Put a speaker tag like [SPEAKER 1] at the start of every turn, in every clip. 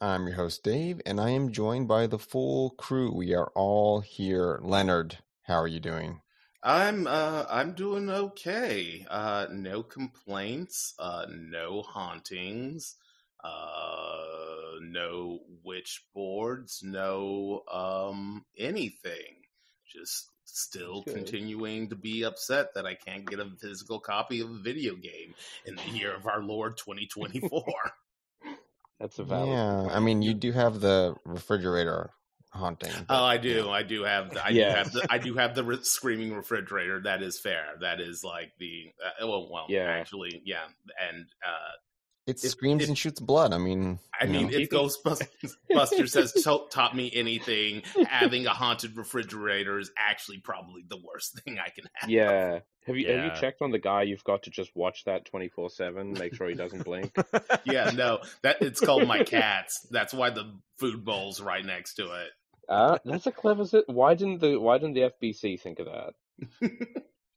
[SPEAKER 1] I'm your host, Dave, and I am joined by the full crew. We are all here. Leonard, how are you doing?
[SPEAKER 2] I'm uh I'm doing okay. Uh no complaints, uh no hauntings, uh no witch boards, no um anything. Just still
[SPEAKER 1] Good.
[SPEAKER 2] continuing to be upset that I can't get a physical copy of a video game in the year of our Lord 2024.
[SPEAKER 3] That's a valid.
[SPEAKER 1] Yeah, I
[SPEAKER 3] complaint.
[SPEAKER 1] mean, you do have the refrigerator haunting. but-
[SPEAKER 2] oh, I do. I do have the, I do
[SPEAKER 3] Yeah.
[SPEAKER 2] have the I do have the re- screaming refrigerator. That is fair. That is like the uh, well, well,
[SPEAKER 3] Yeah.
[SPEAKER 2] actually, yeah. And uh
[SPEAKER 1] It
[SPEAKER 2] if-
[SPEAKER 1] screams
[SPEAKER 2] if-
[SPEAKER 1] and shoots blood. I mean,
[SPEAKER 2] I
[SPEAKER 1] you
[SPEAKER 2] mean,
[SPEAKER 1] know.
[SPEAKER 2] if Ghostbusters has to- taught me anything, having a haunted refrigerator is actually probably the worst thing I can have.
[SPEAKER 3] Yeah. Have you have
[SPEAKER 4] Yeah.
[SPEAKER 3] you checked on the guy you've got to just watch that twenty four seven, make sure he doesn't blink?
[SPEAKER 2] Yeah, no, that it's called my cats. That's why the food bowl's right next to it.
[SPEAKER 3] Uh, that's a clever si- why didn't the why didn't the FBC think of that?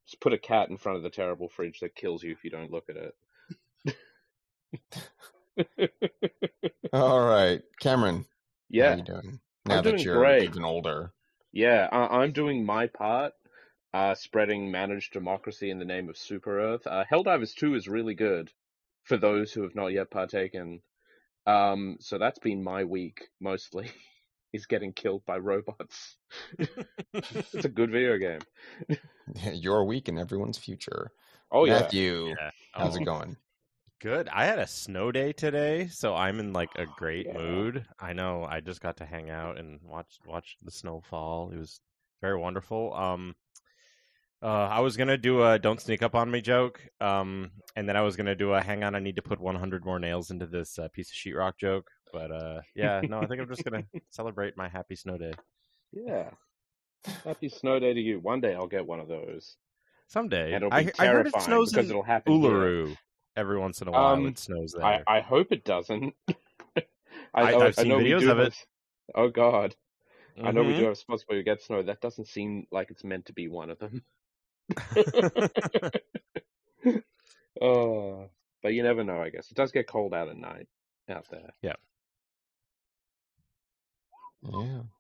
[SPEAKER 3] Just put a cat in front of the terrible fridge that kills you if you don't look at it.
[SPEAKER 1] all right, Cameron, how
[SPEAKER 3] Yeah.
[SPEAKER 1] are you doing? Now that
[SPEAKER 3] doing
[SPEAKER 1] you're
[SPEAKER 3] great.
[SPEAKER 1] even older.
[SPEAKER 3] Yeah, I, I'm doing my part, uh, spreading managed democracy in the name of Super Earth. Uh, Helldivers 2 is really good for those who have not yet partaken. Um, so that's been my week mostly, is getting killed by robots. It's a good video game.
[SPEAKER 1] Your week and everyone's future.
[SPEAKER 3] Oh, yeah.
[SPEAKER 1] Matthew,
[SPEAKER 4] Yeah.
[SPEAKER 1] how's
[SPEAKER 4] Oh,
[SPEAKER 2] Um,
[SPEAKER 1] it going?
[SPEAKER 4] Good. I had a snow day today, so I'm in like a great
[SPEAKER 3] Oh, yeah.
[SPEAKER 4] mood. I know I just got to hang out and watch watch the snow fall. It was very wonderful. Um uh, I was gonna do a "Don't sneak up on me" joke, um, and then I was gonna do a "Hang on, I need to put 100 more nails into this uh, piece of sheetrock" joke. But uh, yeah, no, I think I'm just gonna celebrate my happy snow day
[SPEAKER 3] Yeah. Happy snow day to you. One day I'll get one of those.
[SPEAKER 4] someday.
[SPEAKER 3] And it'll be
[SPEAKER 4] I, I heard
[SPEAKER 3] terrifying
[SPEAKER 4] it snows
[SPEAKER 3] because
[SPEAKER 4] in
[SPEAKER 3] it'll happen here.
[SPEAKER 4] Uluru every once in a while.
[SPEAKER 3] Um,
[SPEAKER 4] it snows there.
[SPEAKER 3] I, I hope it doesn't.
[SPEAKER 4] I-
[SPEAKER 3] know-
[SPEAKER 4] I've seen
[SPEAKER 3] know we
[SPEAKER 4] videos
[SPEAKER 3] do
[SPEAKER 4] of it.
[SPEAKER 3] have- Oh God. I know we
[SPEAKER 4] Mhm.
[SPEAKER 3] do have a spot where you get snow. That doesn't seem like it's meant to be one of them. oh, but you never know, I guess. It does get cold out at night out there.
[SPEAKER 1] Yeah.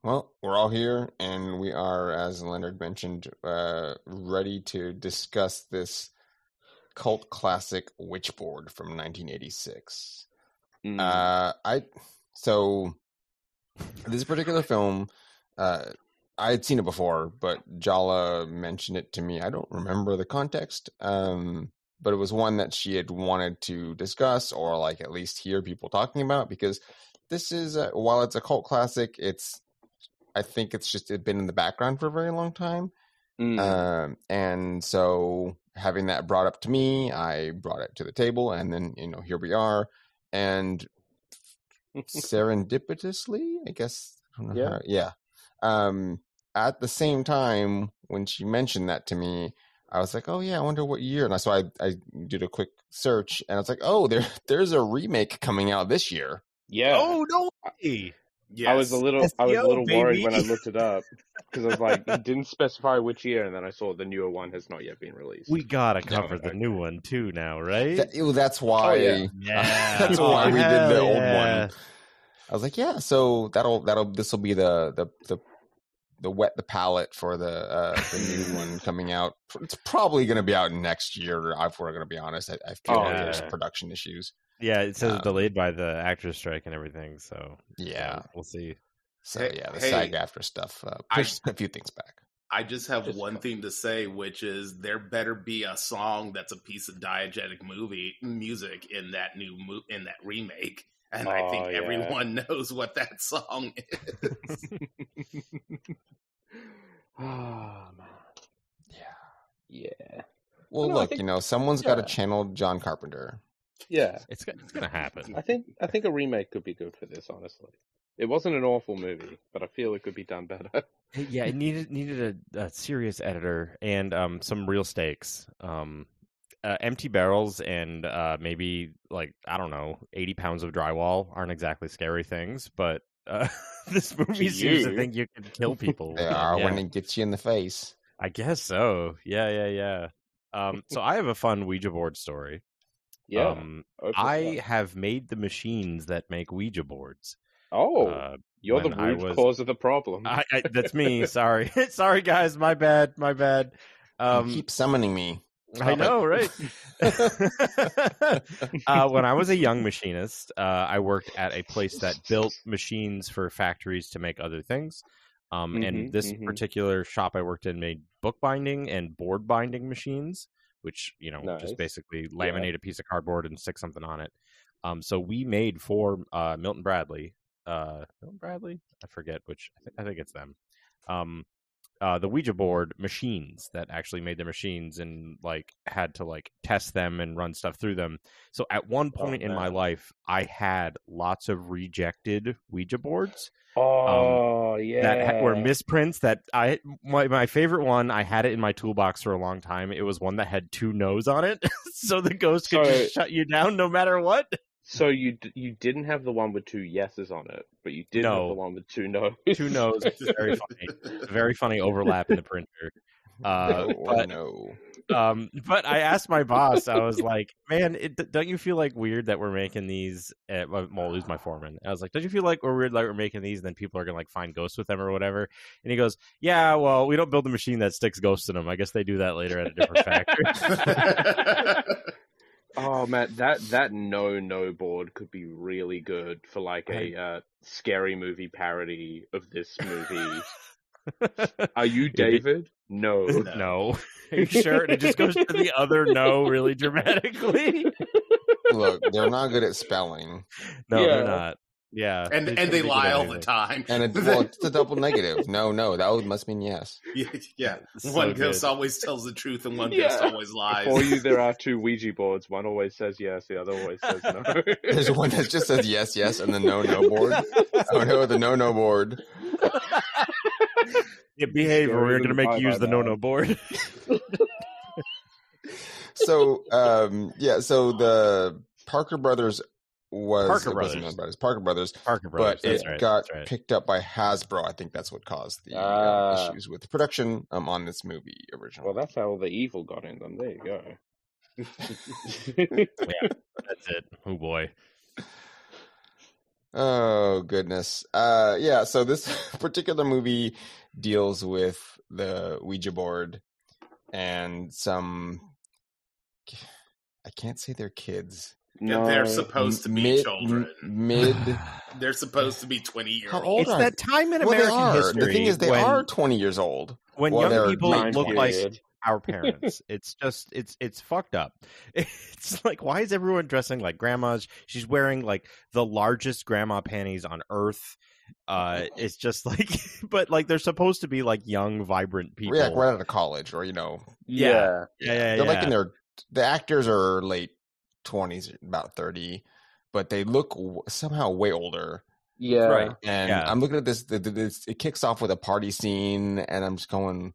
[SPEAKER 1] Well, we're all here, and we are, as Leonard mentioned, uh, ready to discuss this cult classic Witchboard from 1986.
[SPEAKER 3] Mm.
[SPEAKER 1] Uh, I so this particular film, uh, I had seen it before, but Jala mentioned it to me. I don't remember the context, um, but it was one that she had wanted to discuss or like at least hear people talking about because this is a, while it's a cult classic, it's I think it's just it been in the background for a very long time.
[SPEAKER 3] Mm.
[SPEAKER 4] uh,
[SPEAKER 1] Um, and so having that brought up to me, I brought it to the table, and then you know here we are, and serendipitously, I guess, I don't know
[SPEAKER 3] Yeah.
[SPEAKER 1] how- yeah. Um, at the same time, when she mentioned that to me, I was like, oh yeah, I wonder what year, and I, so I I did a quick search, and I was like, oh there there's a remake coming out this year.
[SPEAKER 3] yeah.
[SPEAKER 4] no way!
[SPEAKER 2] Yes.
[SPEAKER 3] I was a little I was a
[SPEAKER 4] SEO,
[SPEAKER 3] little worried when I
[SPEAKER 4] baby.
[SPEAKER 3] looked it up because I was like it didn't specify which year and then I saw the newer one has not yet been released.
[SPEAKER 4] We gotta
[SPEAKER 1] Yeah.
[SPEAKER 4] cover the new one too now, right?
[SPEAKER 1] That- ew, that's why.
[SPEAKER 3] Oh, yeah.
[SPEAKER 4] yeah,
[SPEAKER 1] That's why we did
[SPEAKER 4] hell
[SPEAKER 1] the old
[SPEAKER 4] yeah.
[SPEAKER 1] one. I was like, yeah, so that'll that'll this will be the the the the wet the palette for the uh the new one coming out. It's probably going to be out next year. If we're going to be honest, I, I feel
[SPEAKER 3] Oh,
[SPEAKER 1] like there's
[SPEAKER 4] yeah.
[SPEAKER 1] production issues.
[SPEAKER 4] Yeah, it says
[SPEAKER 1] Um,
[SPEAKER 4] delayed by the actors' strike and everything. So
[SPEAKER 1] Yeah.
[SPEAKER 4] we'll see.
[SPEAKER 1] So
[SPEAKER 2] Hey-
[SPEAKER 1] yeah, the
[SPEAKER 2] hey,
[SPEAKER 1] SAG after stuff uh,
[SPEAKER 2] I-
[SPEAKER 1] pushed a few things back.
[SPEAKER 2] I just have
[SPEAKER 3] Just
[SPEAKER 2] one
[SPEAKER 3] fun.
[SPEAKER 2] thing to say, which is there better be a song that's a piece of diegetic movie music in that new mo- in that remake, and I think
[SPEAKER 3] Oh, yeah.
[SPEAKER 2] everyone knows what that song is.
[SPEAKER 3] oh, man.
[SPEAKER 1] Yeah.
[SPEAKER 3] Yeah.
[SPEAKER 1] Well,
[SPEAKER 3] No, I
[SPEAKER 1] look,
[SPEAKER 3] think-
[SPEAKER 1] you know, someone's got to
[SPEAKER 3] yeah.
[SPEAKER 1] channel John Carpenter.
[SPEAKER 3] Yeah.
[SPEAKER 4] It's go- it's gonna happen.
[SPEAKER 3] I think I think a remake could be good for this, honestly. It wasn't an awful movie, but I feel it could be done better.
[SPEAKER 4] yeah, it needed needed a, a serious editor and um, some real stakes. Um, uh, empty barrels and uh, maybe like I don't know, eighty pounds of drywall aren't exactly scary things, but uh, this movie seems to
[SPEAKER 3] you.
[SPEAKER 4] think you can kill people. with
[SPEAKER 1] They
[SPEAKER 4] it,
[SPEAKER 1] are
[SPEAKER 4] yeah.
[SPEAKER 1] when it gets you in the face.
[SPEAKER 4] I guess so. Yeah, yeah, yeah. Um, so I have a fun Ouija board story.
[SPEAKER 3] Yeah.
[SPEAKER 4] Um,
[SPEAKER 3] open it
[SPEAKER 4] I
[SPEAKER 3] up.
[SPEAKER 4] have made the machines that make Ouija boards.
[SPEAKER 3] Oh,
[SPEAKER 4] Uh,
[SPEAKER 3] you're the
[SPEAKER 4] when I
[SPEAKER 3] root
[SPEAKER 4] was-
[SPEAKER 3] cause of the problem.
[SPEAKER 4] I, I, that's me. Sorry, sorry, guys. My bad. My bad.
[SPEAKER 1] Um,
[SPEAKER 4] Um,
[SPEAKER 1] keep summoning me.
[SPEAKER 4] I
[SPEAKER 1] Stop it.
[SPEAKER 4] know, right? uh, when I was a young machinist, uh, I worked at a place that built machines for factories to make other things. Um,
[SPEAKER 3] Mhm,
[SPEAKER 4] and this
[SPEAKER 3] mhm.
[SPEAKER 4] particular shop I worked in made book binding and board binding machines, which you know
[SPEAKER 3] Nice.
[SPEAKER 4] just basically laminate a piece of cardboard and stick something on it. Um, so we made for uh, Milton Bradley. Uh, Milton Bradley, I forget which. I, thi- I think it's them. Um, uh, the Ouija board machines that actually made the machines and like had to like test them and run stuff through them. So at one
[SPEAKER 3] Oh,
[SPEAKER 4] point in my
[SPEAKER 3] man.
[SPEAKER 4] life, I had lots of rejected Ouija boards
[SPEAKER 3] oh, yeah.
[SPEAKER 4] um, that ha- were misprints. That I my my favorite one, I had it in my toolbox for a long time. It was one that had two no's on it, so the ghost could
[SPEAKER 3] So-
[SPEAKER 4] just shut you down no matter what.
[SPEAKER 3] So you d- you didn't have the one with two yeses on it, but you did have
[SPEAKER 4] No.
[SPEAKER 3] the one with two no's.
[SPEAKER 4] Two no's, which is very funny. A very funny overlap in the printer. Uh,
[SPEAKER 1] no, or
[SPEAKER 4] but-
[SPEAKER 1] no.
[SPEAKER 4] um but i asked my boss i was like man it, don't you feel like weird that we're making these at, well lose my foreman i was like don't you feel like we're weird like we're making these and then people are gonna like find ghosts with them or whatever and he goes yeah well we don't build a machine that sticks ghosts in them i guess they do that later at a different factory
[SPEAKER 3] Oh man, that that no no board could be really good for like a uh, scary movie parody of this movie. Are you David? No.
[SPEAKER 4] no Are you sure and it just goes to the other no really dramatically
[SPEAKER 1] Look, they're not good at spelling,
[SPEAKER 4] no
[SPEAKER 3] Yeah.
[SPEAKER 4] they're not yeah
[SPEAKER 2] and
[SPEAKER 4] They're
[SPEAKER 2] and they
[SPEAKER 4] too big
[SPEAKER 2] lie all the
[SPEAKER 4] anything.
[SPEAKER 2] time.
[SPEAKER 1] and it, well, it's the double negative. No, no, that would- must mean yes.
[SPEAKER 2] yeah, yeah.
[SPEAKER 4] So
[SPEAKER 2] one ghost
[SPEAKER 4] good.
[SPEAKER 2] always tells the truth, and one ghost
[SPEAKER 3] Yeah.
[SPEAKER 2] always lies.
[SPEAKER 3] For you, there are two Ouija boards. One always says yes, the other always says no.
[SPEAKER 1] There's one that just says yes, yes, and the no, no board. Oh no, the no, no board.
[SPEAKER 4] Yeah, behave or
[SPEAKER 3] Scary
[SPEAKER 4] we're gonna
[SPEAKER 3] movie
[SPEAKER 4] make you
[SPEAKER 3] bye-bye
[SPEAKER 4] use the no no board
[SPEAKER 1] So, um, yeah, so the Parker Brothers was
[SPEAKER 4] Parker
[SPEAKER 1] it wasn't
[SPEAKER 4] Brothers.
[SPEAKER 1] Milton Brothers, Parker Brothers,
[SPEAKER 4] parker brothers
[SPEAKER 1] but
[SPEAKER 4] that's
[SPEAKER 1] it
[SPEAKER 4] right,
[SPEAKER 1] got
[SPEAKER 4] that's right.
[SPEAKER 1] picked up by Hasbro. I think that's what caused the uh,
[SPEAKER 3] Ah.
[SPEAKER 1] issues with the production um, on this movie originally.
[SPEAKER 3] well, that's how the evil got in them. There you go.
[SPEAKER 4] that's it oh boy
[SPEAKER 1] Oh goodness. Uh yeah, so this particular movie deals with the Ouija board and some I can't say they're kids.
[SPEAKER 2] They're supposed to be
[SPEAKER 1] Mid-
[SPEAKER 2] children.
[SPEAKER 1] m- Mid
[SPEAKER 2] They're supposed to be twenty year
[SPEAKER 1] How
[SPEAKER 2] olds.
[SPEAKER 1] old
[SPEAKER 4] it's
[SPEAKER 1] are
[SPEAKER 4] that time in
[SPEAKER 1] Well, they
[SPEAKER 4] American
[SPEAKER 1] are.
[SPEAKER 4] history.
[SPEAKER 1] The thing is they
[SPEAKER 4] when,
[SPEAKER 1] are 20 years old.
[SPEAKER 4] when
[SPEAKER 1] well,
[SPEAKER 4] young
[SPEAKER 1] they're
[SPEAKER 4] people
[SPEAKER 1] nine
[SPEAKER 4] look
[SPEAKER 1] years.
[SPEAKER 4] like our parents. it's just it's it's fucked up. It's like why is everyone dressing like grandmas? She's wearing like the largest grandma panties on earth. Uh, it's just like, but like they're supposed to be like young, vibrant people.
[SPEAKER 1] React right out of college or you know.
[SPEAKER 3] yeah.
[SPEAKER 4] Yeah, yeah,
[SPEAKER 1] They're like
[SPEAKER 4] yeah.
[SPEAKER 1] in their the actors are late 20s, about 30, but they look w- somehow way older.
[SPEAKER 3] Yeah.
[SPEAKER 4] Right.
[SPEAKER 1] and
[SPEAKER 4] Yeah.
[SPEAKER 1] I'm looking at this, th- th- this. It kicks off with a party scene, and I'm just going,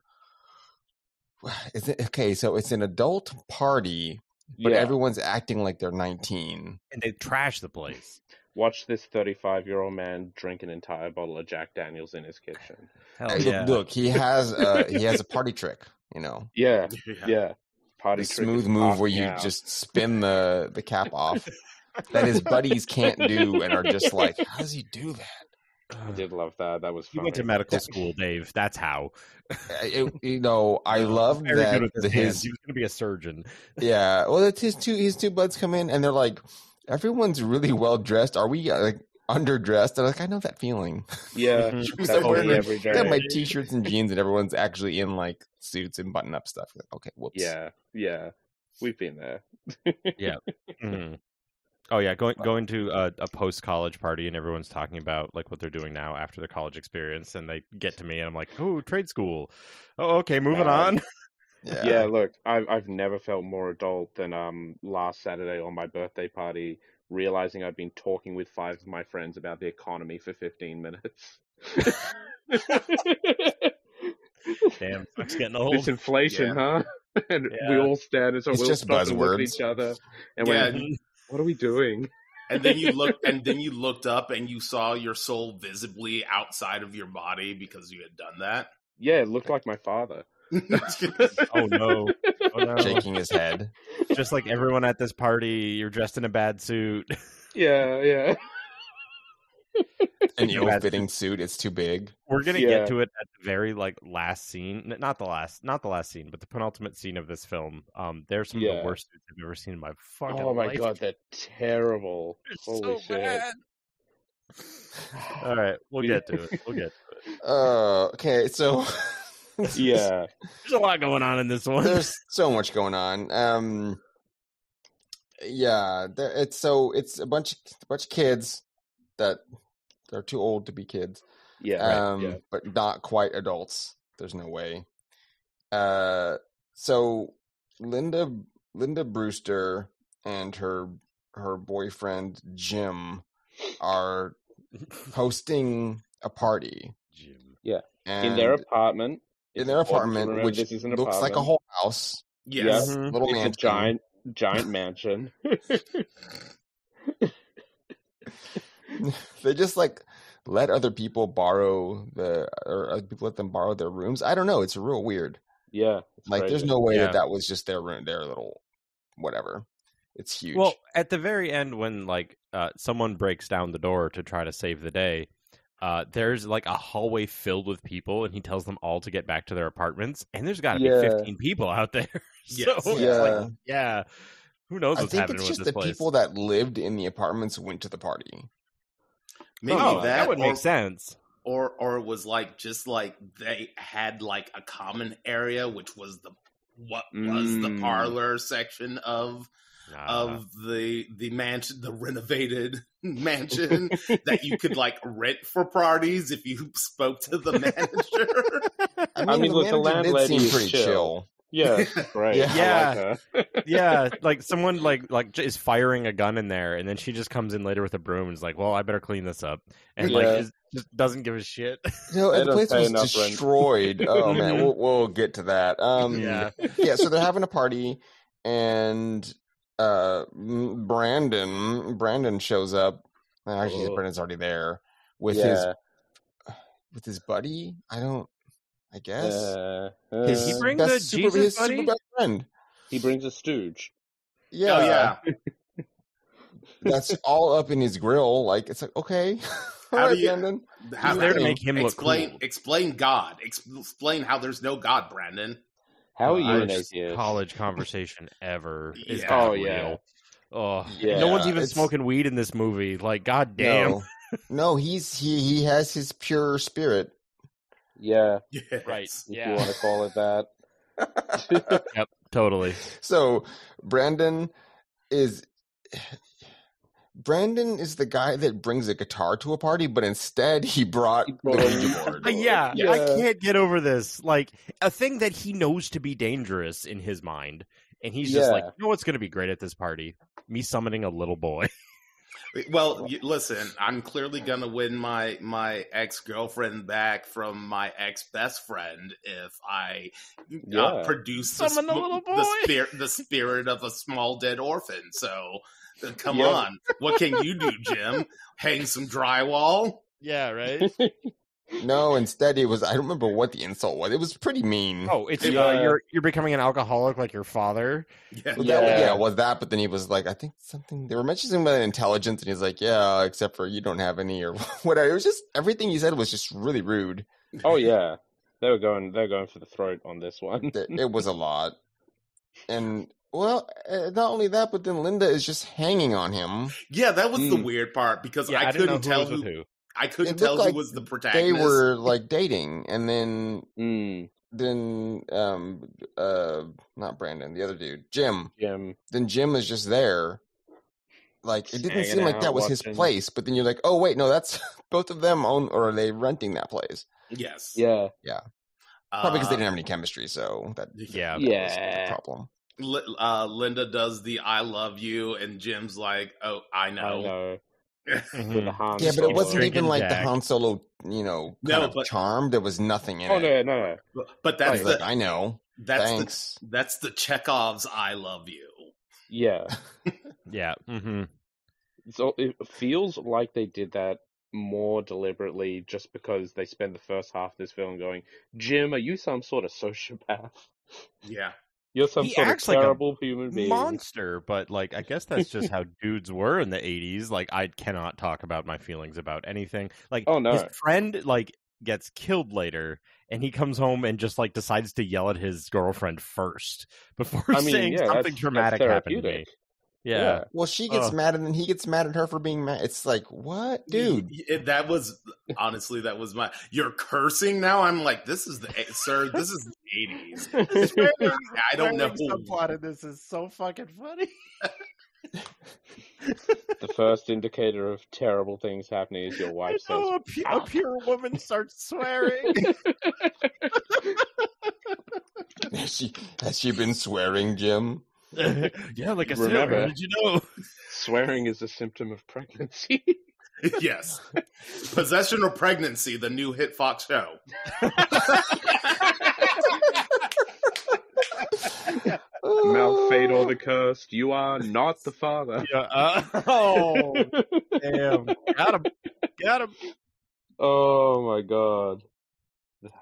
[SPEAKER 1] "Is it okay?" So it's an adult party, but
[SPEAKER 3] yeah.
[SPEAKER 1] everyone's acting like they're 19.
[SPEAKER 4] and they trash the place.
[SPEAKER 3] Watch this 35 year old man drink an entire bottle of Jack Daniels in his kitchen.
[SPEAKER 4] Hell
[SPEAKER 1] Hey,
[SPEAKER 4] Oh, yeah!
[SPEAKER 1] look, look, he has a, he has a party trick, you know,
[SPEAKER 3] Yeah.
[SPEAKER 2] Yeah.
[SPEAKER 3] Yeah. Party
[SPEAKER 1] the
[SPEAKER 3] trick
[SPEAKER 1] smooth
[SPEAKER 3] is
[SPEAKER 1] move
[SPEAKER 3] off
[SPEAKER 1] where you
[SPEAKER 3] now.
[SPEAKER 1] just spin the the cap off that his buddies can't do, and are just like, "How does he do that?"
[SPEAKER 3] I did love that. That was
[SPEAKER 4] You
[SPEAKER 3] funny.
[SPEAKER 4] went to medical school, Dave. That's how.
[SPEAKER 1] I- it- you know, I love
[SPEAKER 4] Very
[SPEAKER 1] that
[SPEAKER 4] good with his,
[SPEAKER 1] the-
[SPEAKER 4] hands.
[SPEAKER 1] his
[SPEAKER 4] He was going to be a surgeon.
[SPEAKER 1] Yeah, well, it's his two his two buds come in and they're like, everyone's really well dressed. Are we uh, like underdressed? And like, I know that feeling.
[SPEAKER 5] Yeah.
[SPEAKER 4] Mhm.
[SPEAKER 1] Who's
[SPEAKER 5] That's
[SPEAKER 1] that wearing
[SPEAKER 5] me every
[SPEAKER 1] I got
[SPEAKER 5] day.
[SPEAKER 1] my t-shirts and jeans, and everyone's actually in like suits and button-up stuff. Like, okay, whoops.
[SPEAKER 3] Yeah, yeah. We've been there.
[SPEAKER 4] Mhm. Oh yeah, going going to a, a post college party and everyone's talking about like what they're doing now after their college experience, and they get to me and I'm like, "Oh, trade school. Oh, okay,
[SPEAKER 3] Um,
[SPEAKER 4] moving on."
[SPEAKER 1] yeah.
[SPEAKER 3] Yeah, look, I've I've never felt more adult than um last Saturday on my birthday party, realizing I've been talking with five of my friends about the economy for fifteen minutes.
[SPEAKER 4] Damn, it's getting
[SPEAKER 3] This
[SPEAKER 4] old.
[SPEAKER 3] inflation, huh? And we
[SPEAKER 4] Yeah.
[SPEAKER 3] all stand and so
[SPEAKER 1] It's
[SPEAKER 3] we'll
[SPEAKER 1] just
[SPEAKER 3] stop and look at
[SPEAKER 1] buzzwords.
[SPEAKER 3] each other and
[SPEAKER 2] Yeah.
[SPEAKER 3] we're what are we doing?
[SPEAKER 2] and then you look and then you looked up and you saw your soul visibly outside of your body because you had done that.
[SPEAKER 3] Yeah, it looked like my father.
[SPEAKER 4] Oh no, oh no!
[SPEAKER 1] shaking his head.
[SPEAKER 4] Just like everyone at this party, you're dressed in a bad suit.
[SPEAKER 3] Yeah, yeah.
[SPEAKER 1] An
[SPEAKER 4] Yeah.
[SPEAKER 1] ill-fitting suit. It's too big.
[SPEAKER 4] We're gonna
[SPEAKER 3] Yeah.
[SPEAKER 4] get to it at the very like last scene, N- not the last, not the last scene, but the penultimate scene of this film. Um, there's some of
[SPEAKER 3] Yeah.
[SPEAKER 4] the worst suits I've ever seen in my fucking
[SPEAKER 3] Oh my
[SPEAKER 4] life.
[SPEAKER 3] god, they're terrible. Holy shit. Uh.
[SPEAKER 4] All right, we'll get to it. We'll get. To it.
[SPEAKER 1] Uh, okay, so
[SPEAKER 3] Yeah.
[SPEAKER 4] There's a lot going on in this one.
[SPEAKER 1] there's so much going on. Um, yeah, there, it's so it's a bunch a bunch of kids that are too old to be kids,
[SPEAKER 3] Yeah.
[SPEAKER 1] um,
[SPEAKER 3] yeah.
[SPEAKER 1] but not quite adults. There's no way. Uh, so Linda Linda Brewster and her her boyfriend Jim are hosting a party
[SPEAKER 4] Jim.
[SPEAKER 1] and
[SPEAKER 3] In their apartment.
[SPEAKER 1] in
[SPEAKER 3] It's
[SPEAKER 1] their
[SPEAKER 3] important to
[SPEAKER 1] apartment,
[SPEAKER 3] remember
[SPEAKER 1] which
[SPEAKER 3] this is an
[SPEAKER 1] looks like a
[SPEAKER 3] apartment.
[SPEAKER 1] whole house,
[SPEAKER 2] yes.
[SPEAKER 3] Yeah.
[SPEAKER 1] little
[SPEAKER 3] Mm-hmm. It's
[SPEAKER 1] mansion.
[SPEAKER 3] a giant giant mansion.
[SPEAKER 1] they just like let other people borrow the or other people let them borrow their rooms. I don't know. It's real weird.
[SPEAKER 3] Yeah. it's
[SPEAKER 1] Like, there's
[SPEAKER 3] crazy.
[SPEAKER 1] no way
[SPEAKER 4] Yeah.
[SPEAKER 1] that that was just their room, their little whatever. It's huge.
[SPEAKER 4] Well, at the very end, when like uh, someone breaks down the door to try to save the day, uh, there's like a hallway filled with people, and he tells them all to get back to their apartments, and there's got to
[SPEAKER 3] Yeah.
[SPEAKER 4] be 15 people out there. so
[SPEAKER 2] Yes.
[SPEAKER 4] yeah. It's
[SPEAKER 1] Yeah.
[SPEAKER 4] like, yeah, who knows
[SPEAKER 1] I
[SPEAKER 4] what's
[SPEAKER 1] think it's
[SPEAKER 4] happening with
[SPEAKER 1] just
[SPEAKER 4] this
[SPEAKER 1] the
[SPEAKER 4] place?
[SPEAKER 1] people that lived in the apartments went to the party.
[SPEAKER 2] Maybe
[SPEAKER 4] oh,
[SPEAKER 2] that,
[SPEAKER 4] would
[SPEAKER 2] or,
[SPEAKER 4] make sense.
[SPEAKER 2] Or or it was like just like they had like a common area which was the what was
[SPEAKER 3] Mm.
[SPEAKER 2] the parlor section of
[SPEAKER 4] Nah.
[SPEAKER 2] of the the mansion, the renovated mansion that you could like rent for parties if you spoke to the manager.
[SPEAKER 1] I mean,
[SPEAKER 3] mean,
[SPEAKER 1] the
[SPEAKER 3] look,
[SPEAKER 1] manager
[SPEAKER 3] the
[SPEAKER 1] did
[SPEAKER 3] landlady
[SPEAKER 1] seem
[SPEAKER 3] is
[SPEAKER 1] pretty
[SPEAKER 3] chill.
[SPEAKER 1] chill.
[SPEAKER 3] Yeah, great.
[SPEAKER 1] Yeah.
[SPEAKER 3] I like
[SPEAKER 4] Yeah.
[SPEAKER 3] her.
[SPEAKER 4] yeah, like someone like like j- is firing a gun in there, and then she just comes in later with a broom and is like, "Well, I better clean this up," and like
[SPEAKER 3] Yeah.
[SPEAKER 4] is, just doesn't give a shit.
[SPEAKER 1] No,
[SPEAKER 3] They
[SPEAKER 1] and the
[SPEAKER 3] don't
[SPEAKER 1] place
[SPEAKER 3] pay
[SPEAKER 1] was
[SPEAKER 3] enough rent.
[SPEAKER 1] destroyed. Oh man, we'll, we'll get to that. Um,
[SPEAKER 4] yeah,
[SPEAKER 1] yeah, so they're having a party, and uh, m- Brandon Brandon shows up. uh, Actually,
[SPEAKER 3] Oh.
[SPEAKER 1] Brandon's already there with his
[SPEAKER 3] yeah.
[SPEAKER 1] with his buddy. I don't. I guess
[SPEAKER 3] Uh,
[SPEAKER 1] his
[SPEAKER 4] He
[SPEAKER 3] uh,
[SPEAKER 4] brings
[SPEAKER 1] best
[SPEAKER 4] a
[SPEAKER 1] super,
[SPEAKER 4] Jesus
[SPEAKER 1] his
[SPEAKER 4] buddy?
[SPEAKER 1] super best friend.
[SPEAKER 3] he brings a stooge.
[SPEAKER 1] Yeah,
[SPEAKER 2] Oh yeah.
[SPEAKER 1] that's all up in his grill. Like it's like okay, all
[SPEAKER 2] How do
[SPEAKER 1] right,
[SPEAKER 2] you-
[SPEAKER 1] Brandon.
[SPEAKER 2] How-
[SPEAKER 4] he's there to
[SPEAKER 1] Yeah.
[SPEAKER 4] make him look
[SPEAKER 2] explain
[SPEAKER 4] cool.
[SPEAKER 2] explain God. Ex- Explain how there's no God, Brandon.
[SPEAKER 3] How are you an
[SPEAKER 4] Worst
[SPEAKER 3] atheist?
[SPEAKER 4] college conversation ever is
[SPEAKER 2] Yeah.
[SPEAKER 4] God
[SPEAKER 3] Oh,
[SPEAKER 4] real.
[SPEAKER 3] yeah.
[SPEAKER 4] Oh,
[SPEAKER 3] Yeah,
[SPEAKER 4] no one's even
[SPEAKER 1] it's-
[SPEAKER 4] smoking weed in this movie. Like, god damn.
[SPEAKER 1] No, no, he's he he has his pure spirit.
[SPEAKER 3] Yeah,
[SPEAKER 2] Yes.
[SPEAKER 4] Right.
[SPEAKER 3] if
[SPEAKER 4] Yeah.
[SPEAKER 3] you want to call it that.
[SPEAKER 4] Totally.
[SPEAKER 1] So Brandon is Brandon is the guy that brings a guitar to a party, but instead he brought
[SPEAKER 3] He
[SPEAKER 1] the
[SPEAKER 3] brought a
[SPEAKER 1] Ouija board.
[SPEAKER 4] Uh, yeah,
[SPEAKER 3] Yeah.
[SPEAKER 4] I can't get over this. Like a thing that he knows to be dangerous in his mind, and he's just
[SPEAKER 3] Yeah.
[SPEAKER 4] like, you know what's going to be great at this party? Me summoning a little boy.
[SPEAKER 2] Well, you, listen, I'm clearly gonna win my my ex girlfriend back from my ex best friend if I
[SPEAKER 3] Yeah.
[SPEAKER 2] uh, produce
[SPEAKER 4] Summon the little boy.
[SPEAKER 2] the spirit the spirit of a small dead orphan. So, uh, come
[SPEAKER 3] Yeah.
[SPEAKER 2] on, what can you do, Jim? Hang some drywall?
[SPEAKER 4] yeah, right.
[SPEAKER 1] No, instead it was I don't remember what the insult was. It was pretty mean.
[SPEAKER 4] Oh, it's
[SPEAKER 3] Yeah.
[SPEAKER 4] uh, you're you're becoming an alcoholic like your father.
[SPEAKER 2] Yeah,
[SPEAKER 1] Well, that- yeah.
[SPEAKER 3] Yeah.
[SPEAKER 1] it was that, but then he was like, I think something they were mentioning something about intelligence, and he's like, Yeah, except for you don't have any or whatever. It was just everything he said was just really rude.
[SPEAKER 3] oh yeah, they were going. They're going for the throat on this one.
[SPEAKER 1] It, it was a lot, and Well, uh, not only that, but then Linda is just hanging on him.
[SPEAKER 2] Yeah, that was the
[SPEAKER 1] Mm.
[SPEAKER 2] weird part because
[SPEAKER 4] Yeah, I,
[SPEAKER 2] I,
[SPEAKER 4] didn't know
[SPEAKER 2] couldn't
[SPEAKER 4] who
[SPEAKER 2] tell
[SPEAKER 4] was with
[SPEAKER 2] who,
[SPEAKER 4] who.
[SPEAKER 2] I couldn't
[SPEAKER 1] It
[SPEAKER 2] tell
[SPEAKER 1] looked
[SPEAKER 2] who
[SPEAKER 1] like
[SPEAKER 2] was the
[SPEAKER 1] They
[SPEAKER 2] protagonist.
[SPEAKER 1] were like dating, and then
[SPEAKER 3] Mm,
[SPEAKER 1] then um uh not Brandon, the other dude, Jim.
[SPEAKER 3] Jim.
[SPEAKER 1] Then Jim is just there. Like it didn't
[SPEAKER 3] Hanging
[SPEAKER 1] seem like
[SPEAKER 3] out,
[SPEAKER 1] that was his
[SPEAKER 3] watching.
[SPEAKER 1] place, but then you're like, oh wait, no, that's both of them own or are they renting that place?
[SPEAKER 2] yes,
[SPEAKER 3] Yeah.
[SPEAKER 1] Probably because they
[SPEAKER 2] Uh,
[SPEAKER 1] didn't have any chemistry, so that
[SPEAKER 4] Yeah.
[SPEAKER 1] that was
[SPEAKER 3] Yeah.
[SPEAKER 1] the problem.
[SPEAKER 2] Li- uh, Linda does the "I love you," and Jim's like, "Oh, I know."
[SPEAKER 3] I know. With the
[SPEAKER 4] Mhm.
[SPEAKER 3] Han
[SPEAKER 1] Mm. yeah, but it
[SPEAKER 3] Solo.
[SPEAKER 1] wasn't even
[SPEAKER 4] Drinking
[SPEAKER 1] like the
[SPEAKER 4] Jack.
[SPEAKER 1] Han Solo, you know, kind
[SPEAKER 2] No,
[SPEAKER 1] of
[SPEAKER 2] but-
[SPEAKER 1] charm. There was nothing in
[SPEAKER 3] Oh
[SPEAKER 1] it.
[SPEAKER 3] no, no, no.
[SPEAKER 1] He's
[SPEAKER 2] But, but that's
[SPEAKER 1] like,
[SPEAKER 2] the
[SPEAKER 1] I know.
[SPEAKER 2] that's
[SPEAKER 1] Thanks.
[SPEAKER 2] the that's the Chekhov's "I love you."
[SPEAKER 3] Yeah.
[SPEAKER 4] Yeah. hmm
[SPEAKER 3] So it feels like they did that more deliberately just because they spend the first half of this film going, Jim, are you some sort of sociopath?
[SPEAKER 2] Yeah,
[SPEAKER 3] You're some
[SPEAKER 4] He
[SPEAKER 3] sort of
[SPEAKER 4] acts like a
[SPEAKER 3] terrible human being.
[SPEAKER 4] Monster, but like I guess that's just how dudes were in the '80s. Like I cannot talk about my feelings about anything. Like
[SPEAKER 3] Oh, no.
[SPEAKER 4] his friend like gets killed later, and he comes home and just like decides to yell at his girlfriend first before
[SPEAKER 3] I mean,
[SPEAKER 4] saying
[SPEAKER 3] yeah, that's-
[SPEAKER 4] something
[SPEAKER 3] that's
[SPEAKER 4] traumatic happened to me.
[SPEAKER 3] therapeutic.
[SPEAKER 4] yeah.
[SPEAKER 1] Well, she gets
[SPEAKER 4] Ugh.
[SPEAKER 1] mad, and then he gets mad at her for being mad. It's like, what, dude?
[SPEAKER 2] Y- y- that was honestly that was my. You're cursing now. I'm like, this is the eh, sir. This is the eighties. I don't know.
[SPEAKER 4] subplot in this is so fucking funny.
[SPEAKER 3] the first indicator of terrible things happening is your wife says,
[SPEAKER 4] a, pu- a pure woman starts swearing.
[SPEAKER 1] Has she has she been swearing, Jim?
[SPEAKER 4] yeah, like I said,
[SPEAKER 3] Remember.
[SPEAKER 4] how did you know?
[SPEAKER 3] swearing is a symptom of pregnancy.
[SPEAKER 2] yes, possession or pregnancy, the new hit Fox show.
[SPEAKER 3] Malfate or the cursed, you are not the father.
[SPEAKER 4] Yeah, uh, oh, damn. Got him. Got him.
[SPEAKER 3] Oh my god.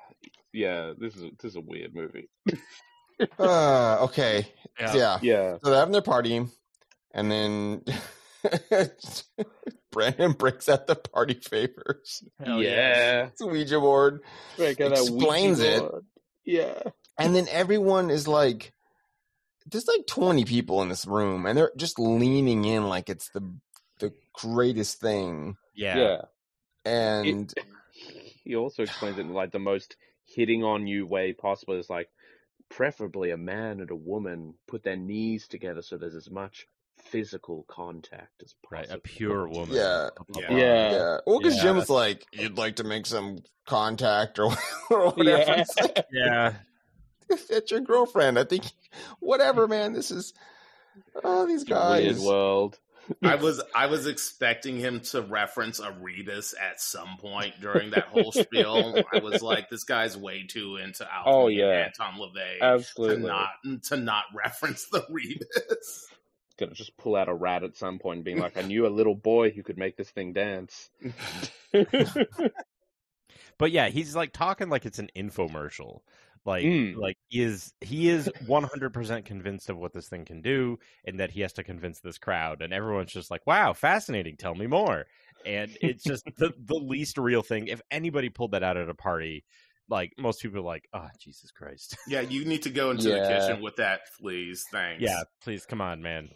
[SPEAKER 3] Yeah, this is this is a weird movie.
[SPEAKER 1] Uh, okay, yeah.
[SPEAKER 3] Yeah.
[SPEAKER 1] So they're having their party, and then Brandon breaks out the party favors.
[SPEAKER 4] Hell
[SPEAKER 1] It's a Ouija board,
[SPEAKER 3] Break out that
[SPEAKER 1] Explains
[SPEAKER 3] Ouija
[SPEAKER 1] it.
[SPEAKER 3] board. Yeah.
[SPEAKER 1] and then everyone is like, "There's like 20 people in this room, and they're just leaning in like it's the the greatest thing."
[SPEAKER 4] Yeah.
[SPEAKER 3] Yeah.
[SPEAKER 1] And
[SPEAKER 3] He also explains it in like the most hitting on you way possible. It's like preferably a man and a woman put their knees together so there's as much physical contact as possible.
[SPEAKER 4] Right, a pure woman.
[SPEAKER 1] Yeah.
[SPEAKER 2] Yeah.
[SPEAKER 3] Yeah.
[SPEAKER 1] yeah, well, because
[SPEAKER 4] Yeah.
[SPEAKER 1] Jim's like, "You'd like to make some contact or or whatever."
[SPEAKER 3] Yeah.
[SPEAKER 1] It's like,
[SPEAKER 4] Yeah.
[SPEAKER 1] that's your girlfriend. I think, whatever, man. This is oh, these
[SPEAKER 3] It's a weird
[SPEAKER 1] guys.
[SPEAKER 3] world.
[SPEAKER 2] I was I was expecting him to reference Arebus at some point during that whole spiel. I was like, this guy's way too into Alpha
[SPEAKER 3] Oh,
[SPEAKER 2] and
[SPEAKER 3] yeah.
[SPEAKER 2] Anton LaVey to
[SPEAKER 3] Absolutely.
[SPEAKER 2] not to not reference the Rebus.
[SPEAKER 3] Gonna just pull out a rat at some point and being like, I knew a little boy who could make this thing dance.
[SPEAKER 4] But yeah, he's like talking like it's an infomercial. Like,
[SPEAKER 3] Mm.
[SPEAKER 4] like he is he is one hundred percent convinced of what this thing can do, and that he has to convince this crowd, and everyone's just like, "Wow, fascinating! Tell me more." And it's just the the least real thing. If anybody pulled that out at a party, like most people, are like, "Oh, Jesus Christ!"
[SPEAKER 2] Yeah, you need to go into the
[SPEAKER 3] Yeah.
[SPEAKER 2] kitchen with that, please. Thanks.
[SPEAKER 4] Yeah, please come on, man.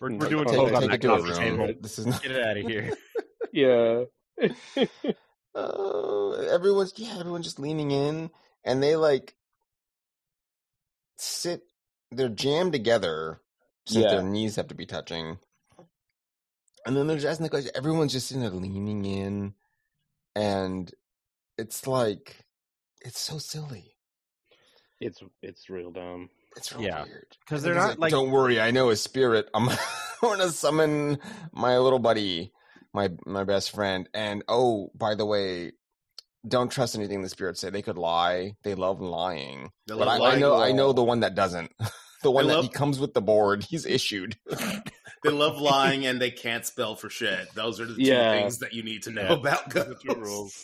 [SPEAKER 4] we're we're
[SPEAKER 3] Like,
[SPEAKER 4] doing
[SPEAKER 1] Take,
[SPEAKER 4] both
[SPEAKER 3] Hold
[SPEAKER 4] on
[SPEAKER 1] take
[SPEAKER 4] that
[SPEAKER 1] it to a
[SPEAKER 4] coffee
[SPEAKER 1] room.
[SPEAKER 4] table.
[SPEAKER 1] This is not.
[SPEAKER 4] Get it out of here.
[SPEAKER 3] yeah.
[SPEAKER 1] Oh, everyone's yeah, everyone's just leaning in, and they like sit. They're jammed together since
[SPEAKER 3] Yeah.
[SPEAKER 1] their knees have to be touching. And then they're just asking the question. Everyone's just sitting there leaning in, and it's like it's so silly.
[SPEAKER 3] It's it's real dumb.
[SPEAKER 1] It's real
[SPEAKER 4] Yeah.
[SPEAKER 1] weird.
[SPEAKER 4] Because
[SPEAKER 1] And
[SPEAKER 4] they're
[SPEAKER 1] he's
[SPEAKER 4] not like
[SPEAKER 1] Don't worry, I know his spirit. I'm going to summon my little buddy, my my best friend. And oh, by the way, don't trust anything the spirits say. They could lie. They love lying.
[SPEAKER 2] They
[SPEAKER 1] But
[SPEAKER 2] love
[SPEAKER 1] I, I
[SPEAKER 2] lying.
[SPEAKER 1] know, I know the one that doesn't. The one
[SPEAKER 2] They
[SPEAKER 1] that
[SPEAKER 2] love-
[SPEAKER 1] he comes with the board. He's issued.
[SPEAKER 2] They love lying and they can't spell for shit. Those are the
[SPEAKER 3] Yeah.
[SPEAKER 2] two things that you need to know
[SPEAKER 4] Yeah.
[SPEAKER 2] about ghosts.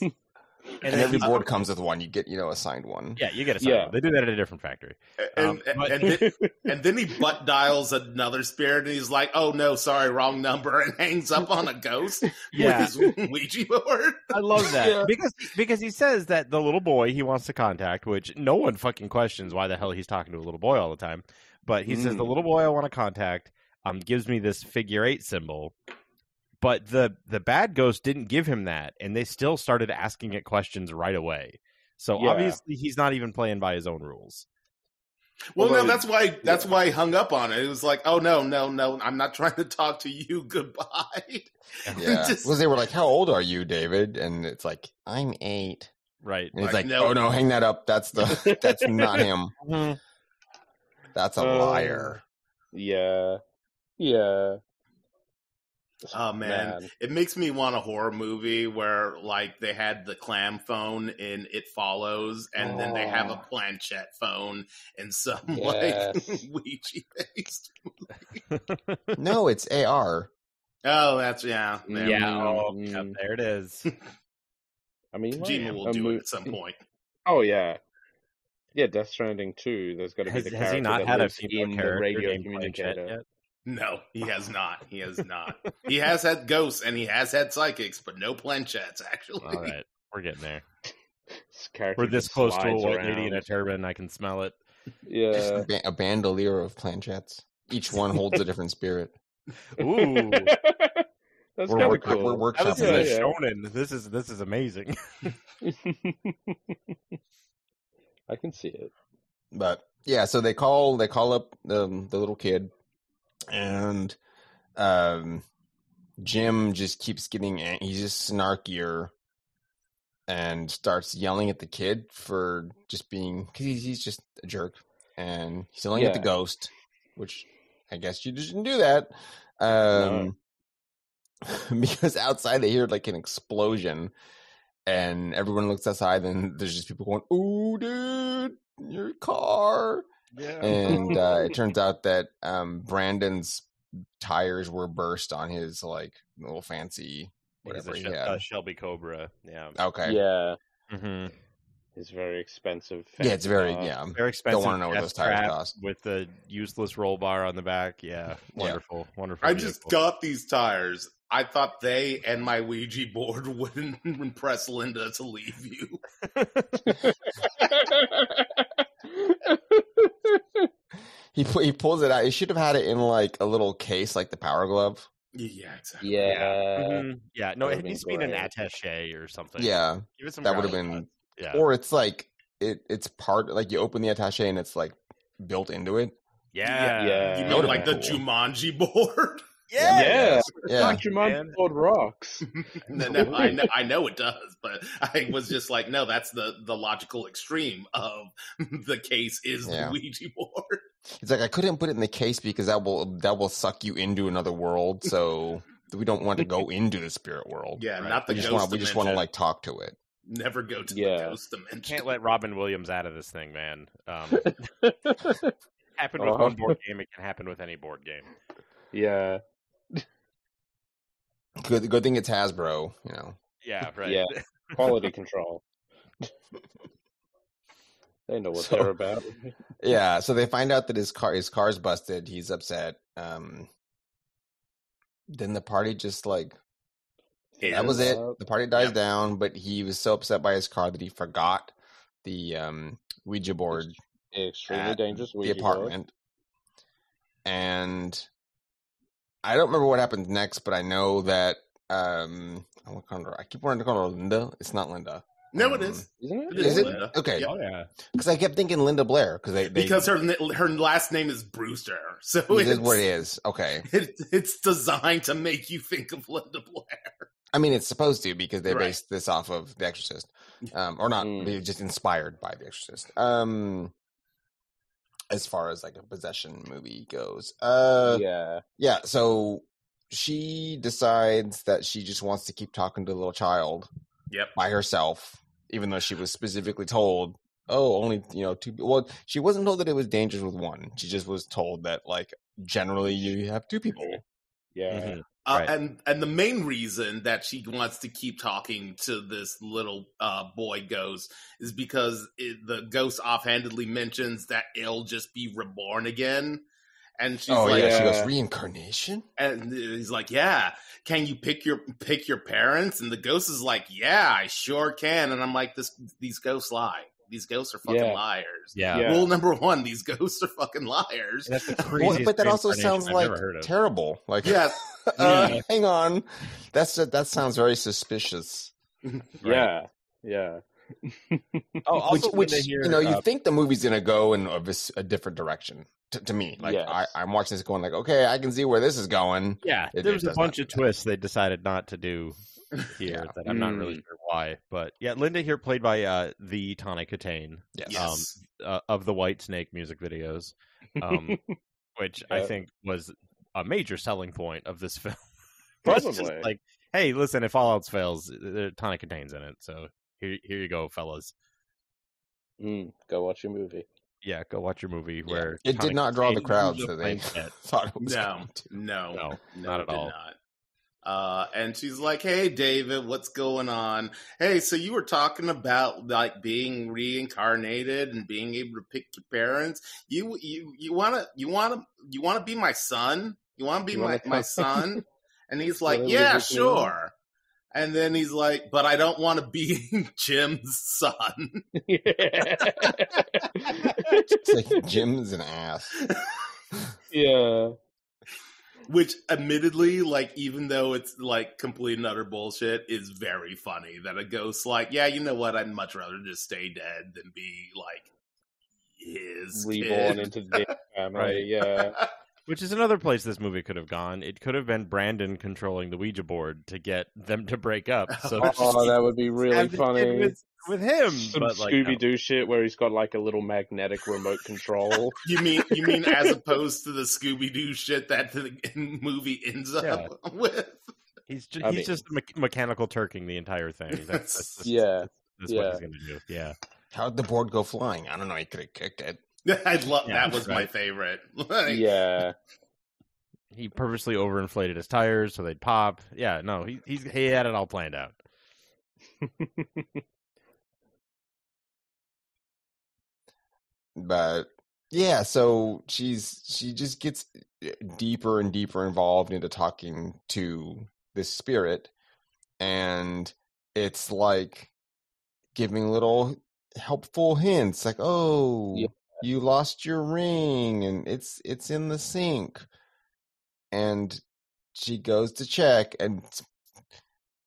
[SPEAKER 1] And,
[SPEAKER 4] then
[SPEAKER 1] every
[SPEAKER 4] he's-
[SPEAKER 1] board comes with one. You get, you know, assigned one.
[SPEAKER 4] Yeah, you get a sign.
[SPEAKER 3] Yeah.
[SPEAKER 4] They do that at a different factory.
[SPEAKER 2] And,
[SPEAKER 4] Um, but-
[SPEAKER 2] and, then, and then he butt dials another spirit and he's like, oh no, sorry, wrong number, and hangs up on a ghost
[SPEAKER 4] Yeah.
[SPEAKER 2] with his Ouija board.
[SPEAKER 4] I love that
[SPEAKER 3] Yeah.
[SPEAKER 4] because because he says that the little boy he wants to contact, which no one fucking questions why the hell he's talking to a little boy all the time. But he says the
[SPEAKER 3] Mm.
[SPEAKER 4] little boy I want to contact um gives me this figure eight symbol, but the the bad ghost didn't give him that, and they still started asking it questions right away. So
[SPEAKER 3] Yeah.
[SPEAKER 4] obviously he's not even playing by his own rules.
[SPEAKER 2] Well,
[SPEAKER 3] Although-
[SPEAKER 2] no, that's why that's why I hung up on it. It was like, oh no, no, no, I'm not trying to talk to you. Goodbye.
[SPEAKER 1] Yeah.
[SPEAKER 2] Just-
[SPEAKER 1] well, they were like, "How old are you, David?" And it's like, "I'm eight.
[SPEAKER 4] Right.
[SPEAKER 1] And he's like,
[SPEAKER 2] Like, no.
[SPEAKER 1] "Oh no, hang that up. That's the that's not him.
[SPEAKER 3] Mm-hmm.
[SPEAKER 1] That's a
[SPEAKER 3] Oh.
[SPEAKER 1] liar."
[SPEAKER 3] Yeah. Yeah.
[SPEAKER 2] Oh man. It makes me want a horror movie where like they had the clam phone in It Follows, and then they have a
[SPEAKER 3] Oh.
[SPEAKER 2] planchette phone in some
[SPEAKER 3] Yes.
[SPEAKER 2] like Ouija based.
[SPEAKER 1] No, it's AR.
[SPEAKER 2] Oh, that's yeah, there.
[SPEAKER 4] Yeah.
[SPEAKER 3] Mm.
[SPEAKER 4] oh, yeah, There it is.
[SPEAKER 3] I mean,
[SPEAKER 2] Kojima will
[SPEAKER 3] a
[SPEAKER 2] do
[SPEAKER 3] mo-
[SPEAKER 2] it at some point.
[SPEAKER 3] Oh yeah, yeah. Death Stranding too. There's got to be
[SPEAKER 4] Has,
[SPEAKER 3] the
[SPEAKER 4] has
[SPEAKER 3] character
[SPEAKER 4] he not
[SPEAKER 3] that
[SPEAKER 4] had a
[SPEAKER 3] lives
[SPEAKER 4] female
[SPEAKER 3] in the
[SPEAKER 4] character
[SPEAKER 3] radio
[SPEAKER 4] named Planchette
[SPEAKER 3] communicator.
[SPEAKER 4] yet?
[SPEAKER 2] No, he has not. He has not. he has had ghosts and he has had psychics, but no planchettes actually.
[SPEAKER 4] All right, we're getting there.
[SPEAKER 3] This character
[SPEAKER 4] We're this
[SPEAKER 3] just
[SPEAKER 4] close to a
[SPEAKER 3] slides
[SPEAKER 4] white
[SPEAKER 3] around.
[SPEAKER 4] lady in a turban. I can smell it.
[SPEAKER 1] Just a,
[SPEAKER 3] Yeah.
[SPEAKER 1] ba- a bandolier of planchettes. Each one holds a different spirit.
[SPEAKER 4] Ooh,
[SPEAKER 3] That's
[SPEAKER 1] We're
[SPEAKER 3] kind of
[SPEAKER 1] work-
[SPEAKER 3] cool.
[SPEAKER 1] we're work-
[SPEAKER 4] this is
[SPEAKER 3] Yeah, yeah.
[SPEAKER 4] a shonen. This is this is amazing.
[SPEAKER 3] I can see it.
[SPEAKER 1] but yeah so they call they call up um, the little kid and um jim just keeps getting an- he's just snarkier and starts yelling at the kid for just being because he's, he's just a jerk and he's yelling at the
[SPEAKER 3] Yeah.
[SPEAKER 1] ghost which i guess you didn't do that um because outside they hear like an explosion and everyone looks outside and there's just people going ooh dude your car. And uh, it turns out that um, Brandon's tires were burst on his like little fancy
[SPEAKER 4] Whatever.
[SPEAKER 1] whatever he
[SPEAKER 4] She-
[SPEAKER 1] had.
[SPEAKER 4] uh, Shelby Cobra. Yeah.
[SPEAKER 1] Okay. Yeah,
[SPEAKER 3] Yeah,
[SPEAKER 4] Mm-hmm.
[SPEAKER 3] it's very expensive.
[SPEAKER 1] it's very
[SPEAKER 3] Uh,
[SPEAKER 1] yeah.
[SPEAKER 4] They're expensive.
[SPEAKER 1] wanna know what
[SPEAKER 4] death
[SPEAKER 1] those tires
[SPEAKER 4] trap
[SPEAKER 1] cost.
[SPEAKER 4] With the useless roll bar on the back. Yeah. Wonderful. Wonderful.
[SPEAKER 2] I just
[SPEAKER 4] vehicle.
[SPEAKER 2] got these tires. I thought they and my Ouija board wouldn't impress Linda to leave you.
[SPEAKER 1] He pu- he pulls it out. He should have had it in like a little case, like the power glove.
[SPEAKER 2] Yeah, exactly.
[SPEAKER 3] yeah.
[SPEAKER 1] Uh,
[SPEAKER 2] Mm-hmm.
[SPEAKER 4] Mhm. Yeah. No,
[SPEAKER 3] would've
[SPEAKER 4] it
[SPEAKER 3] been
[SPEAKER 4] needs to be in an
[SPEAKER 3] great.
[SPEAKER 4] attaché or something.
[SPEAKER 1] Yeah,
[SPEAKER 4] Give it some.
[SPEAKER 1] that would have
[SPEAKER 4] grounding
[SPEAKER 1] been.
[SPEAKER 4] thought. Yeah.
[SPEAKER 1] Or it's like it it's part like you open the attaché and it's like built into it.
[SPEAKER 3] Yeah.
[SPEAKER 4] yeah.
[SPEAKER 2] You
[SPEAKER 1] That
[SPEAKER 2] mean
[SPEAKER 1] would've
[SPEAKER 2] like the
[SPEAKER 1] been cool.
[SPEAKER 2] Jumanji board?
[SPEAKER 3] Yeah.
[SPEAKER 1] Yeah,
[SPEAKER 3] Like Jumanji
[SPEAKER 4] Man.
[SPEAKER 3] board rocks.
[SPEAKER 2] no, no, I, know, I know it does, but I was just like, no, that's the, the logical extreme of the case is
[SPEAKER 1] Yeah.
[SPEAKER 2] the Ouija board.
[SPEAKER 1] it's like I couldn't put it in the case because that will that will suck you into another world. So we don't want to go into the spirit world.
[SPEAKER 2] Yeah,
[SPEAKER 4] Right.
[SPEAKER 2] not the
[SPEAKER 1] we just
[SPEAKER 2] ghost
[SPEAKER 1] want we just want to
[SPEAKER 2] dimension.
[SPEAKER 1] like talk to it.
[SPEAKER 2] never go to
[SPEAKER 3] Yeah.
[SPEAKER 2] the ghost dimension.
[SPEAKER 4] Can't let Robin Williams out of this thing, man. Um, happened with
[SPEAKER 3] Uh-huh.
[SPEAKER 4] one board game. It can happen with any board game.
[SPEAKER 3] yeah.
[SPEAKER 1] Good, good thing it's Hasbro. You know,
[SPEAKER 4] Yeah. Right.
[SPEAKER 3] Yeah. Quality control. they know what
[SPEAKER 1] So-
[SPEAKER 3] they're about.
[SPEAKER 1] yeah. So they find out that his car, his car's busted. He's upset. Um, then the party just like that was it. The party dies
[SPEAKER 2] Yep.
[SPEAKER 1] down, but he was so upset by his car that he forgot the um Ouija board,
[SPEAKER 3] Extremely
[SPEAKER 1] at
[SPEAKER 3] dangerous.
[SPEAKER 1] the
[SPEAKER 3] Ouija board.
[SPEAKER 1] apartment, and I don't remember what happened next, but I know that um I want to call her. I keep wanting to call her Linda. It's not Linda.
[SPEAKER 2] No, it
[SPEAKER 1] Um,
[SPEAKER 2] is.
[SPEAKER 3] Isn't it?
[SPEAKER 2] It
[SPEAKER 1] Is it
[SPEAKER 2] Linda.
[SPEAKER 1] okay?
[SPEAKER 2] Yep.
[SPEAKER 4] Oh yeah.
[SPEAKER 1] Because I kept thinking Linda Blair because they, they
[SPEAKER 2] Because her her last name is Brewster, so
[SPEAKER 1] it
[SPEAKER 2] it's,
[SPEAKER 1] is what it is. Okay,
[SPEAKER 2] It, it's designed to make you think of Linda Blair.
[SPEAKER 1] I mean it's supposed to because they
[SPEAKER 2] Right.
[SPEAKER 1] based this off of The Exorcist, um, or not?
[SPEAKER 3] Mm.
[SPEAKER 1] they were just inspired by The Exorcist. Um, as far as like a possession movie goes, uh, yeah.
[SPEAKER 3] yeah.
[SPEAKER 1] So she decides that she just wants to keep talking to the little child
[SPEAKER 2] Yep.
[SPEAKER 1] by herself, even though she was specifically told. Oh, only you know two. Well, she wasn't told that it was dangerous with one. She just was told that like generally you have two people.
[SPEAKER 3] Yeah.
[SPEAKER 4] Mhm.
[SPEAKER 2] Uh,
[SPEAKER 4] Right.
[SPEAKER 2] And and the main reason that she wants to keep talking to this little uh, boy ghost is because it, the ghost offhandedly mentions that it'll just be reborn again, and she's
[SPEAKER 1] oh
[SPEAKER 2] like, uh
[SPEAKER 1] yeah, she
[SPEAKER 3] Yeah.
[SPEAKER 1] goes reincarnation.
[SPEAKER 2] and he's like, "Yeah, can you pick your pick your parents?" And the ghost is like, "Yeah, I sure can." And I'm like, "This these ghosts lie. These ghosts are fucking
[SPEAKER 3] Yeah.
[SPEAKER 2] liars.
[SPEAKER 4] Yeah.
[SPEAKER 3] Yeah.
[SPEAKER 2] Rule number one: These ghosts are fucking liars.
[SPEAKER 4] That's the
[SPEAKER 1] Well,
[SPEAKER 4] craziest.
[SPEAKER 1] but that also sounds
[SPEAKER 4] reincarnation I've
[SPEAKER 1] like
[SPEAKER 4] ever heard of. Mm-hmm.
[SPEAKER 1] terrible. Like,
[SPEAKER 2] Yes,
[SPEAKER 1] uh, hang on, that's that sounds very suspicious.
[SPEAKER 3] Yeah, yeah.
[SPEAKER 4] Oh,
[SPEAKER 1] which,
[SPEAKER 4] also when
[SPEAKER 1] which
[SPEAKER 4] they hear,
[SPEAKER 1] you know, you
[SPEAKER 4] uh,
[SPEAKER 1] think the movie's gonna go in a, vis- a different direction. To, to me, like
[SPEAKER 3] Yes.
[SPEAKER 1] I, I'm watching this, going like, okay, I can see where this is going.
[SPEAKER 4] yeah,
[SPEAKER 1] It-
[SPEAKER 4] there
[SPEAKER 1] it
[SPEAKER 4] was a
[SPEAKER 1] does not
[SPEAKER 4] bunch
[SPEAKER 1] do
[SPEAKER 4] of twists they decided not to do
[SPEAKER 1] Yeah.
[SPEAKER 4] here that I'm not really
[SPEAKER 3] Mm.
[SPEAKER 4] sure why. But yeah, Linda here played by uh, the Tawny Katane
[SPEAKER 1] Yes.
[SPEAKER 4] Um,
[SPEAKER 2] yes.
[SPEAKER 4] uh, of the White Snake music videos, um, which I
[SPEAKER 3] Yeah.
[SPEAKER 4] think was a major selling point of this film. It's
[SPEAKER 3] Probably.
[SPEAKER 4] just like, hey, listen, if all else fails, there Tawny Katane's in it, so here, here you go, fellas.
[SPEAKER 3] Mm, go watch your movie.
[SPEAKER 4] Yeah, go watch your movie.
[SPEAKER 1] Yeah.
[SPEAKER 4] Where
[SPEAKER 1] it
[SPEAKER 4] Tawny
[SPEAKER 1] did not draw the
[SPEAKER 4] Kitane's
[SPEAKER 1] crowds
[SPEAKER 4] a
[SPEAKER 1] that they
[SPEAKER 4] plane hit.
[SPEAKER 1] thought it was.
[SPEAKER 2] No,
[SPEAKER 1] going to.
[SPEAKER 2] no,
[SPEAKER 4] No,
[SPEAKER 2] no,
[SPEAKER 4] not
[SPEAKER 2] it
[SPEAKER 4] at
[SPEAKER 2] did
[SPEAKER 4] all.
[SPEAKER 2] Not. Uh, and she's like, "Hey, David, what's going on? Hey, so you were talking about like being reincarnated and being able to pick your parents. You, you, you wanna, you wanna, you wanna be my son? You wanna be
[SPEAKER 3] You
[SPEAKER 2] my
[SPEAKER 3] wanna
[SPEAKER 2] my
[SPEAKER 3] come-
[SPEAKER 2] son?" And he's like,
[SPEAKER 3] Wanna
[SPEAKER 2] "Yeah,
[SPEAKER 3] live with me?"
[SPEAKER 2] sure." And then he's like, "But I don't want to be Jim's son."
[SPEAKER 1] It's like Jim's an ass.
[SPEAKER 3] yeah.
[SPEAKER 2] Which, admittedly, like even though it's like complete and utter bullshit, is very funny that a ghost like, yeah, you know what? I'd much rather just stay dead than be like his
[SPEAKER 3] Reborn
[SPEAKER 2] kid.
[SPEAKER 3] into the family.
[SPEAKER 4] Right.
[SPEAKER 3] Yeah.
[SPEAKER 4] Which is another place this movie could have gone. It could have been Brandon controlling the Ouija board to get them to break up. So
[SPEAKER 2] Oh,
[SPEAKER 4] just
[SPEAKER 3] Oh, that would be really
[SPEAKER 4] have the kid
[SPEAKER 3] funny.
[SPEAKER 4] with, with him.
[SPEAKER 3] Some
[SPEAKER 4] but like,
[SPEAKER 3] Scooby Doo shit where he's got like a little magnetic remote control.
[SPEAKER 2] You mean you mean as opposed to the Scooby Doo shit that the movie ends up with?
[SPEAKER 4] no, he's just,
[SPEAKER 3] I
[SPEAKER 4] he's
[SPEAKER 3] mean-
[SPEAKER 4] just me- mechanical turking the entire thing. That's, that's just-
[SPEAKER 3] yeah.
[SPEAKER 4] that's what he's
[SPEAKER 3] yeah.
[SPEAKER 4] gonna do. Yeah,
[SPEAKER 1] How'd the board go flying? I don't know. He could have kicked it.
[SPEAKER 2] I love
[SPEAKER 4] Yeah,
[SPEAKER 2] that was my
[SPEAKER 4] right.
[SPEAKER 2] favorite. Like,
[SPEAKER 3] Yeah.
[SPEAKER 4] he purposely overinflated his tires so they'd pop. Yeah, no, he he's, he had it all planned out.
[SPEAKER 1] but yeah so she's she just gets eh, deeper and deeper involved into talking to this spirit and it's like giving little helpful hints like oh
[SPEAKER 3] Yeah.
[SPEAKER 1] you lost your ring and it's it's in the sink and she goes to check and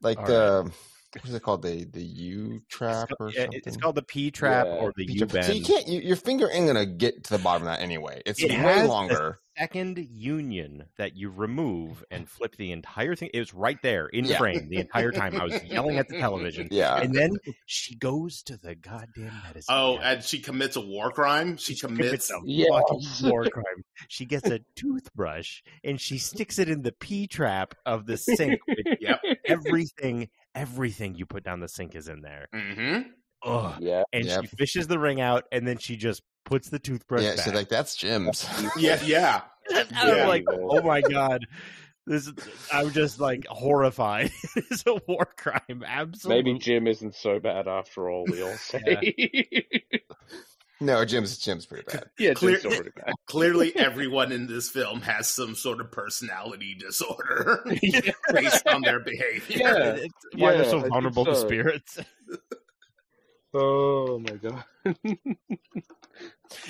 [SPEAKER 1] like
[SPEAKER 4] All
[SPEAKER 1] the what is it called the the u trap
[SPEAKER 4] it's,
[SPEAKER 1] or
[SPEAKER 4] called, yeah,
[SPEAKER 1] something
[SPEAKER 4] it's called the P trap
[SPEAKER 3] Yeah.
[SPEAKER 4] or the
[SPEAKER 1] Peter-
[SPEAKER 4] U bend.
[SPEAKER 1] So you can't. You, your finger ain't gonna get to the bottom of that anyway. It's
[SPEAKER 4] It
[SPEAKER 1] way
[SPEAKER 4] has
[SPEAKER 1] longer.
[SPEAKER 4] second union that you remove and flip the entire thing. It was right there in
[SPEAKER 1] Yeah.
[SPEAKER 4] frame the entire time. I was yelling at the television.
[SPEAKER 1] yeah.
[SPEAKER 4] And then she goes to the goddamn medicine.
[SPEAKER 2] Oh,
[SPEAKER 4] cabinet.
[SPEAKER 2] and she commits a war crime. She, commits.
[SPEAKER 4] a
[SPEAKER 3] Yes.
[SPEAKER 4] fucking war crime. She gets a toothbrush and she sticks it in the pee trap of the sink. with
[SPEAKER 2] Yep.
[SPEAKER 4] everything, everything you put down the sink is in there.
[SPEAKER 2] Mhm.
[SPEAKER 4] Ugh.
[SPEAKER 3] Yeah.
[SPEAKER 4] And
[SPEAKER 1] Yep.
[SPEAKER 4] she fishes the ring out and then she just puts the toothbrush
[SPEAKER 1] Yeah.
[SPEAKER 4] back.
[SPEAKER 1] So like that's Jim's.
[SPEAKER 2] Yeah, yeah.
[SPEAKER 4] And I'm
[SPEAKER 2] Yeah.
[SPEAKER 4] like, oh my god, this. Is, I'm just like horrified. it's a war crime. Absolutely.
[SPEAKER 3] Maybe Jim isn't so bad after all, we all say.
[SPEAKER 1] no, Jim's Jim's pretty bad.
[SPEAKER 3] yeah,
[SPEAKER 2] Clear-
[SPEAKER 3] Jim's not pretty bad.
[SPEAKER 2] Clearly, everyone in this film has some sort of personality disorder based on their behavior.
[SPEAKER 3] Yeah.
[SPEAKER 4] It's
[SPEAKER 3] Yeah,
[SPEAKER 4] why they're
[SPEAKER 3] I
[SPEAKER 4] so
[SPEAKER 3] think
[SPEAKER 4] vulnerable to
[SPEAKER 3] so.
[SPEAKER 4] spirits.
[SPEAKER 3] Oh my god.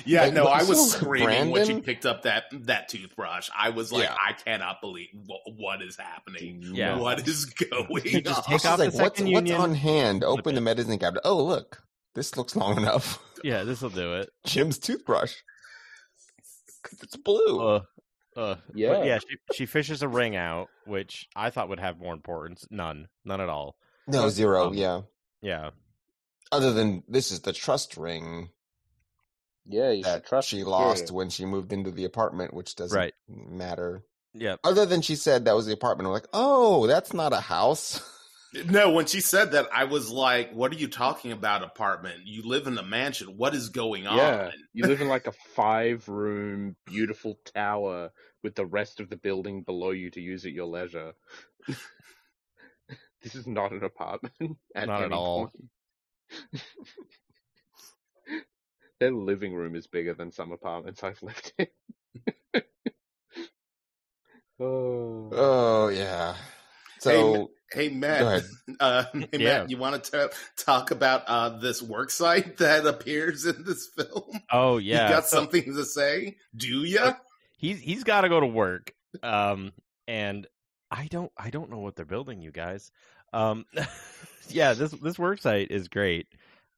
[SPEAKER 2] Yeah,
[SPEAKER 1] Like,
[SPEAKER 2] no,
[SPEAKER 1] but
[SPEAKER 2] I was
[SPEAKER 1] so
[SPEAKER 2] screaming when she
[SPEAKER 1] Brandon-
[SPEAKER 2] picked up that that toothbrush. I was like,
[SPEAKER 1] Yeah.
[SPEAKER 2] I cannot believe wh- what is happening.
[SPEAKER 4] Yeah.
[SPEAKER 2] What is going
[SPEAKER 4] You just
[SPEAKER 2] on?
[SPEAKER 4] take
[SPEAKER 1] She's
[SPEAKER 4] off the
[SPEAKER 1] like, what's,
[SPEAKER 4] second
[SPEAKER 1] what's
[SPEAKER 4] union,
[SPEAKER 1] on hand?
[SPEAKER 4] flip
[SPEAKER 1] Open
[SPEAKER 4] it.
[SPEAKER 1] the medicine cabinet. Oh, look, this looks long enough.
[SPEAKER 4] Yeah, this will do it.
[SPEAKER 1] Jim's toothbrush. 'Cause It's blue.
[SPEAKER 3] Oh,
[SPEAKER 4] Uh, uh,
[SPEAKER 3] Yeah.
[SPEAKER 4] But yeah, she, she fishes a ring out, which I thought would have more importance. None, none at all.
[SPEAKER 3] oh,
[SPEAKER 1] no zero.
[SPEAKER 4] um,
[SPEAKER 1] yeah.
[SPEAKER 4] Yeah,
[SPEAKER 1] Other than this is the trust ring
[SPEAKER 3] Yeah, you should
[SPEAKER 1] that
[SPEAKER 3] trust
[SPEAKER 1] she
[SPEAKER 3] the
[SPEAKER 1] lost
[SPEAKER 3] spirit.
[SPEAKER 1] when she moved into the apartment, which doesn't
[SPEAKER 4] Right.
[SPEAKER 1] matter.
[SPEAKER 4] yeah.
[SPEAKER 1] Other than she said that was the apartment. I'm like, oh, that's not a house.
[SPEAKER 2] No, when she said that, I was like, "What are you talking about? Apartment? You live in a mansion. What is going on?"
[SPEAKER 3] Yeah. You live in like a five room beautiful tower with the rest of the building below you to use at your leisure. this is not an apartment. At
[SPEAKER 4] Not at
[SPEAKER 3] any
[SPEAKER 4] all.
[SPEAKER 3] point. Their living room is bigger than some apartments I've lived in. oh.
[SPEAKER 1] Uh, Oh yeah. So
[SPEAKER 2] Hey
[SPEAKER 1] Go
[SPEAKER 2] Matt,
[SPEAKER 1] ahead.
[SPEAKER 2] uh, hey
[SPEAKER 4] Yeah.
[SPEAKER 2] Matt, you want to talk about uh, this work site that appears in this film?
[SPEAKER 4] Oh yeah,
[SPEAKER 2] you got
[SPEAKER 4] so-
[SPEAKER 2] something to say? Do ya?
[SPEAKER 4] he's he's got to go to work. Um, and I don't I don't know what they're building, you guys. Um, yeah, this this worksite is great.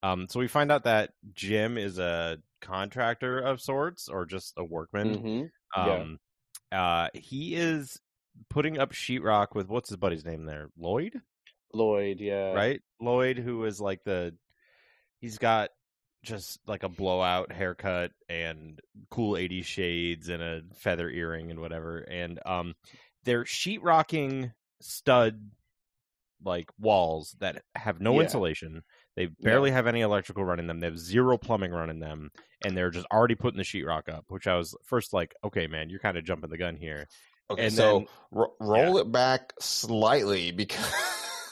[SPEAKER 4] Um, so we find out that Jim is a contractor of sorts, or just a workman.
[SPEAKER 3] Mhm. yeah.
[SPEAKER 4] Um, uh, he is putting up sheetrock with what's his buddy's name there, Lloyd,
[SPEAKER 3] Lloyd, yeah.
[SPEAKER 4] right? Lloyd, who is like the he's got just like a blowout haircut and cool 80s shades and a feather earring and whatever and um they're sheetrocking stud like walls that have no
[SPEAKER 3] Yeah.
[SPEAKER 4] insulation they barely have any electrical running them they have zero plumbing running them and they're just already putting the sheetrock up which i was first like okay man you're kind of jumping the gun here
[SPEAKER 1] Okay,
[SPEAKER 4] And
[SPEAKER 1] so
[SPEAKER 4] then-
[SPEAKER 1] ro- roll it back slightly because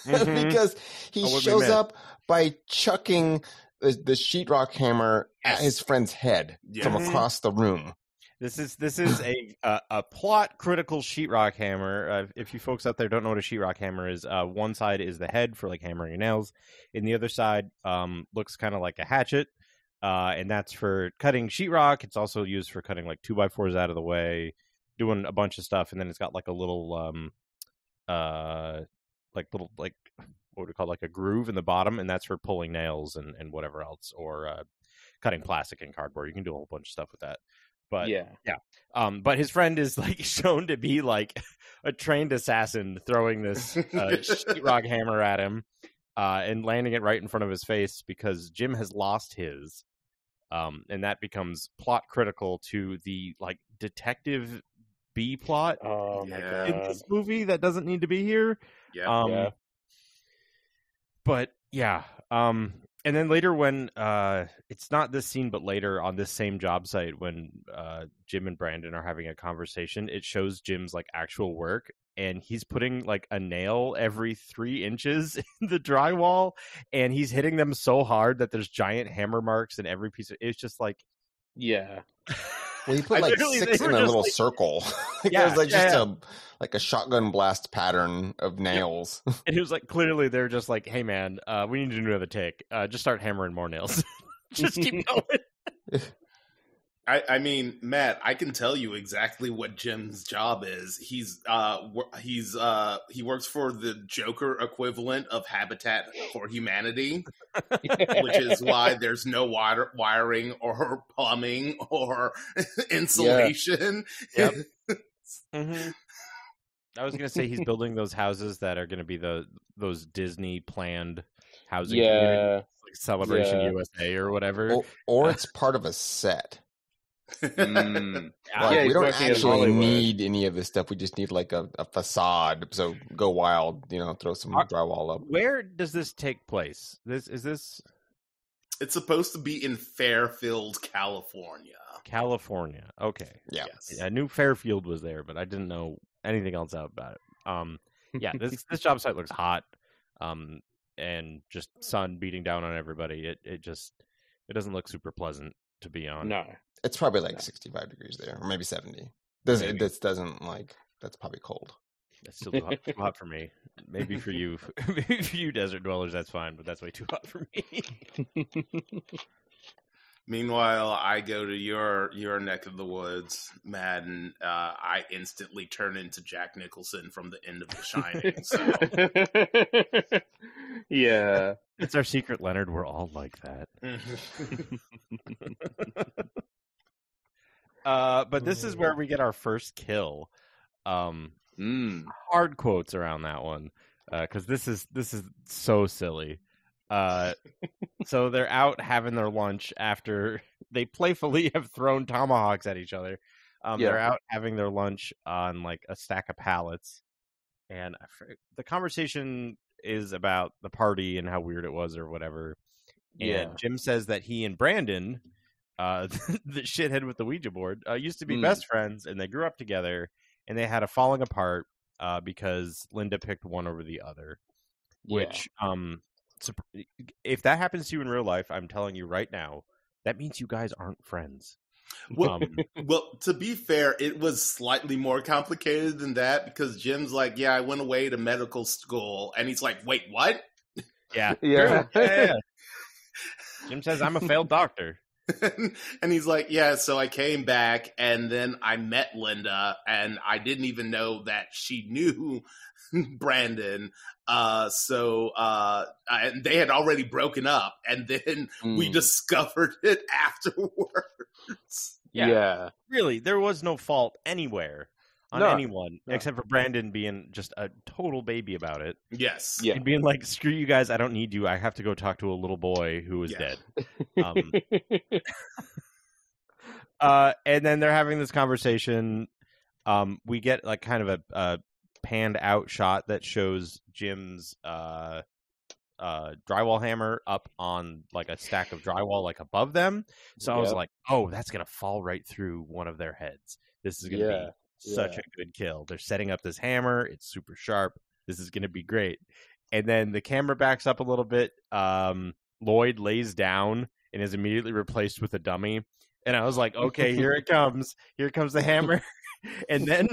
[SPEAKER 4] Mhm.
[SPEAKER 1] because he
[SPEAKER 4] Oh, what we
[SPEAKER 1] shows
[SPEAKER 4] meant.
[SPEAKER 1] up by chucking the, the sheetrock hammer
[SPEAKER 2] Yes.
[SPEAKER 1] at his friend's head from
[SPEAKER 4] Mhm.
[SPEAKER 1] across the room.
[SPEAKER 4] This is this is a a, a plot critical sheetrock hammer. Uh, if you folks out there don't know what a sheetrock hammer is, uh, one side is the head for like hammering your nails, and the other side um, looks kind of like a hatchet, uh, and that's for cutting sheetrock. It's also used for cutting like two by fours out of the way, doing a bunch of stuff, and then it's got like a little um, uh, like little like what do we call it? like a groove in the bottom, and that's for pulling nails and and whatever else or uh, cutting plastic and cardboard. You can do a whole bunch of stuff with that. But
[SPEAKER 3] yeah.
[SPEAKER 4] um, but his friend is like shown to be like a trained assassin throwing this uh, sheetrock hammer at him uh, and landing it right in front of his face because Jim has lost his, um, and that becomes plot critical to the like detective B plot
[SPEAKER 3] Oh my
[SPEAKER 2] Yeah.
[SPEAKER 4] in
[SPEAKER 3] god.
[SPEAKER 4] this movie that doesn't need to be here.
[SPEAKER 2] Yeah.
[SPEAKER 4] Um,
[SPEAKER 3] Yeah.
[SPEAKER 4] But yeah. Um, and then later when uh, it's not this scene, but later on this same job site when uh, Jim and Brandon are having a conversation, it shows Jim's like actual work. And he's putting like a nail every three inches in the drywall, and he's hitting them so hard that there's giant hammer marks in every piece of. It's just like,
[SPEAKER 3] Yeah.
[SPEAKER 1] Well, he put
[SPEAKER 4] I
[SPEAKER 1] like
[SPEAKER 4] literally-
[SPEAKER 1] six
[SPEAKER 4] they
[SPEAKER 1] in
[SPEAKER 4] were
[SPEAKER 1] a
[SPEAKER 4] just
[SPEAKER 1] little
[SPEAKER 4] like-
[SPEAKER 1] circle. like
[SPEAKER 4] Yeah,
[SPEAKER 1] there was like
[SPEAKER 4] yeah,
[SPEAKER 1] just a like a shotgun blast pattern of nails.
[SPEAKER 4] and it was like clearly they're just like, "Hey man, uh, we need to do another take. Uh, just start hammering more nails. just keep going."
[SPEAKER 2] I, I mean, Matt, I can tell you exactly what Jim's job is. He's uh wor- he's uh he works for the Joker equivalent of Habitat for Humanity, which is why there's no water wiring or plumbing or insulation.
[SPEAKER 4] Yep.
[SPEAKER 3] Mm-hmm.
[SPEAKER 4] I was gonna say he's building those houses that are gonna be the those Disney planned housing communities,
[SPEAKER 3] yeah.
[SPEAKER 4] like Celebration
[SPEAKER 3] Yeah.
[SPEAKER 4] USA or whatever.
[SPEAKER 1] or, or it's part of a set.
[SPEAKER 3] Mm.
[SPEAKER 1] Like,
[SPEAKER 3] Yeah,
[SPEAKER 1] we
[SPEAKER 3] he's
[SPEAKER 1] don't
[SPEAKER 3] working in
[SPEAKER 1] actually
[SPEAKER 3] Hollywood.
[SPEAKER 1] need any of this stuff. We just need like a, a facade. So go wild, you know, throw some
[SPEAKER 4] Are-
[SPEAKER 1] drywall up.
[SPEAKER 4] Where does this take place? This is this
[SPEAKER 2] It's supposed to be in Fairfield, California.
[SPEAKER 4] California. Okay.
[SPEAKER 1] Yeah.
[SPEAKER 2] Yes.
[SPEAKER 4] I knew Fairfield was there, but I didn't know anything else out about it. Um yeah, this this job site looks hot. Um and just sun beating down on everybody. It it just it doesn't look super pleasant to be on.
[SPEAKER 3] No.
[SPEAKER 1] It's probably like 65 degrees there, or maybe 70. Doesn't
[SPEAKER 4] Maybe.
[SPEAKER 1] this doesn't like that's probably cold.
[SPEAKER 4] That's still too hot, too hot for me. Maybe for you, maybe for you desert dwellers, that's fine, but that's way too hot for me.
[SPEAKER 2] Meanwhile, I go to your your neck of the woods, Matt, and uh, I instantly turn into Jack Nicholson from the end of The Shining. so.
[SPEAKER 3] yeah.
[SPEAKER 4] it's our secret, Leonard. We're all like that.
[SPEAKER 2] mm-hmm.
[SPEAKER 4] Uh, but this is where we get our first kill. Um,
[SPEAKER 3] Mm.
[SPEAKER 4] hard quotes around that one because this is this is so silly. Uh, so they're out having their lunch after they playfully have thrown tomahawks at each other. Um,
[SPEAKER 3] Yeah.
[SPEAKER 4] They're out having their lunch on like a stack of pallets, and I forget- the conversation is about the party and how weird it was or whatever. And
[SPEAKER 3] Yeah.
[SPEAKER 4] Jim says that he and Brandon, uh, the shithead with the Ouija board, uh, used to be
[SPEAKER 3] Hmm.
[SPEAKER 4] best friends, and they grew up together, and they had a falling apart uh, because Linda picked one over the other. Which, um, sup- if that happens to you in real life, I'm telling you right now, that means you guys aren't friends.
[SPEAKER 2] Well,
[SPEAKER 4] Um,
[SPEAKER 2] well, to be fair, it was slightly more complicated than that because Jim's like, "Yeah, I went away to medical school," and he's like, "Wait, what?"
[SPEAKER 4] yeah.
[SPEAKER 3] Yeah.
[SPEAKER 4] yeah. Jim says I'm a failed doctor.
[SPEAKER 2] and he's like, "Yeah, so I came back, and then I met Linda, and I didn't even know that she knew Brandon. Uh, so, uh, I- and they had already broken up, and then we
[SPEAKER 3] Hmm.
[SPEAKER 1] Mm.
[SPEAKER 2] discovered it afterwards."
[SPEAKER 4] Yeah.
[SPEAKER 3] yeah.
[SPEAKER 4] Really, there was no fault anywhere on
[SPEAKER 3] No,
[SPEAKER 4] anyone
[SPEAKER 3] no.
[SPEAKER 4] except for Brandon being just a total baby about it
[SPEAKER 2] Yes.
[SPEAKER 3] Yeah.
[SPEAKER 4] and being like, "Screw you guys, I don't need you. I have to go talk to a little boy who is
[SPEAKER 2] Yeah.
[SPEAKER 4] dead." Um, uh, and then they're having this conversation. Um, we get like kind of a, a panned out shot that shows Jim's uh, uh, drywall hammer up on like a stack of drywall like above them. So I was
[SPEAKER 3] Yep.
[SPEAKER 4] like, oh, that's gonna fall right through one of their heads. This is gonna
[SPEAKER 3] Yeah,
[SPEAKER 4] be such
[SPEAKER 3] yeah.
[SPEAKER 4] a good kill. They're setting up this hammer. It's super sharp. This is gonna be great. And then the camera backs up a little bit. Um, Lloyd lays down and is immediately replaced with a dummy. And I was like, okay, here it comes. Here comes the hammer. And then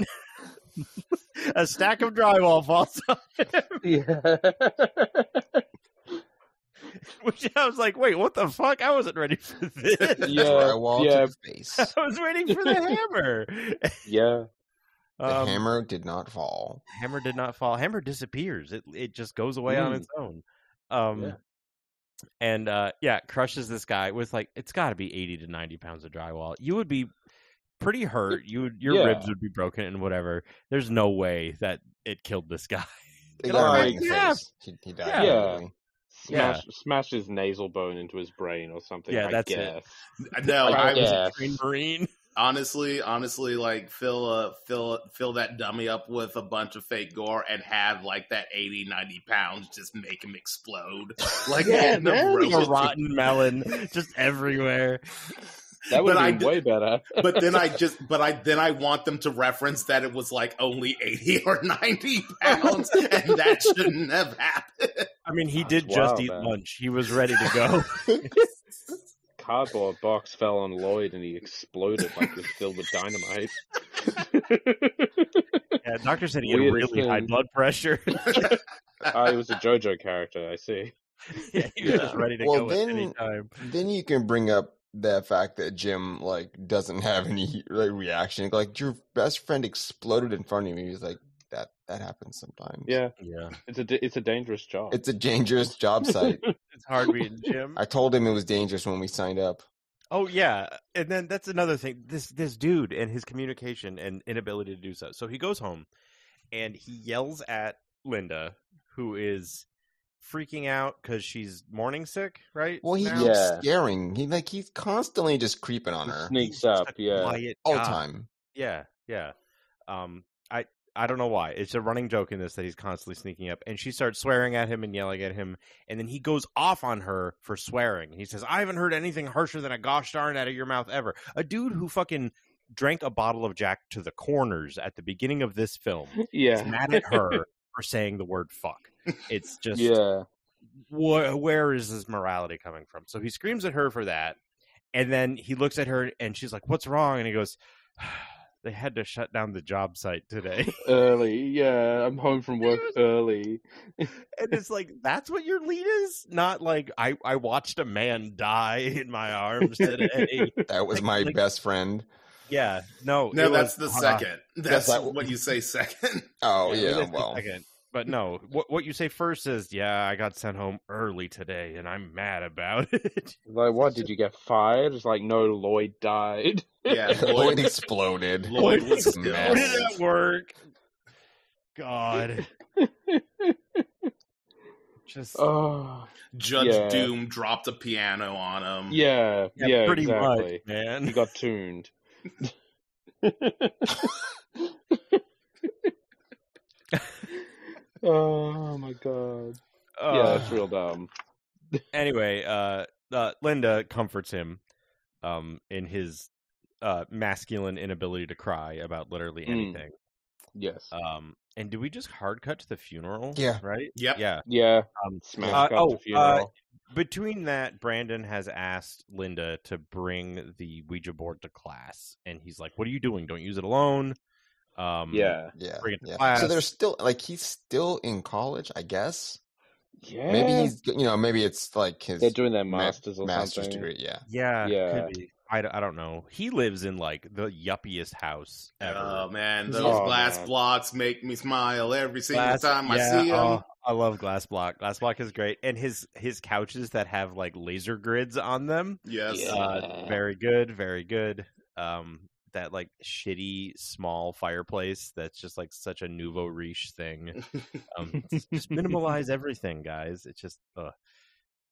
[SPEAKER 4] a stack of drywall falls on him,
[SPEAKER 3] yeah.
[SPEAKER 4] which I was like, wait, what the fuck? I wasn't ready for this.
[SPEAKER 3] Yeah,
[SPEAKER 1] Drywall
[SPEAKER 3] yeah.
[SPEAKER 1] to the face.
[SPEAKER 4] I was waiting for the hammer.
[SPEAKER 3] yeah.
[SPEAKER 1] The
[SPEAKER 4] Um,
[SPEAKER 1] hammer did not fall.
[SPEAKER 4] hammer did not fall. Hammer disappears. It it just goes away on
[SPEAKER 3] Mm.
[SPEAKER 4] its own. Um,
[SPEAKER 3] Yeah.
[SPEAKER 4] and uh, yeah, crushes this guy with like it's got to be eighty to ninety pounds of drywall. You would be pretty hurt. You would, your
[SPEAKER 3] Yeah.
[SPEAKER 4] ribs would be broken and whatever. There's no way that it killed this guy.
[SPEAKER 1] They
[SPEAKER 4] Get
[SPEAKER 1] got him
[SPEAKER 3] out of
[SPEAKER 1] right in
[SPEAKER 4] my
[SPEAKER 1] the
[SPEAKER 4] cap.
[SPEAKER 1] face. He, he died.
[SPEAKER 3] Yeah.
[SPEAKER 1] immediately.
[SPEAKER 3] Smash smash his nasal bone into his brain or something.
[SPEAKER 4] Yeah,
[SPEAKER 3] I
[SPEAKER 4] that's it.
[SPEAKER 3] guess.
[SPEAKER 2] No,
[SPEAKER 3] Like,
[SPEAKER 2] I was
[SPEAKER 3] yeah.
[SPEAKER 4] Green Marine.
[SPEAKER 2] honestly, honestly, like fill a fill fill that dummy up with a bunch of fake gore and have like that 80, 90 pounds just make him explode. Like
[SPEAKER 3] Yeah,
[SPEAKER 2] in the
[SPEAKER 3] man.
[SPEAKER 2] room.
[SPEAKER 4] a rotten melon just everywhere.
[SPEAKER 3] That would
[SPEAKER 2] But I
[SPEAKER 3] have
[SPEAKER 2] d-
[SPEAKER 3] been way better.
[SPEAKER 2] But then I just but I then I want them to reference that it was like only eighty or ninety pounds and that shouldn't have happened.
[SPEAKER 4] I mean, he
[SPEAKER 3] That's
[SPEAKER 4] did just
[SPEAKER 3] wild,
[SPEAKER 4] eat
[SPEAKER 3] man.
[SPEAKER 4] lunch. He was ready to go.
[SPEAKER 3] Cardboard box fell on Lloyd and he exploded like it was filled with dynamite.
[SPEAKER 4] yeah, doctor said he had
[SPEAKER 3] Weird
[SPEAKER 4] really high
[SPEAKER 3] thing.
[SPEAKER 4] blood pressure.
[SPEAKER 3] Ah, he was a JoJo character. I see.
[SPEAKER 4] yeah, he was just
[SPEAKER 1] Yeah.
[SPEAKER 4] ready to
[SPEAKER 1] Well,
[SPEAKER 4] go at any
[SPEAKER 1] then-
[SPEAKER 4] time.
[SPEAKER 1] Then you can bring up the fact that Jim like doesn't have any like reaction. Like your best friend exploded in front of you. He's like that. That happens sometimes.
[SPEAKER 3] Yeah,
[SPEAKER 4] Yeah,
[SPEAKER 3] it's a d- it's a dangerous job.
[SPEAKER 1] It's a dangerous job site.
[SPEAKER 4] it's hard being Jim.
[SPEAKER 1] I told him it was dangerous when we signed up.
[SPEAKER 4] Oh yeah, and then that's another thing. This this dude and his communication and inability to do so. So he goes home, and he yells at Linda, who is freaking out because she's morning sick. Right?
[SPEAKER 1] Well, he
[SPEAKER 4] now?
[SPEAKER 1] keeps
[SPEAKER 3] Yeah.
[SPEAKER 1] staring. He like he's constantly just creeping on
[SPEAKER 3] He
[SPEAKER 1] her
[SPEAKER 3] sneaks
[SPEAKER 4] Such
[SPEAKER 3] up.
[SPEAKER 4] a
[SPEAKER 3] Yeah,
[SPEAKER 4] quiet
[SPEAKER 1] all the
[SPEAKER 4] guy.
[SPEAKER 1] time.
[SPEAKER 4] Yeah, yeah. Um, I I don't know why. It's a running joke in this that he's constantly sneaking up, and she starts swearing at him and yelling at him, and then he goes off on her for swearing. He says, "I haven't heard anything harsher than a gosh darn out of your mouth ever." A dude who fucking drank a bottle of Jack to the corners at the beginning of this film is
[SPEAKER 3] yeah,
[SPEAKER 4] mad at her for saying the word fuck. It's just
[SPEAKER 3] yeah.
[SPEAKER 4] wh- where is this morality coming from? So he screams at her for that, and then he looks at her and she's like, "What's wrong?" And he goes, "They had to shut down the job site today."
[SPEAKER 3] Early. Yeah, I'm home from work early.
[SPEAKER 4] and it's like, that's what your lead is, not like I I watched a man die in my arms today.
[SPEAKER 1] That was
[SPEAKER 4] Like-
[SPEAKER 1] my
[SPEAKER 4] like-
[SPEAKER 1] best friend.
[SPEAKER 4] yeah, no,
[SPEAKER 2] No,
[SPEAKER 4] it
[SPEAKER 2] that's the
[SPEAKER 4] was- uh,
[SPEAKER 2] second. That's,
[SPEAKER 1] like-
[SPEAKER 2] what you say second.
[SPEAKER 1] Oh
[SPEAKER 4] it
[SPEAKER 1] yeah,
[SPEAKER 4] is the
[SPEAKER 1] well,
[SPEAKER 4] second. But no, what what you say first is, yeah, I got sent home early today, and I'm mad about it.
[SPEAKER 3] Like, what? Did you get fired? It's like, no, Lloyd died.
[SPEAKER 2] Yeah,
[SPEAKER 1] Lloyd
[SPEAKER 2] Lloyd,
[SPEAKER 1] exploded.
[SPEAKER 2] Lloyd was
[SPEAKER 1] It's
[SPEAKER 2] killed.
[SPEAKER 4] How did
[SPEAKER 1] massive.
[SPEAKER 4] it work? God. Just
[SPEAKER 3] Oh,
[SPEAKER 2] Judge
[SPEAKER 3] Yeah.
[SPEAKER 2] Doom dropped a piano on him.
[SPEAKER 3] yeah, yeah,
[SPEAKER 4] pretty
[SPEAKER 3] exactly.
[SPEAKER 4] much, man.
[SPEAKER 3] He got tuned. oh my god. yeah, um,
[SPEAKER 4] Uh,
[SPEAKER 3] that's real dumb.
[SPEAKER 4] Anyway, uh, uh, Linda comforts him um, in his uh, masculine inability to cry about literally
[SPEAKER 3] Mm.
[SPEAKER 4] anything.
[SPEAKER 3] Yes.
[SPEAKER 4] Um, and do we just hard cut to the funeral?
[SPEAKER 1] Yeah.
[SPEAKER 4] Right?
[SPEAKER 2] Yep.
[SPEAKER 4] Yeah.
[SPEAKER 3] yeah.
[SPEAKER 4] Um,
[SPEAKER 3] Smash
[SPEAKER 4] uh,
[SPEAKER 3] cut
[SPEAKER 4] oh,
[SPEAKER 3] the
[SPEAKER 4] uh,
[SPEAKER 3] funeral.
[SPEAKER 4] between that, Brandon has asked Linda to bring the Ouija board to class, and he's like, "What are you doing? Don't use it alone." Um,
[SPEAKER 3] Yeah.
[SPEAKER 1] Yeah.
[SPEAKER 4] Bring it to
[SPEAKER 1] yeah.
[SPEAKER 4] class.
[SPEAKER 1] So there's still like he's still in college, I guess.
[SPEAKER 3] Yeah.
[SPEAKER 1] Maybe he's you know maybe it's like his
[SPEAKER 3] they're doing their
[SPEAKER 1] ma-
[SPEAKER 3] masters or
[SPEAKER 1] master's
[SPEAKER 3] something.
[SPEAKER 1] degree. Yeah.
[SPEAKER 4] Yeah,
[SPEAKER 3] Yeah.
[SPEAKER 4] Could be. I, d- I don't know. He lives in like the yuppiest house ever.
[SPEAKER 2] Oh man, those
[SPEAKER 3] Oh,
[SPEAKER 2] glass
[SPEAKER 3] man.
[SPEAKER 2] blocks make me smile every single
[SPEAKER 4] Glass-
[SPEAKER 2] time I
[SPEAKER 4] yeah,
[SPEAKER 2] see them.
[SPEAKER 4] oh, I love Glass Block. Glass Block is great, and his his couches that have like laser grids on them.
[SPEAKER 2] yes.
[SPEAKER 3] Yeah.
[SPEAKER 4] Uh, very good, very good. Um, that like shitty small fireplace that's just like such a nouveau riche thing. Um, it's just minimalize everything, guys. It's just uh,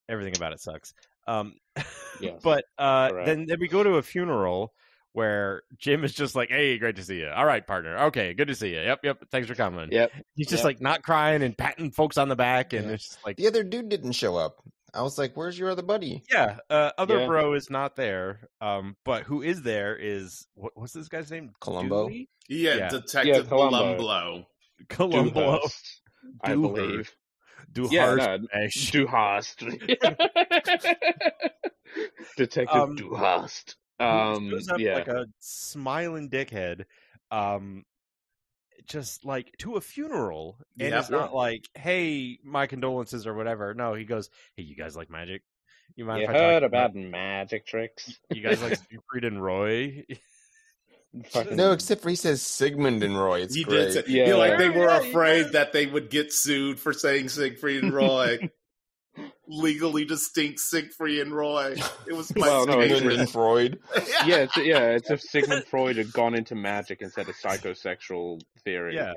[SPEAKER 4] everything about it sucks. Um,
[SPEAKER 3] Yes.
[SPEAKER 4] but uh,
[SPEAKER 3] Correct.
[SPEAKER 4] then then we go to a funeral where Jim is just like, "Hey, great to see you. All right, partner. Okay, good to see you. Yep, yep. Thanks for coming."
[SPEAKER 3] Yep.
[SPEAKER 4] He's just
[SPEAKER 3] Yep.
[SPEAKER 4] like not crying and patting folks on the back, and
[SPEAKER 1] Yeah.
[SPEAKER 4] it's just like,
[SPEAKER 1] The other dude didn't show up. I was like, "Where's your other buddy?"
[SPEAKER 4] yeah, uh, other
[SPEAKER 3] Yeah.
[SPEAKER 4] bro is not there. Um, but who is there is what, what's this guy's name?
[SPEAKER 1] Columbo?
[SPEAKER 4] Dewey?
[SPEAKER 2] Yeah,
[SPEAKER 4] Yeah.
[SPEAKER 2] Detective
[SPEAKER 3] Yeah, Columbo.
[SPEAKER 2] Columbo.
[SPEAKER 4] Columbo,
[SPEAKER 3] Dewhurst, I
[SPEAKER 4] Dewhurst.
[SPEAKER 3] believe.
[SPEAKER 4] Duhars.
[SPEAKER 3] Yeah, no,
[SPEAKER 4] Ash.
[SPEAKER 3] Duhast. Detective
[SPEAKER 4] Um,
[SPEAKER 3] Duhast.
[SPEAKER 4] who
[SPEAKER 3] Um,
[SPEAKER 4] shows up
[SPEAKER 3] yeah.
[SPEAKER 4] like a smiling dickhead, um, just like to a funeral, and
[SPEAKER 2] Yeah.
[SPEAKER 4] it's not like, "Hey, my condolences" or whatever. No, he goes, "Hey, you guys like magic? You mind
[SPEAKER 3] you
[SPEAKER 4] if I talk to
[SPEAKER 3] heard
[SPEAKER 4] you
[SPEAKER 3] about magic tricks?
[SPEAKER 4] you guys like Siegfried and Roy?"
[SPEAKER 3] Fucking-
[SPEAKER 1] No, except for he says Sigmund and Roy. It's
[SPEAKER 2] he
[SPEAKER 1] great.
[SPEAKER 2] did say,
[SPEAKER 3] Yeah.
[SPEAKER 2] yeah. like they
[SPEAKER 4] Yeah,
[SPEAKER 2] were
[SPEAKER 4] yeah, yeah.
[SPEAKER 2] afraid that they would get sued for saying Siegfried and Roy. Legally distinct Siegfried and Roy. It was my
[SPEAKER 3] Well, no, it's-
[SPEAKER 1] Sigmund
[SPEAKER 2] favorite.
[SPEAKER 1] and Freud.
[SPEAKER 3] yeah, it's, yeah. It's if Sigmund Freud had gone into magic instead of psychosexual theory.
[SPEAKER 4] Yeah.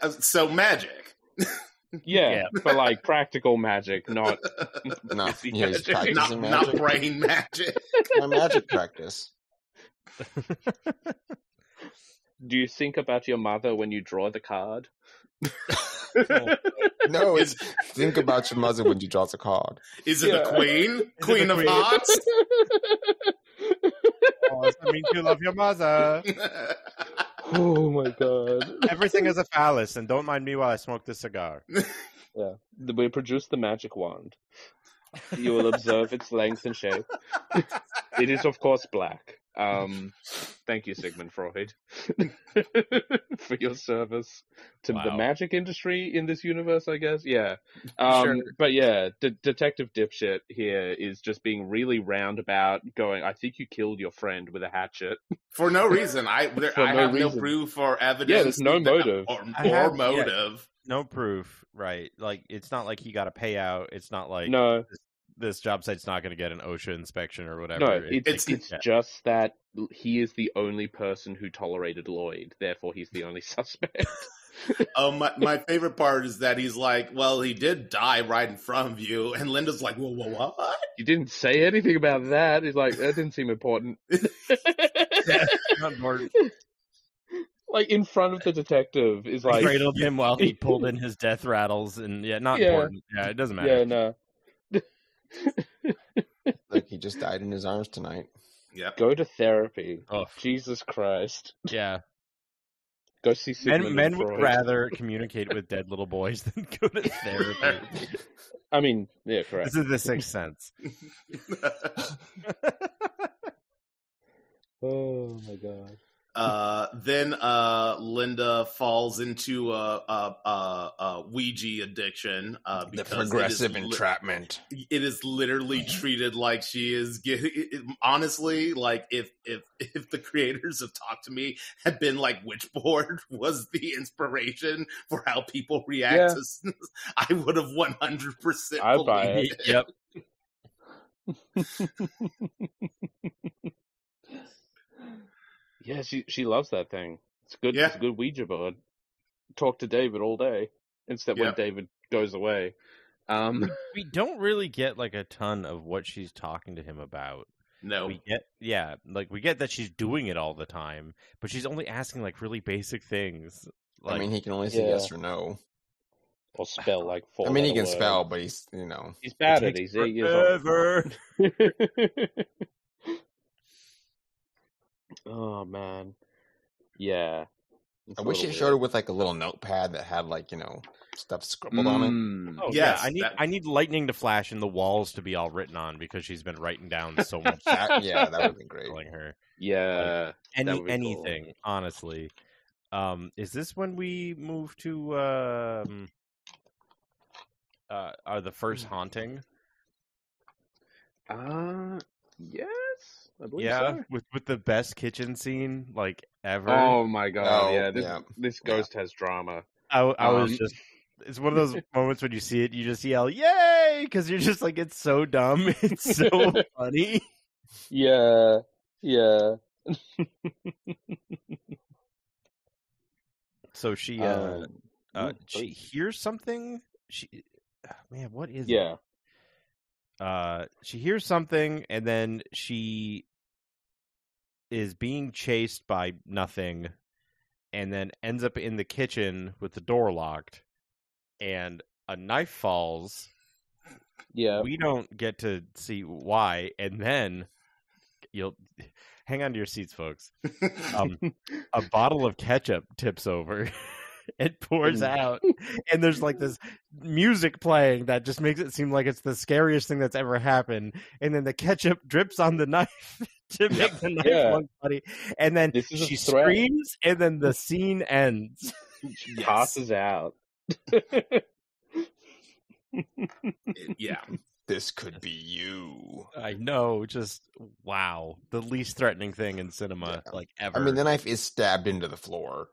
[SPEAKER 2] Uh, so magic.
[SPEAKER 3] yeah,
[SPEAKER 4] Yeah.
[SPEAKER 3] but like practical magic, not
[SPEAKER 1] No, yeah, he's
[SPEAKER 3] Magic.
[SPEAKER 2] Not,
[SPEAKER 1] practicing
[SPEAKER 2] not
[SPEAKER 1] magic.
[SPEAKER 2] brain magic.
[SPEAKER 1] My magic practice.
[SPEAKER 3] Do you think about your mother when you draw the card?
[SPEAKER 1] No, it's think about your mother when you draw the card.
[SPEAKER 2] Is it the
[SPEAKER 3] Yeah.
[SPEAKER 2] queen?
[SPEAKER 4] the
[SPEAKER 2] Queen of
[SPEAKER 4] queen?
[SPEAKER 2] hearts?
[SPEAKER 4] I mean, you love your mother.
[SPEAKER 3] oh my god!
[SPEAKER 4] Everything is a phallus, and don't mind me while I smoke this cigar.
[SPEAKER 3] We produce the magic wand. You will observe its length and shape. It is, of course, black. Um, thank you, Sigmund Freud, for your service to the
[SPEAKER 4] Wow.
[SPEAKER 3] magic industry in this universe. I guess, yeah. Um,
[SPEAKER 4] Sure.
[SPEAKER 3] But yeah, de- Detective Dipshit here is just being really roundabout, going, "I think you killed your friend with a hatchet."
[SPEAKER 2] For no reason. I there,
[SPEAKER 3] For
[SPEAKER 2] I
[SPEAKER 3] no
[SPEAKER 2] have no
[SPEAKER 3] reason.
[SPEAKER 2] proof or evidence.
[SPEAKER 3] Yeah, there's no
[SPEAKER 2] that-
[SPEAKER 3] motive.
[SPEAKER 2] Or,
[SPEAKER 4] I
[SPEAKER 2] or
[SPEAKER 4] have- yeah.
[SPEAKER 2] motive.
[SPEAKER 4] No proof, right? Like, it's not like he got a payout. It's not like
[SPEAKER 3] no,
[SPEAKER 4] this job site's not going to get an OSHA inspection or whatever.
[SPEAKER 3] No, it,
[SPEAKER 2] It's-
[SPEAKER 3] it's just that he is the only person who tolerated Lloyd, therefore he's the only suspect.
[SPEAKER 2] Oh, my, my favorite part is that he's like, well, he did die right in front of you. And Linda's like, whoa, whoa, what?
[SPEAKER 3] he didn't say anything about that. He's like, that didn't seem important.
[SPEAKER 4] on board.
[SPEAKER 3] like in front of the detective is like,
[SPEAKER 4] cradled him while he pulled in his death rattles, and yeah, not
[SPEAKER 3] Yeah.
[SPEAKER 4] important. Yeah, it doesn't matter.
[SPEAKER 3] yeah, no,
[SPEAKER 1] Like he just died in his arms tonight.
[SPEAKER 2] Yep.
[SPEAKER 3] go to therapy.
[SPEAKER 4] Oh,
[SPEAKER 3] Jesus Christ,
[SPEAKER 4] yeah.
[SPEAKER 3] go see Sigmund
[SPEAKER 4] Men, men
[SPEAKER 3] and
[SPEAKER 4] would
[SPEAKER 3] Freud.
[SPEAKER 4] rather communicate with dead little boys than go to therapy.
[SPEAKER 3] I mean, yeah,
[SPEAKER 4] this
[SPEAKER 3] correct.
[SPEAKER 4] is the sixth sense.
[SPEAKER 3] Oh my god.
[SPEAKER 2] uh, then uh, Linda falls into a, a, a, a Ouija addiction. Uh,
[SPEAKER 1] The
[SPEAKER 2] because it is
[SPEAKER 1] progressive
[SPEAKER 2] li-
[SPEAKER 1] entrapment.
[SPEAKER 2] it is literally treated like she is getting honestly like if if if the creators of talk to me had been like witchboard was the inspiration for how people react
[SPEAKER 3] Yeah.
[SPEAKER 2] to s- i would have 100%
[SPEAKER 3] I buy it.
[SPEAKER 2] believed
[SPEAKER 4] yep.
[SPEAKER 3] Yeah, she she loves that thing. It's good.
[SPEAKER 2] Yeah.
[SPEAKER 3] It's a good Ouija board. Talk to David all day, instead
[SPEAKER 2] Yeah.
[SPEAKER 3] when David goes away. Um,
[SPEAKER 4] We don't really get like a ton of what she's talking to him about.
[SPEAKER 3] Oh.
[SPEAKER 2] no
[SPEAKER 4] We get yeah, like we get that she's doing it all the time, but she's only asking like really basic things. Like
[SPEAKER 1] I mean, he can only say
[SPEAKER 3] Yeah.
[SPEAKER 1] yes or no.
[SPEAKER 3] or spell like four.
[SPEAKER 1] I mean, he
[SPEAKER 3] letter
[SPEAKER 1] can
[SPEAKER 3] words.
[SPEAKER 1] spell, but he's you know
[SPEAKER 3] He's
[SPEAKER 4] it
[SPEAKER 3] bad at it.
[SPEAKER 4] takes
[SPEAKER 3] He's eight years old.
[SPEAKER 4] forever.
[SPEAKER 3] oh man, yeah. It's
[SPEAKER 1] I
[SPEAKER 3] a
[SPEAKER 1] wish
[SPEAKER 3] little
[SPEAKER 1] it showed it
[SPEAKER 3] weird.
[SPEAKER 1] with like a little notepad that had like you know stuff scribbled on it.
[SPEAKER 3] Mm.
[SPEAKER 4] Oh
[SPEAKER 2] Yes,
[SPEAKER 4] yeah, I need
[SPEAKER 2] that-
[SPEAKER 4] I need lightning to flash and the walls to be all written on because she's been writing down so much stuff
[SPEAKER 1] That- yeah, that would have been great.
[SPEAKER 4] telling her
[SPEAKER 3] Yeah. That
[SPEAKER 4] any
[SPEAKER 3] would be cool.
[SPEAKER 4] anything honestly. Um, is this when we move to um, uh, are the first
[SPEAKER 3] Hmm,
[SPEAKER 4] haunting?
[SPEAKER 3] Uh, yes. I believe
[SPEAKER 4] Yeah,
[SPEAKER 3] so.
[SPEAKER 4] with with the best kitchen scene like ever.
[SPEAKER 3] Oh my god.
[SPEAKER 1] Oh,
[SPEAKER 3] yeah, this,
[SPEAKER 1] yeah.
[SPEAKER 3] this ghost has drama.
[SPEAKER 4] I, I was
[SPEAKER 3] Um,
[SPEAKER 4] just. It's one of those moments when you see it, you just yell "Yay!" because you're just like, it's so dumb, it's so funny.
[SPEAKER 3] Yeah. Yeah.
[SPEAKER 4] So she, uh,
[SPEAKER 3] Um,
[SPEAKER 4] uh,
[SPEAKER 3] ooh,
[SPEAKER 4] she
[SPEAKER 3] please.
[SPEAKER 4] hears something. She, ah, man, what is? it?
[SPEAKER 3] Yeah.
[SPEAKER 4] Uh, she hears something, and then she is being chased by nothing, and then ends up in the kitchen with the door locked, and a knife falls.
[SPEAKER 3] Yeah.
[SPEAKER 4] we don't get to see why and then you'll hang on to your seats folks um, a bottle of ketchup tips over it pours
[SPEAKER 3] Mm.
[SPEAKER 4] out and there's like this music playing that just makes it seem like it's the scariest thing that's ever happened and then the ketchup drips on the knife to make the knife
[SPEAKER 3] Yeah.
[SPEAKER 4] look funny and then
[SPEAKER 3] This is a
[SPEAKER 4] she
[SPEAKER 3] threat.
[SPEAKER 4] screams and then the scene ends
[SPEAKER 2] Yes.
[SPEAKER 3] Passes out.
[SPEAKER 2] yeah.
[SPEAKER 1] This could be you.
[SPEAKER 4] i know just wow the least threatening thing in cinema
[SPEAKER 1] Yeah.
[SPEAKER 4] like ever
[SPEAKER 1] I mean, the knife is stabbed into the floor.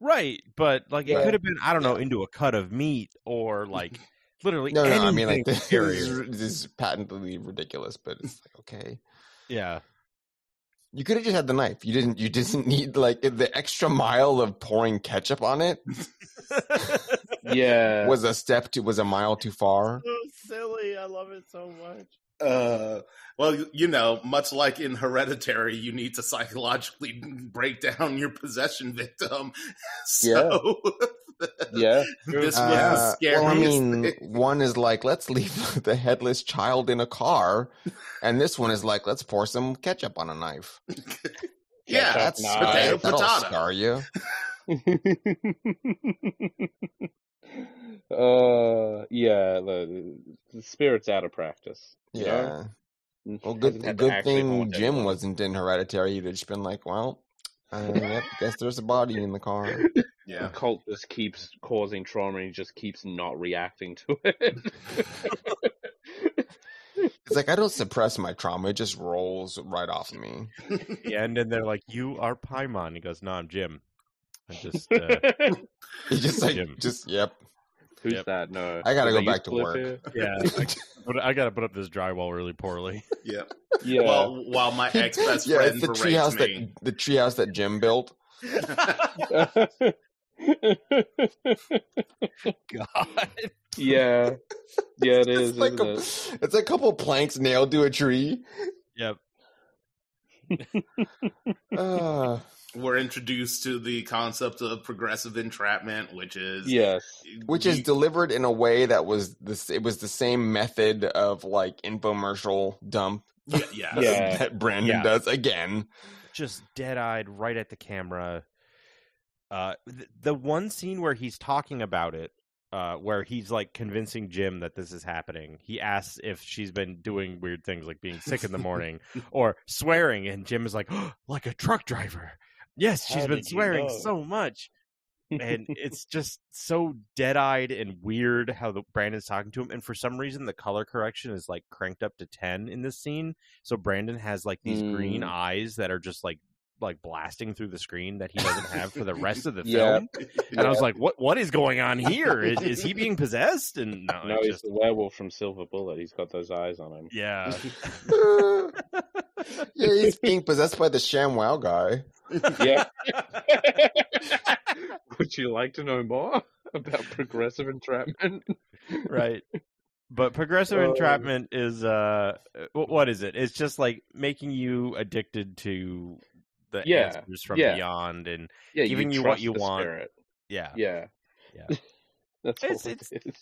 [SPEAKER 4] Right, but like it
[SPEAKER 3] Yeah.
[SPEAKER 4] could have been I don't know into a cut of meat or like literally
[SPEAKER 1] No, no,
[SPEAKER 4] anything
[SPEAKER 1] I mean like this
[SPEAKER 4] scarier.
[SPEAKER 1] is, this is patently ridiculous, but it's like okay.
[SPEAKER 4] yeah.
[SPEAKER 1] You could have just had the knife. You didn't. You didn't need like the extra mile of pouring ketchup on it.
[SPEAKER 3] yeah.
[SPEAKER 1] was a step to was a mile too far.
[SPEAKER 4] silly. I love it so much.
[SPEAKER 2] Uh, well, you know, much like in Hereditary, you need to psychologically break down your possession victim. So
[SPEAKER 3] yeah.
[SPEAKER 2] this was
[SPEAKER 1] Uh,
[SPEAKER 2] the scariest
[SPEAKER 1] well, I mean,
[SPEAKER 2] thing.
[SPEAKER 1] one is like let's leave the headless child in a car, and this one is like let's pour some ketchup on a knife.
[SPEAKER 2] Yeah,
[SPEAKER 3] Ketchup,
[SPEAKER 1] That's
[SPEAKER 3] knife.
[SPEAKER 2] Potato,
[SPEAKER 1] right. That'll
[SPEAKER 2] potato.
[SPEAKER 1] scar you.
[SPEAKER 3] uh yeah the, the spirit's out of practice you know?
[SPEAKER 1] Yeah. Well, good
[SPEAKER 3] Doesn't have to
[SPEAKER 1] good
[SPEAKER 3] actually
[SPEAKER 1] thing
[SPEAKER 3] haunt
[SPEAKER 1] Jim
[SPEAKER 3] anyone.
[SPEAKER 1] wasn't in Hereditary. He'd have just been like, well, uh, yep, guess there's a body in the car.
[SPEAKER 2] yeah.
[SPEAKER 3] the cult just keeps causing trauma and he just keeps not reacting to it
[SPEAKER 1] It's like I don't suppress my trauma; it just rolls right off of me.
[SPEAKER 4] Yeah, and then they're like, "You are Paimon." He goes, "No, I'm Jim." I just uh,
[SPEAKER 1] It's just like
[SPEAKER 4] Jim.
[SPEAKER 1] just yep.
[SPEAKER 3] who's
[SPEAKER 4] Yep.
[SPEAKER 3] that no
[SPEAKER 1] I gotta
[SPEAKER 3] Do
[SPEAKER 1] go
[SPEAKER 3] they
[SPEAKER 1] back to
[SPEAKER 3] live
[SPEAKER 1] work.
[SPEAKER 3] here?
[SPEAKER 4] yeah, but I gotta put up this drywall really poorly.
[SPEAKER 2] yeah.
[SPEAKER 3] yeah
[SPEAKER 2] Well, while my ex best
[SPEAKER 1] yeah,
[SPEAKER 2] friend
[SPEAKER 1] it's the
[SPEAKER 2] berates
[SPEAKER 1] treehouse
[SPEAKER 2] me.
[SPEAKER 1] that the treehouse that Jim built.
[SPEAKER 4] God,
[SPEAKER 3] yeah yeah it is
[SPEAKER 1] it's like
[SPEAKER 3] isn't
[SPEAKER 1] a,
[SPEAKER 3] it?
[SPEAKER 1] it's a couple planks nailed to a tree.
[SPEAKER 4] yep.
[SPEAKER 1] Uh,
[SPEAKER 2] We're introduced to the concept of progressive entrapment, which is
[SPEAKER 3] yes
[SPEAKER 1] which is
[SPEAKER 2] you-
[SPEAKER 1] delivered in a way that was this. It was the same method of like infomercial dump
[SPEAKER 2] yeah, yeah.
[SPEAKER 3] Yeah.
[SPEAKER 1] that Brandon
[SPEAKER 4] Yeah.
[SPEAKER 1] does again.
[SPEAKER 4] just dead eyed right at the camera. Uh, th- the one scene where he's talking about it, uh, where he's like convincing Jim that this is happening, he asks if she's been doing weird things like being sick in the morning or swearing, and Jim is like, like a truck driver. Yes,
[SPEAKER 3] How
[SPEAKER 4] she's been
[SPEAKER 3] did you
[SPEAKER 4] swearing
[SPEAKER 3] know?"
[SPEAKER 4] so much. And it's just so dead eyed and weird how the Brandon's talking to him. And for some reason, the color correction is like cranked up to 10 in this scene. So Brandon has like these green
[SPEAKER 3] Mm.
[SPEAKER 4] eyes that are just like like blasting through the screen that he doesn't have for the rest of the
[SPEAKER 3] Yeah.
[SPEAKER 4] film. And I was like, what what is going on here? Is, is he being possessed? And no,
[SPEAKER 3] no
[SPEAKER 4] it's
[SPEAKER 3] he's
[SPEAKER 4] just
[SPEAKER 3] the werewolf from silver bullet he's got those eyes on him
[SPEAKER 4] yeah.
[SPEAKER 1] yeah, he's being possessed by the ShamWow guy.
[SPEAKER 3] yeah. Would you like to know more about progressive entrapment?
[SPEAKER 4] right. But progressive
[SPEAKER 3] Um,
[SPEAKER 4] entrapment is uh wh- what is it? It's just like making you addicted to the
[SPEAKER 3] Yeah,
[SPEAKER 4] answers from
[SPEAKER 3] yeah.
[SPEAKER 4] beyond and
[SPEAKER 3] Yeah,
[SPEAKER 4] Giving you what
[SPEAKER 3] trust
[SPEAKER 4] you
[SPEAKER 3] the
[SPEAKER 4] want.
[SPEAKER 3] Spirit.
[SPEAKER 4] yeah.
[SPEAKER 3] Yeah,
[SPEAKER 4] Yeah.
[SPEAKER 3] That's
[SPEAKER 4] It's-
[SPEAKER 3] all it is.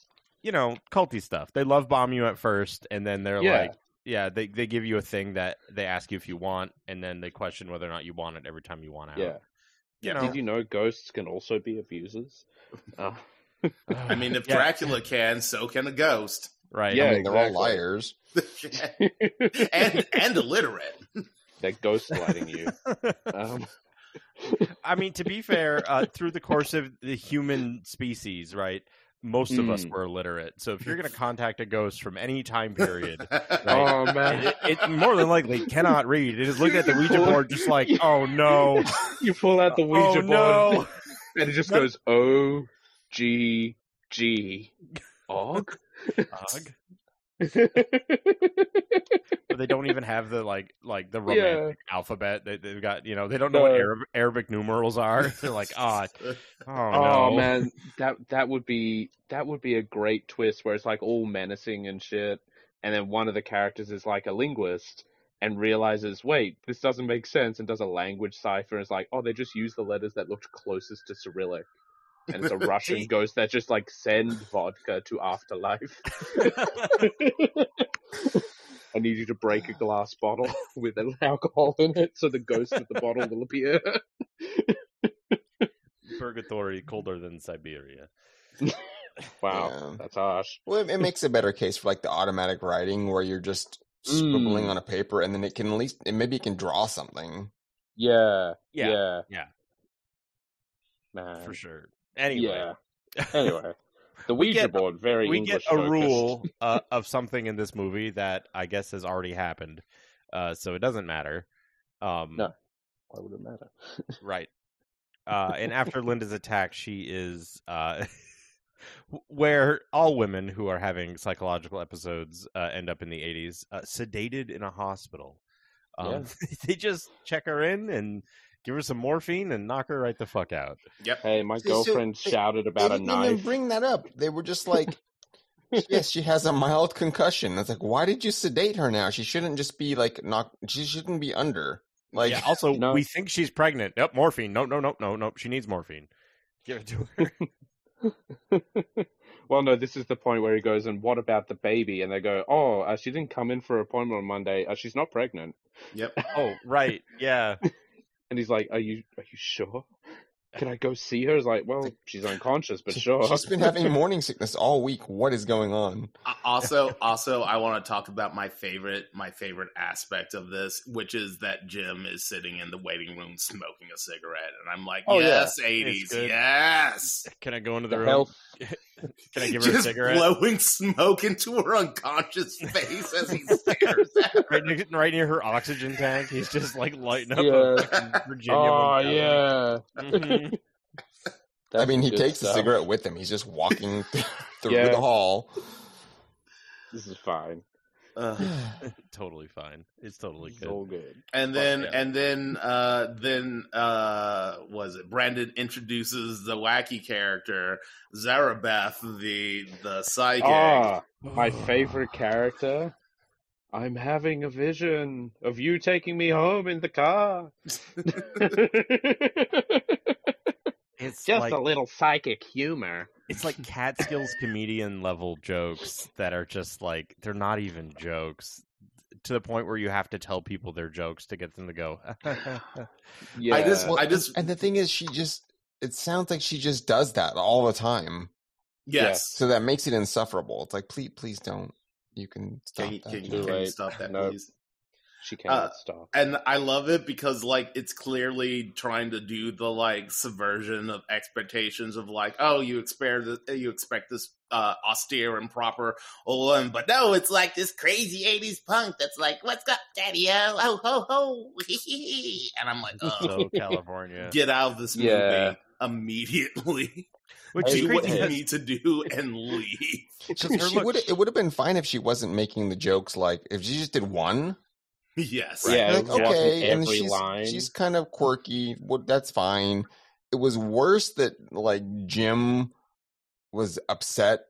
[SPEAKER 4] you know, culty stuff. They love bomb you at first, and then they're
[SPEAKER 3] Yeah.
[SPEAKER 4] like, yeah, they they give you a thing that they ask you if you want, and then they question whether or not you want it every time you want out.
[SPEAKER 3] Yeah,
[SPEAKER 2] Yeah.
[SPEAKER 4] know.
[SPEAKER 3] Did you know ghosts can also be abusers? Uh,
[SPEAKER 2] I mean, if
[SPEAKER 4] Yeah,
[SPEAKER 2] Dracula can, so can a ghost,
[SPEAKER 4] right?
[SPEAKER 1] I
[SPEAKER 3] Yeah,
[SPEAKER 1] mean, they're all
[SPEAKER 3] exactly.
[SPEAKER 1] liars.
[SPEAKER 2] and and illiterate.
[SPEAKER 3] they're ghostlighting you. Um,
[SPEAKER 4] I mean, to be fair, uh, through the course of the human species, right? Most of us
[SPEAKER 3] Mm.
[SPEAKER 4] were illiterate. So if you're going to contact a ghost from any time period,
[SPEAKER 3] Oh man,
[SPEAKER 4] it, it more than likely cannot read. It is looking at the Ouija board, just like, oh no,
[SPEAKER 3] you pull out the Ouija
[SPEAKER 4] oh
[SPEAKER 3] board,
[SPEAKER 4] no.
[SPEAKER 3] and it just
[SPEAKER 4] That-
[SPEAKER 3] goes O G G og.
[SPEAKER 4] Ugh. But they don't even have the like, like the romantic
[SPEAKER 3] yeah,
[SPEAKER 4] alphabet. They, they've got, you know, they don't know what
[SPEAKER 3] No.
[SPEAKER 4] Arab, Arabic numerals are. They're like, ah, oh,
[SPEAKER 3] oh,
[SPEAKER 4] no,
[SPEAKER 3] man, that that would be that would be a great twist where it's like all menacing and shit, and then one of the characters is like a linguist and realizes, wait, this doesn't make sense, and does a language cipher and is like, oh, they just used the letters that looked closest to Cyrillic. And it's a Russian ghost that just like send vodka to afterlife. I need you to break a glass bottle with an alcohol in it, so the ghost of the bottle will appear.
[SPEAKER 4] purgatory colder than Siberia.
[SPEAKER 3] Wow,
[SPEAKER 1] Yeah.
[SPEAKER 3] that's harsh.
[SPEAKER 1] Well, it, it makes a better case for like the automatic writing where you're just scribbling
[SPEAKER 3] Mm.
[SPEAKER 1] on a paper and then it can at least, and maybe it can draw something.
[SPEAKER 3] Yeah,
[SPEAKER 4] Yeah,
[SPEAKER 3] yeah,
[SPEAKER 4] yeah.
[SPEAKER 3] Man,
[SPEAKER 4] for sure. Anyway.
[SPEAKER 3] yeah. Anyway, the Ouija
[SPEAKER 4] get-
[SPEAKER 3] board very
[SPEAKER 4] we
[SPEAKER 3] English
[SPEAKER 4] get a rule uh, of something in this movie that I guess has already happened, uh, so it doesn't matter. Um,
[SPEAKER 3] No. Why would it matter?
[SPEAKER 4] Right. Uh, and after Linda's attack, she is uh, where all women who are having psychological episodes uh, end up in the 80s, uh, sedated in a hospital. Um, they just check her in and give her some morphine and knock her right the fuck out.
[SPEAKER 2] Yep.
[SPEAKER 3] Hey, my
[SPEAKER 1] So- so
[SPEAKER 3] girlfriend
[SPEAKER 1] they-
[SPEAKER 3] shouted
[SPEAKER 1] They
[SPEAKER 3] about a
[SPEAKER 1] didn't even
[SPEAKER 3] knife.
[SPEAKER 1] bring that up. They were just like, yes, she has a mild concussion. It's like, why did you sedate her now? She shouldn't just be like, knock, she shouldn't be under. Like,
[SPEAKER 4] yeah, also,
[SPEAKER 3] No.
[SPEAKER 4] we think she's pregnant. Nope, morphine. Nope, no, no, no, no. She needs morphine. Give it to her.
[SPEAKER 3] well, no, this is the point where he goes, and what about the baby? And they go, oh, uh, she didn't come in for an appointment on Monday. Uh, she's not pregnant.
[SPEAKER 2] Yep.
[SPEAKER 4] Oh, right. Yeah.
[SPEAKER 3] And he's like, are you are you sure? Can I go see her? He's like, well, she's unconscious, but sure.
[SPEAKER 1] she's been having morning sickness all week. What is going on?
[SPEAKER 2] Uh, also also i want to talk about my favorite my favorite aspect of this which is that jim is sitting in the waiting room smoking a cigarette and i'm like
[SPEAKER 3] Oh, yeah.
[SPEAKER 2] yes
[SPEAKER 4] It's
[SPEAKER 2] 80s
[SPEAKER 4] good.
[SPEAKER 2] yes
[SPEAKER 4] Can I go into the,
[SPEAKER 3] The
[SPEAKER 4] room?
[SPEAKER 3] health-
[SPEAKER 4] Can I give her a
[SPEAKER 2] Just
[SPEAKER 4] cigarette?
[SPEAKER 2] blowing smoke into her unconscious face as he stares at her
[SPEAKER 4] Right, next- right near her oxygen tank. He's just like lighting up
[SPEAKER 3] Yeah.
[SPEAKER 4] a fucking Virginia.
[SPEAKER 3] Oh,
[SPEAKER 4] Woolf.
[SPEAKER 3] yeah.
[SPEAKER 4] Mhm.
[SPEAKER 1] I mean, he
[SPEAKER 3] That's good
[SPEAKER 1] takes the
[SPEAKER 3] stuff.
[SPEAKER 1] cigarette with him. He's just walking th- through
[SPEAKER 3] Yeah.
[SPEAKER 1] the hall.
[SPEAKER 3] This is fine.
[SPEAKER 2] Ugh.
[SPEAKER 4] totally fine. It's totally
[SPEAKER 3] It's
[SPEAKER 4] good.
[SPEAKER 3] all good.
[SPEAKER 2] and then
[SPEAKER 4] Fuck yeah.
[SPEAKER 2] and then uh then uh was it brandon introduces the wacky character zarabeth the the psychic
[SPEAKER 3] Ah, my favorite character. I'm having a vision of you taking me home in the car.
[SPEAKER 4] It's
[SPEAKER 3] Just
[SPEAKER 4] like
[SPEAKER 3] a little psychic humor.
[SPEAKER 4] it's like Catskills comedian level jokes that are just like they're not even jokes to the point where you have to tell people they're jokes to get them to go.
[SPEAKER 3] Yeah.
[SPEAKER 2] i just i just
[SPEAKER 1] And the thing is, she just, it sounds like she just does that all the time.
[SPEAKER 2] yes
[SPEAKER 1] So that makes it insufferable. It's like, please, please don't. You can stop
[SPEAKER 2] Can you,
[SPEAKER 1] that.
[SPEAKER 2] can, you-
[SPEAKER 3] Too
[SPEAKER 2] can you
[SPEAKER 3] late.
[SPEAKER 2] stop that,
[SPEAKER 3] Nope.
[SPEAKER 2] please?
[SPEAKER 3] she
[SPEAKER 2] uh,
[SPEAKER 3] cannot stop.
[SPEAKER 2] And I love it because, like, it's clearly trying to do the like subversion of expectations of like, oh, you expect this, you expect this uh, austere and proper one, but no, it's like this crazy '80s punk that's like, "What's up, Daddy? Oh, ho, ho, ho!" and I'm like, oh,
[SPEAKER 4] so California.
[SPEAKER 2] get out of this
[SPEAKER 3] Yeah.
[SPEAKER 2] movie immediately.
[SPEAKER 4] Which
[SPEAKER 3] Hey,
[SPEAKER 4] is
[SPEAKER 2] do what
[SPEAKER 4] crazy
[SPEAKER 2] you
[SPEAKER 3] has-
[SPEAKER 2] need to do and leave.
[SPEAKER 1] She,
[SPEAKER 4] her
[SPEAKER 1] she
[SPEAKER 4] look-
[SPEAKER 1] would. It would have been fine if she wasn't making the jokes. Like if she just did one.
[SPEAKER 2] yes,
[SPEAKER 3] Yeah,
[SPEAKER 1] Like,
[SPEAKER 3] it wasn't
[SPEAKER 1] okay, and
[SPEAKER 3] every
[SPEAKER 1] she's
[SPEAKER 3] line.
[SPEAKER 1] she's kind of quirky. Well, that's fine. It was worse that like Jim was upset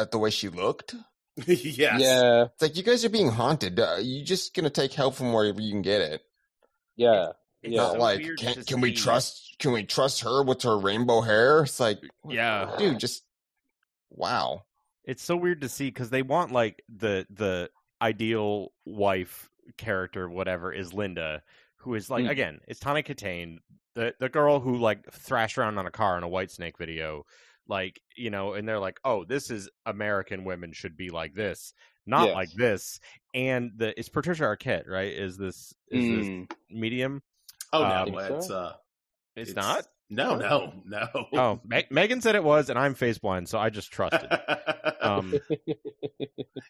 [SPEAKER 1] at the way she looked.
[SPEAKER 2] yes,
[SPEAKER 3] Yeah,
[SPEAKER 1] It's like you guys are being haunted. Uh, you just gonna take help from wherever you can get it.
[SPEAKER 3] yeah.
[SPEAKER 4] It's
[SPEAKER 3] Yeah.
[SPEAKER 1] Not
[SPEAKER 4] so
[SPEAKER 1] like
[SPEAKER 4] weird
[SPEAKER 1] can,
[SPEAKER 4] to
[SPEAKER 1] can we
[SPEAKER 4] see-
[SPEAKER 1] trust can we trust her with her rainbow hair? It's like
[SPEAKER 4] Yeah.
[SPEAKER 1] dude, just wow.
[SPEAKER 4] It's so weird to see because they want like the the ideal wife character, whatever, is Linda, who is like
[SPEAKER 3] Hmm.
[SPEAKER 4] again, it's Tawny Katane, the the girl who like thrashed around on a car in a White Snake video, like you know, and they're like, oh, this is American women should be like this, not
[SPEAKER 3] Yes.
[SPEAKER 4] like this. And the it's Patricia Arquette, right? Is this is this
[SPEAKER 3] Mm.
[SPEAKER 4] medium?
[SPEAKER 2] Oh
[SPEAKER 4] Uh,
[SPEAKER 2] no,
[SPEAKER 3] I think
[SPEAKER 2] it's
[SPEAKER 3] so.
[SPEAKER 2] uh,
[SPEAKER 4] It's, not.
[SPEAKER 2] No, no, no.
[SPEAKER 4] Oh, Me- Megan said it was, and I'm face blind, so I just trusted. um,
[SPEAKER 3] Mm.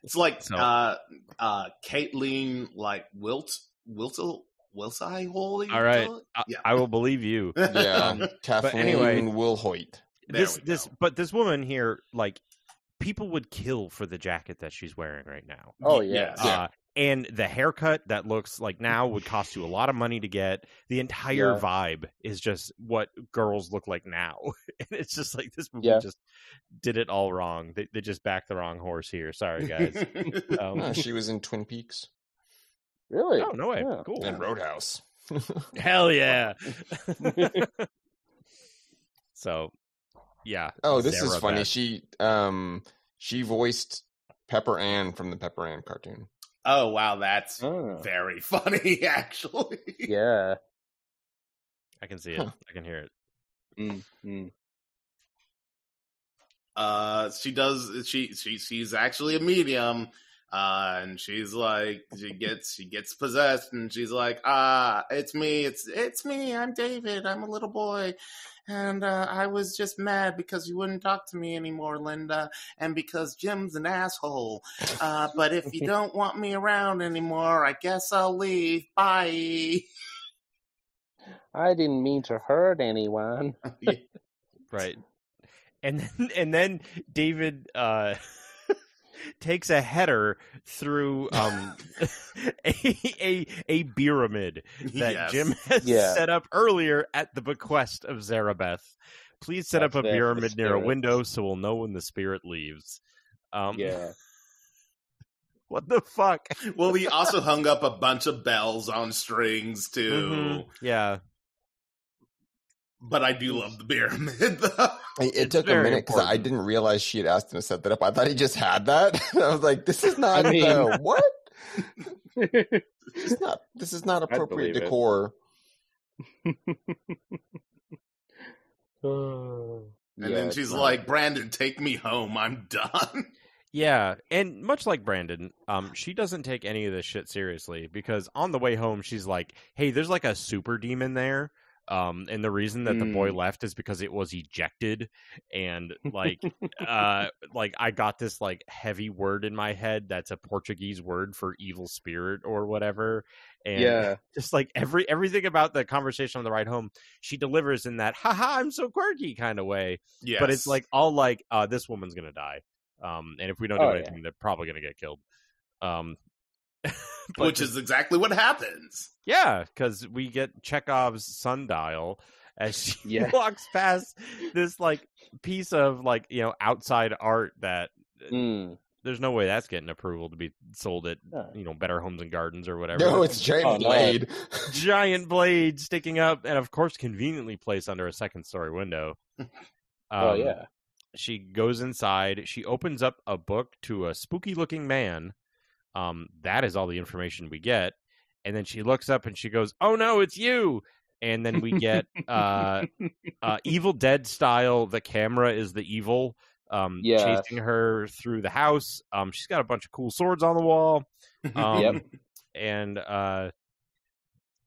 [SPEAKER 2] it's like
[SPEAKER 4] so-
[SPEAKER 2] uh, uh, Caitlyn, like Wilt, Wiltel, Wilsi Holy.
[SPEAKER 4] All right. I,
[SPEAKER 2] yeah.
[SPEAKER 4] I will believe you.
[SPEAKER 1] Yeah, Kathleen
[SPEAKER 4] Um, anyway-
[SPEAKER 1] Wilhoit.
[SPEAKER 2] There
[SPEAKER 4] this
[SPEAKER 2] we
[SPEAKER 4] this
[SPEAKER 2] go.
[SPEAKER 4] but this woman here like people would kill for the jacket that she's wearing right now
[SPEAKER 3] Oh,
[SPEAKER 2] Yes.
[SPEAKER 1] yeah.
[SPEAKER 4] uh, and the haircut that looks like now would cost you a lot of money to get the entire
[SPEAKER 3] Yeah.
[SPEAKER 4] vibe is just what girls look like now and it's just like this movie
[SPEAKER 3] Yeah.
[SPEAKER 4] just did it all wrong they, they just backed the wrong horse here sorry guys
[SPEAKER 1] No,
[SPEAKER 4] um,
[SPEAKER 1] she was in Twin Peaks
[SPEAKER 3] Really?
[SPEAKER 4] oh no way
[SPEAKER 3] Yeah.
[SPEAKER 4] cool
[SPEAKER 1] and Roadhouse.
[SPEAKER 4] hell yeah so yeah
[SPEAKER 1] Oh, this is
[SPEAKER 4] Zero
[SPEAKER 1] funny.
[SPEAKER 4] bad.
[SPEAKER 1] She um she voiced Pepper Ann from the Pepper Ann cartoon.
[SPEAKER 2] oh wow, that's
[SPEAKER 3] Oh.
[SPEAKER 2] very funny, actually.
[SPEAKER 3] Yeah.
[SPEAKER 4] i can see it
[SPEAKER 1] Huh.
[SPEAKER 4] i can hear it
[SPEAKER 3] Mm, mm.
[SPEAKER 2] Uh, she does. She she she's actually a medium. Uh, and she's like, she gets, she gets possessed, and she's like, ah, it's me, it's, it's me, I'm David, I'm a little boy, and uh, I was just mad because you wouldn't talk to me anymore, Linda, and because Jim's an asshole. Uh, but if you don't want me around anymore, I guess I'll leave. Bye.
[SPEAKER 3] I didn't mean to hurt anyone.
[SPEAKER 4] right and then and then david uh takes a header through um a a, a pyramid that
[SPEAKER 2] Yes.
[SPEAKER 4] jim has
[SPEAKER 3] Yeah.
[SPEAKER 4] set up earlier at the bequest of zarabeth please set up
[SPEAKER 3] That's
[SPEAKER 4] a
[SPEAKER 3] there for the
[SPEAKER 4] pyramid near a
[SPEAKER 3] spirit.
[SPEAKER 4] window so we'll know when the spirit leaves um
[SPEAKER 3] Yeah.
[SPEAKER 4] what the fuck
[SPEAKER 2] Well, he also hung up a bunch of bells on strings too.
[SPEAKER 4] Mhm. yeah
[SPEAKER 2] But I do love the pyramid, though.
[SPEAKER 1] It, it
[SPEAKER 4] It's
[SPEAKER 1] took a
[SPEAKER 4] very
[SPEAKER 1] minute because I
[SPEAKER 4] important.
[SPEAKER 1] didn't realize she had asked him to set that up. I thought he just had that. I was like, this is not
[SPEAKER 3] I mean-
[SPEAKER 1] the- what? This is not this is not appropriate
[SPEAKER 3] believe it.
[SPEAKER 1] decor.
[SPEAKER 3] Oh.
[SPEAKER 2] And
[SPEAKER 3] Yeah,
[SPEAKER 2] then
[SPEAKER 3] it's
[SPEAKER 2] she's
[SPEAKER 3] not-
[SPEAKER 2] like, "Brandon, take me home. I'm done."
[SPEAKER 4] Yeah, and much like Brandon, um, she doesn't take any of this shit seriously because on the way home she's like, "Hey, there's like a super demon there." Um, and the reason that the boy
[SPEAKER 3] Mm.
[SPEAKER 4] left is because it was ejected, and like, uh, like I got this like heavy word in my head that's a Portuguese word for evil spirit or whatever, and
[SPEAKER 3] yeah.
[SPEAKER 4] just like every everything about the conversation on the ride home, she delivers in that "haha, I'm so quirky" kind of way
[SPEAKER 2] Yes.
[SPEAKER 4] but it's like all like uh, this woman's gonna die um, and if we don't do
[SPEAKER 3] Oh, yeah.
[SPEAKER 4] anything they're probably gonna get killed um, but
[SPEAKER 2] which
[SPEAKER 4] just-
[SPEAKER 2] is exactly what happens.
[SPEAKER 4] yeah because we get chekhov's sundial as she
[SPEAKER 3] Yeah.
[SPEAKER 4] walks past this like piece of like you know outside art that Um,
[SPEAKER 3] Mm.
[SPEAKER 4] there's no way that's getting approval to be sold at
[SPEAKER 3] No.
[SPEAKER 4] you know better homes and gardens or whatever
[SPEAKER 1] No, it's giant
[SPEAKER 3] Oh, no.
[SPEAKER 1] blade.
[SPEAKER 4] giant blade sticking up and of course conveniently placed under a second story window
[SPEAKER 3] oh
[SPEAKER 4] Um,
[SPEAKER 3] yeah.
[SPEAKER 4] she goes inside she opens up a book to a spooky looking man um that is all the information we get and then she looks up and she goes oh no it's you and then we get uh uh evil dead style the camera is the evil um
[SPEAKER 3] Yes.
[SPEAKER 4] chasing her through the house um she's got a bunch of cool swords on the wall um
[SPEAKER 3] Yep.
[SPEAKER 4] and uh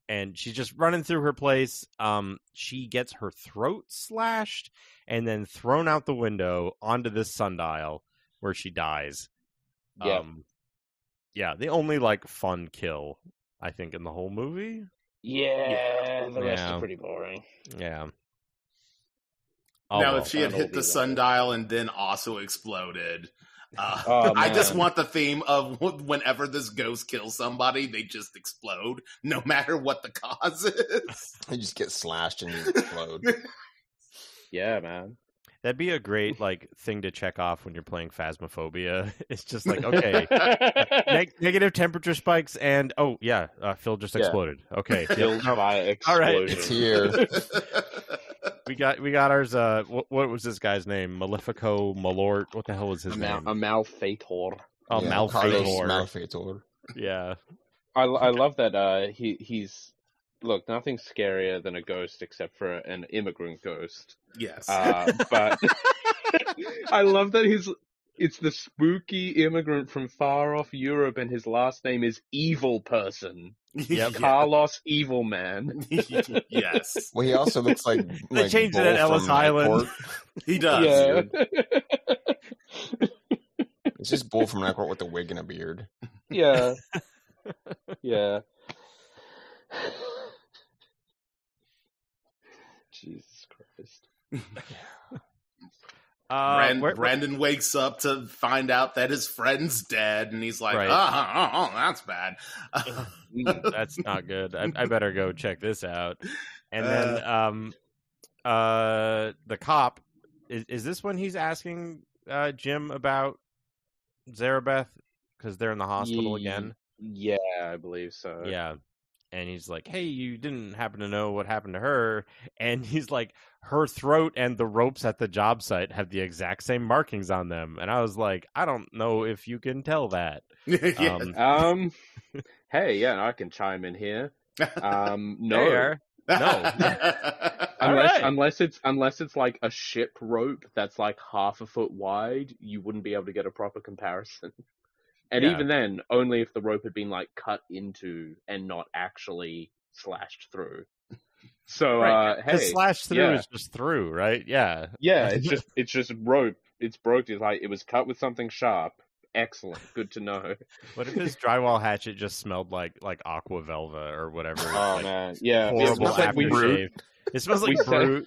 [SPEAKER 4] and she's just running through her place um she gets her throat slashed and then thrown out the window onto this sundial where she dies
[SPEAKER 3] Yeah.
[SPEAKER 4] um yeah the only like fun kill i think in the whole movie
[SPEAKER 3] yeah. The rest
[SPEAKER 4] Yeah.
[SPEAKER 3] are pretty boring.
[SPEAKER 4] yeah
[SPEAKER 2] now,
[SPEAKER 4] Oh, well.
[SPEAKER 2] if she had
[SPEAKER 3] that'll
[SPEAKER 2] hit
[SPEAKER 3] be
[SPEAKER 2] the
[SPEAKER 3] that.
[SPEAKER 2] sundial and then also exploded, uh,
[SPEAKER 3] Oh,
[SPEAKER 2] I just
[SPEAKER 3] man.
[SPEAKER 2] want the theme of whenever this ghost kills somebody, they just explode, no matter what the cause is.
[SPEAKER 1] You just get slashed and you explode.
[SPEAKER 3] Yeah, man.
[SPEAKER 4] that'd be a great like thing to check off when you're playing phasmophobia it's just like okay neg- negative temperature spikes and oh yeah uh, phil just
[SPEAKER 3] Yeah.
[SPEAKER 4] exploded okay yeah,
[SPEAKER 3] Killed
[SPEAKER 4] no,
[SPEAKER 3] by
[SPEAKER 4] All right.
[SPEAKER 3] explosion.
[SPEAKER 1] It's here.
[SPEAKER 4] We got we got ours. Uh, what, what was this guy's name? Malefico Malort. What the hell was his
[SPEAKER 3] A, mal-
[SPEAKER 4] name?
[SPEAKER 3] a malfaitor.
[SPEAKER 4] oh,
[SPEAKER 1] um, Yeah, Carlos
[SPEAKER 4] Malfator.
[SPEAKER 1] Malfator.
[SPEAKER 4] Yeah,
[SPEAKER 3] I, I love that uh, he he's look, nothing's scarier than a ghost except for an immigrant ghost.
[SPEAKER 2] Yes.
[SPEAKER 3] Uh, but I love that he's it's the spooky immigrant from far off Europe, and his last name is Evil Person,
[SPEAKER 2] Yeah.
[SPEAKER 3] Carlos Evil Man.
[SPEAKER 2] yes.
[SPEAKER 1] Well, he also looks like
[SPEAKER 4] They
[SPEAKER 1] like
[SPEAKER 4] changed it
[SPEAKER 1] Bull
[SPEAKER 4] at Ellis
[SPEAKER 1] from, like,
[SPEAKER 4] Island.
[SPEAKER 1] Court.
[SPEAKER 2] He does.
[SPEAKER 3] yeah,
[SPEAKER 1] It's just Bull from Night Court with a wig and a beard.
[SPEAKER 3] yeah, yeah. Jesus Christ!
[SPEAKER 4] Uh,
[SPEAKER 2] Brand-
[SPEAKER 4] where-
[SPEAKER 2] Brandon wakes up to find out that his friend's dead, and he's like,
[SPEAKER 4] Right.
[SPEAKER 2] oh, oh, oh, that's bad.
[SPEAKER 3] Mm.
[SPEAKER 4] that's not good. I, I better go check this out. And then, um, uh, the cop is is this when he's asking uh Jim about Zarabeth because they're in the hospital
[SPEAKER 3] Ye-
[SPEAKER 4] again.
[SPEAKER 3] Yeah, I believe so.
[SPEAKER 4] Yeah. And he's like, "Hey, you didn't happen to know what happened to her?" And he's like, "Her throat and the ropes at the job site have the exact same markings on them." And I was like, "I don't know if you can tell that."
[SPEAKER 2] Yeah.
[SPEAKER 4] Um,
[SPEAKER 3] Um. hey, yeah, I can chime in here. Um. No.
[SPEAKER 4] There. uh, no.
[SPEAKER 3] Unless,
[SPEAKER 4] Alright.
[SPEAKER 3] unless it's unless it's like a ship rope that's like half a foot wide, you wouldn't be able to get a proper comparison. And
[SPEAKER 4] Yeah.
[SPEAKER 3] even then, only if the rope had been like cut into and not actually slashed through. So
[SPEAKER 4] Right.
[SPEAKER 3] uh,
[SPEAKER 4] 'Cause
[SPEAKER 3] hey,
[SPEAKER 4] slash through
[SPEAKER 3] yeah.
[SPEAKER 4] is just through, right? Yeah,
[SPEAKER 3] yeah, it's just it's just rope. It's broke. It's like it was cut with something sharp. Excellent. Good to know.
[SPEAKER 4] What if his drywall hatchet just smelled like like aqua velva or whatever?
[SPEAKER 3] Oh
[SPEAKER 4] like,
[SPEAKER 3] man, yeah, it
[SPEAKER 4] horrible
[SPEAKER 3] smells like we-
[SPEAKER 4] aftershave. It smells
[SPEAKER 3] We
[SPEAKER 4] like
[SPEAKER 3] said-
[SPEAKER 4] brute.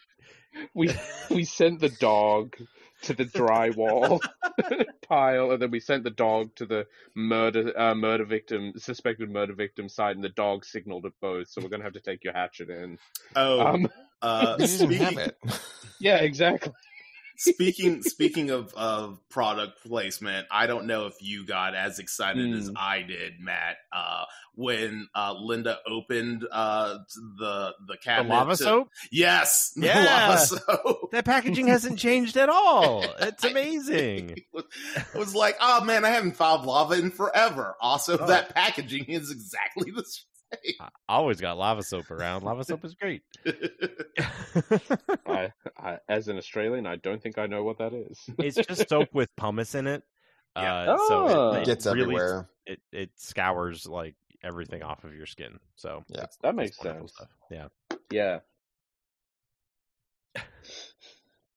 [SPEAKER 3] we we sent the dog to the drywall pile, and then we sent the dog to the murder uh, murder victim suspected murder victim site, and the dog signaled at both. So we're gonna have to take your hatchet in.
[SPEAKER 2] oh,
[SPEAKER 3] Um,
[SPEAKER 2] uh,
[SPEAKER 1] He didn't have
[SPEAKER 2] speak-
[SPEAKER 1] it.
[SPEAKER 3] yeah, exactly.
[SPEAKER 2] speaking speaking of of product placement i don't know if you got as excited
[SPEAKER 4] Hmm.
[SPEAKER 2] as i did matt uh when uh linda opened uh the the
[SPEAKER 4] The
[SPEAKER 2] cabinet
[SPEAKER 4] lava
[SPEAKER 2] to-
[SPEAKER 4] soap.
[SPEAKER 2] yes the
[SPEAKER 4] Yeah.
[SPEAKER 2] lava soap
[SPEAKER 4] That packaging hasn't changed at all. It's amazing.
[SPEAKER 2] It was, it was like, oh man, I haven't filed lava in forever. Also,
[SPEAKER 4] Oh.
[SPEAKER 2] that packaging is exactly the
[SPEAKER 4] I always got lava soap around. Lava soap is great.
[SPEAKER 2] same.
[SPEAKER 3] I, I, as an Australian, I don't think I know what that is.
[SPEAKER 4] it's just soap with pumice in it.
[SPEAKER 2] Yeah.
[SPEAKER 4] Uh, so
[SPEAKER 3] Oh.
[SPEAKER 4] it, it
[SPEAKER 3] It
[SPEAKER 1] Gets
[SPEAKER 4] really,
[SPEAKER 1] everywhere.
[SPEAKER 4] It it scours like everything off of your skin. So
[SPEAKER 1] Yeah.
[SPEAKER 4] it's-
[SPEAKER 3] That
[SPEAKER 4] it's
[SPEAKER 3] makes
[SPEAKER 4] wonderful
[SPEAKER 3] sense.
[SPEAKER 4] stuff. Yeah.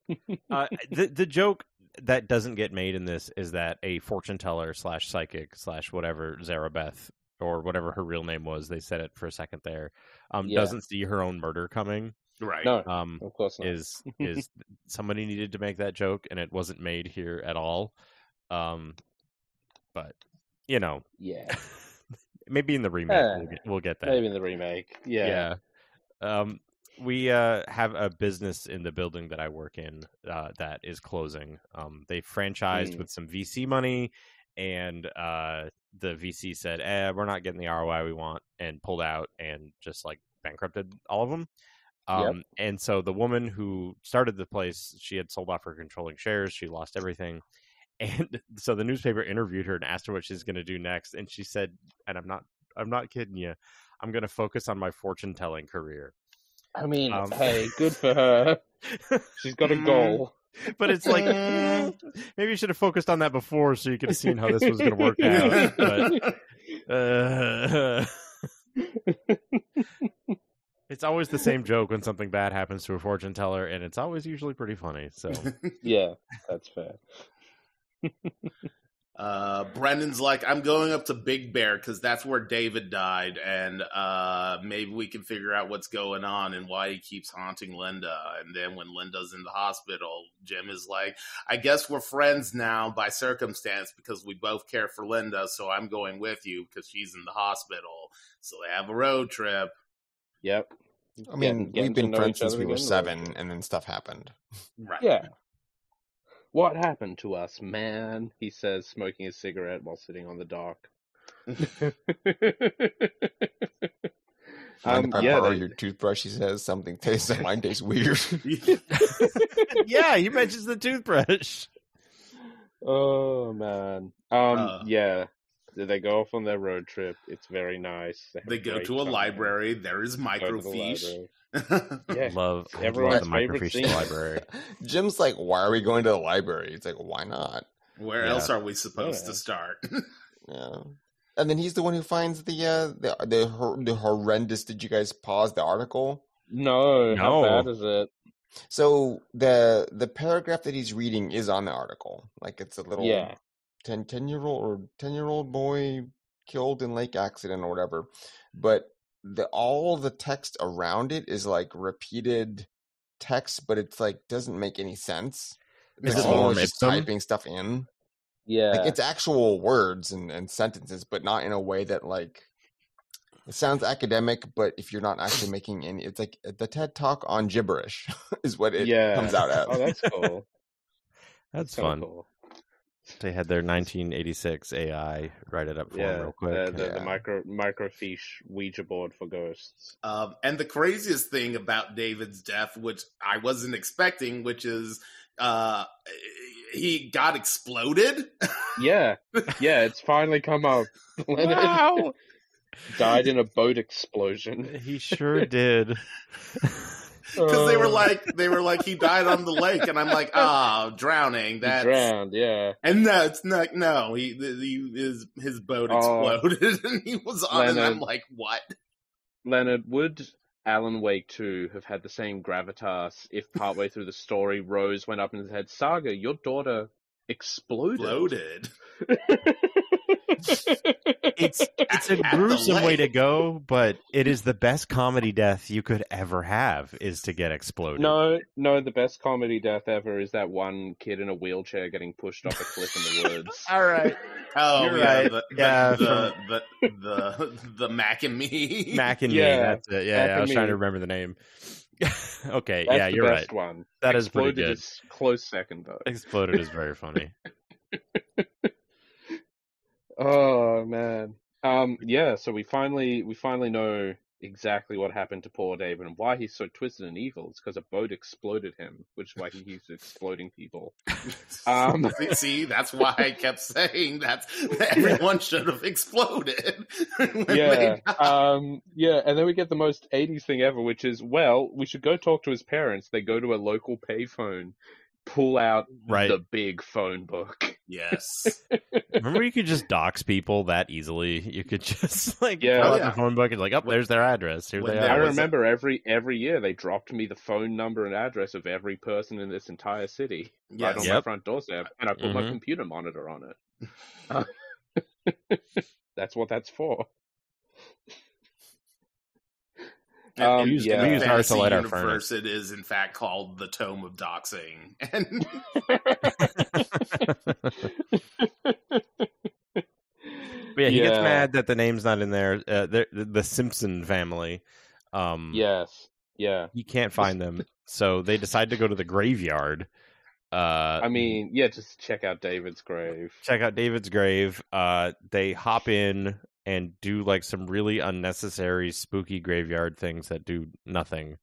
[SPEAKER 3] Yeah.
[SPEAKER 4] Uh, the the joke that doesn't get made in this is that a fortune teller slash psychic slash whatever Zarabeth or whatever her real name was, they said it for a second there, um,
[SPEAKER 3] Yeah. Oh,
[SPEAKER 4] doesn't see her own murder coming.
[SPEAKER 2] right.
[SPEAKER 3] No,
[SPEAKER 4] Um,
[SPEAKER 3] of course not.
[SPEAKER 4] is is somebody needed to make that joke and it wasn't made here at all um but you know
[SPEAKER 3] yeah,
[SPEAKER 4] maybe in the remake we'll,
[SPEAKER 3] Eh,
[SPEAKER 4] get, we'll get that
[SPEAKER 3] maybe in the remake. Yeah.
[SPEAKER 4] yeah. um we uh have a business in the building that i work in uh that is closing um they franchised
[SPEAKER 3] Mm.
[SPEAKER 4] with some vc money and uh the vc said eh, we're not getting the roi we want and pulled out and just like bankrupted all of them
[SPEAKER 3] Yep.
[SPEAKER 4] um, And so the woman who started the place, she had sold off her controlling shares. She lost everything. And so the newspaper interviewed her and asked her what she's going to do next. And she said, and I'm not, I'm not kidding you. I'm going to focus on my fortune telling career.
[SPEAKER 3] I mean,
[SPEAKER 4] Um.
[SPEAKER 3] hey, good for her. She's got a
[SPEAKER 2] Mm.
[SPEAKER 3] goal.
[SPEAKER 4] But it's like, eh, maybe you should have focused on that before so you could have seen how this was going to work out. But, uh, it's always the same joke when something bad happens to a fortune teller, and it's always usually pretty funny. So.
[SPEAKER 3] Yeah, that's fair.
[SPEAKER 2] Uh, Brendan's like, I'm going up to Big Bear because that's where David died, and uh, maybe we can figure out what's going on and why he keeps haunting Linda. And then when Linda's in the hospital, Jim is like, I guess we're friends now by circumstance because we both care for Linda, so I'm going with you because she's in the hospital. So they have a road trip.
[SPEAKER 3] Yep.
[SPEAKER 1] I mean,
[SPEAKER 3] Getting- getting
[SPEAKER 1] we've
[SPEAKER 3] to
[SPEAKER 1] been
[SPEAKER 3] know
[SPEAKER 1] friends
[SPEAKER 3] each
[SPEAKER 1] since
[SPEAKER 3] other
[SPEAKER 1] we were
[SPEAKER 3] again,
[SPEAKER 1] seven, and then stuff happened.
[SPEAKER 2] Right.
[SPEAKER 3] Yeah. What happened to us, man? He says, smoking a cigarette while sitting on the dock.
[SPEAKER 1] Mind
[SPEAKER 3] Um,
[SPEAKER 1] if I
[SPEAKER 3] yeah,
[SPEAKER 1] borrow
[SPEAKER 3] they-
[SPEAKER 1] your toothbrush? He says something tastes. Mine tastes weird.
[SPEAKER 4] yeah, he mentions the toothbrush.
[SPEAKER 3] oh man. Um,
[SPEAKER 2] Uh.
[SPEAKER 3] yeah. They go off on their road trip. It's very nice. have
[SPEAKER 2] They go
[SPEAKER 3] great
[SPEAKER 2] to a
[SPEAKER 3] time.
[SPEAKER 2] library. There is
[SPEAKER 3] Go to the
[SPEAKER 2] microfiche.
[SPEAKER 3] library. Yeah.
[SPEAKER 4] Love, I love
[SPEAKER 3] Everyone's
[SPEAKER 4] the
[SPEAKER 3] favorite
[SPEAKER 4] microfiche
[SPEAKER 3] scene.
[SPEAKER 4] library.
[SPEAKER 1] Jim's like, why are we going to the library? It's like, why not?
[SPEAKER 2] Where
[SPEAKER 4] Yeah.
[SPEAKER 2] else are we supposed
[SPEAKER 3] Yeah.
[SPEAKER 2] to start?
[SPEAKER 1] Yeah. And then he's the one who finds the uh, the the, hor- the horrendous. Did you guys pause the article?
[SPEAKER 3] No,
[SPEAKER 4] No.
[SPEAKER 3] how bad is it?
[SPEAKER 1] So the the paragraph that he's reading is on the article. Like it's a little
[SPEAKER 3] Yeah.
[SPEAKER 1] 10, 10 year old or 10 year old boy killed in lake accident or whatever but the all the text around it is like repeated text but it's like doesn't make any sense
[SPEAKER 4] Is
[SPEAKER 1] Like,
[SPEAKER 4] it
[SPEAKER 1] someone
[SPEAKER 4] lorem
[SPEAKER 1] was just
[SPEAKER 4] ipsum?
[SPEAKER 1] typing stuff in
[SPEAKER 3] Yeah.
[SPEAKER 1] like it's actual words and, and sentences but not in a way that like it sounds academic but if you're not actually making any it's like the ted talk on gibberish is what it
[SPEAKER 3] yeah.
[SPEAKER 1] comes out as
[SPEAKER 3] Oh, that's cool.
[SPEAKER 4] That's
[SPEAKER 3] kinda
[SPEAKER 4] fun.
[SPEAKER 3] Cool.
[SPEAKER 4] They had their 1986 AI write it up for
[SPEAKER 3] Yeah,
[SPEAKER 4] him real quick.
[SPEAKER 3] the, the, the
[SPEAKER 1] Yeah.
[SPEAKER 3] micro microfiche Ouija board for ghosts.
[SPEAKER 2] Um, and the craziest thing about David's death, which I wasn't expecting, which is uh, he got exploded.
[SPEAKER 3] Yeah, yeah, it's finally come up. Leonard
[SPEAKER 4] Wow.
[SPEAKER 3] died in a boat explosion.
[SPEAKER 4] he sure did.
[SPEAKER 2] because
[SPEAKER 3] Uh.
[SPEAKER 2] they were like they were like he died on the lake and i'm like oh drowning
[SPEAKER 3] He
[SPEAKER 2] that's
[SPEAKER 3] drowned. Yeah,
[SPEAKER 2] and no it's not no he, he his, his boat
[SPEAKER 3] Oh.
[SPEAKER 2] exploded and he was on and i'm
[SPEAKER 3] Leonard.
[SPEAKER 2] like what
[SPEAKER 3] Leonard would Alan Wake two have had the same gravitas if partway through the story Rose went up and said, "Saga, your daughter exploded."
[SPEAKER 2] bloated
[SPEAKER 4] It's it's a
[SPEAKER 2] At the
[SPEAKER 4] gruesome way
[SPEAKER 2] lake.
[SPEAKER 4] to go, but it is the best comedy death you could ever have is to get exploded.
[SPEAKER 3] No, no, the best comedy death ever is that one kid in a wheelchair getting pushed off a cliff in the woods.
[SPEAKER 4] All right.
[SPEAKER 2] oh
[SPEAKER 4] You're
[SPEAKER 2] yeah,
[SPEAKER 4] right.
[SPEAKER 2] the,
[SPEAKER 4] Yeah,
[SPEAKER 2] the, the, the the the mac and me
[SPEAKER 4] Mac and me.
[SPEAKER 3] Yeah,
[SPEAKER 4] That's it. Yeah,
[SPEAKER 3] Mac
[SPEAKER 4] yeah, I
[SPEAKER 3] and
[SPEAKER 4] was trying
[SPEAKER 3] me.
[SPEAKER 4] to remember the name. okay.
[SPEAKER 3] That's
[SPEAKER 4] yeah,
[SPEAKER 3] the
[SPEAKER 4] you're right.
[SPEAKER 3] best one.
[SPEAKER 4] That is pretty
[SPEAKER 3] Exploded
[SPEAKER 4] good.
[SPEAKER 3] is close second though.
[SPEAKER 4] Exploded is very funny.
[SPEAKER 3] Oh man. Um yeah, so we finally we finally know exactly what happened to poor David and why he's so twisted and evil. It's because a boat exploded him, which is why he keeps exploding people. Um.
[SPEAKER 2] see, see, that's why I kept saying that everyone should have exploded. when they
[SPEAKER 3] Yeah. Um yeah, and then we get the most 80s thing ever, which is well, we should go talk to his parents. They go to a local payphone, pull out
[SPEAKER 4] Right.
[SPEAKER 3] the big phone book.
[SPEAKER 2] Yes.
[SPEAKER 4] Remember, you could just dox people that easily. You could just like
[SPEAKER 3] Yeah.
[SPEAKER 4] pull
[SPEAKER 2] Oh,
[SPEAKER 4] out
[SPEAKER 2] yeah.
[SPEAKER 4] the phone book and like, oh, there's their address. Here
[SPEAKER 2] When
[SPEAKER 4] they
[SPEAKER 2] they
[SPEAKER 3] I
[SPEAKER 4] are.
[SPEAKER 2] were- was-
[SPEAKER 3] remember every every year they dropped me the phone number and address of every person in this entire city. right on
[SPEAKER 2] Yes.
[SPEAKER 3] my
[SPEAKER 4] Yep.
[SPEAKER 3] front doorstep, and I put my
[SPEAKER 4] Mhm.
[SPEAKER 3] computer monitor on it. that's what that's for. Um,
[SPEAKER 2] in,
[SPEAKER 3] yeah.
[SPEAKER 2] in
[SPEAKER 4] We use ours
[SPEAKER 2] fantasy
[SPEAKER 4] to light our
[SPEAKER 2] universe, it is in fact called the Tome of Doxing, and
[SPEAKER 4] But yeah, he gets mad that the name's not in there. Uh, they're- the, the Simpson family. Um,
[SPEAKER 3] Yes, yeah.
[SPEAKER 4] he can't find them, so they decide to go to the graveyard. Uh,
[SPEAKER 3] I mean, yeah. Just check out David's grave.
[SPEAKER 4] check out David's grave. Uh, they hop in and do like some really unnecessary spooky graveyard things that do nothing.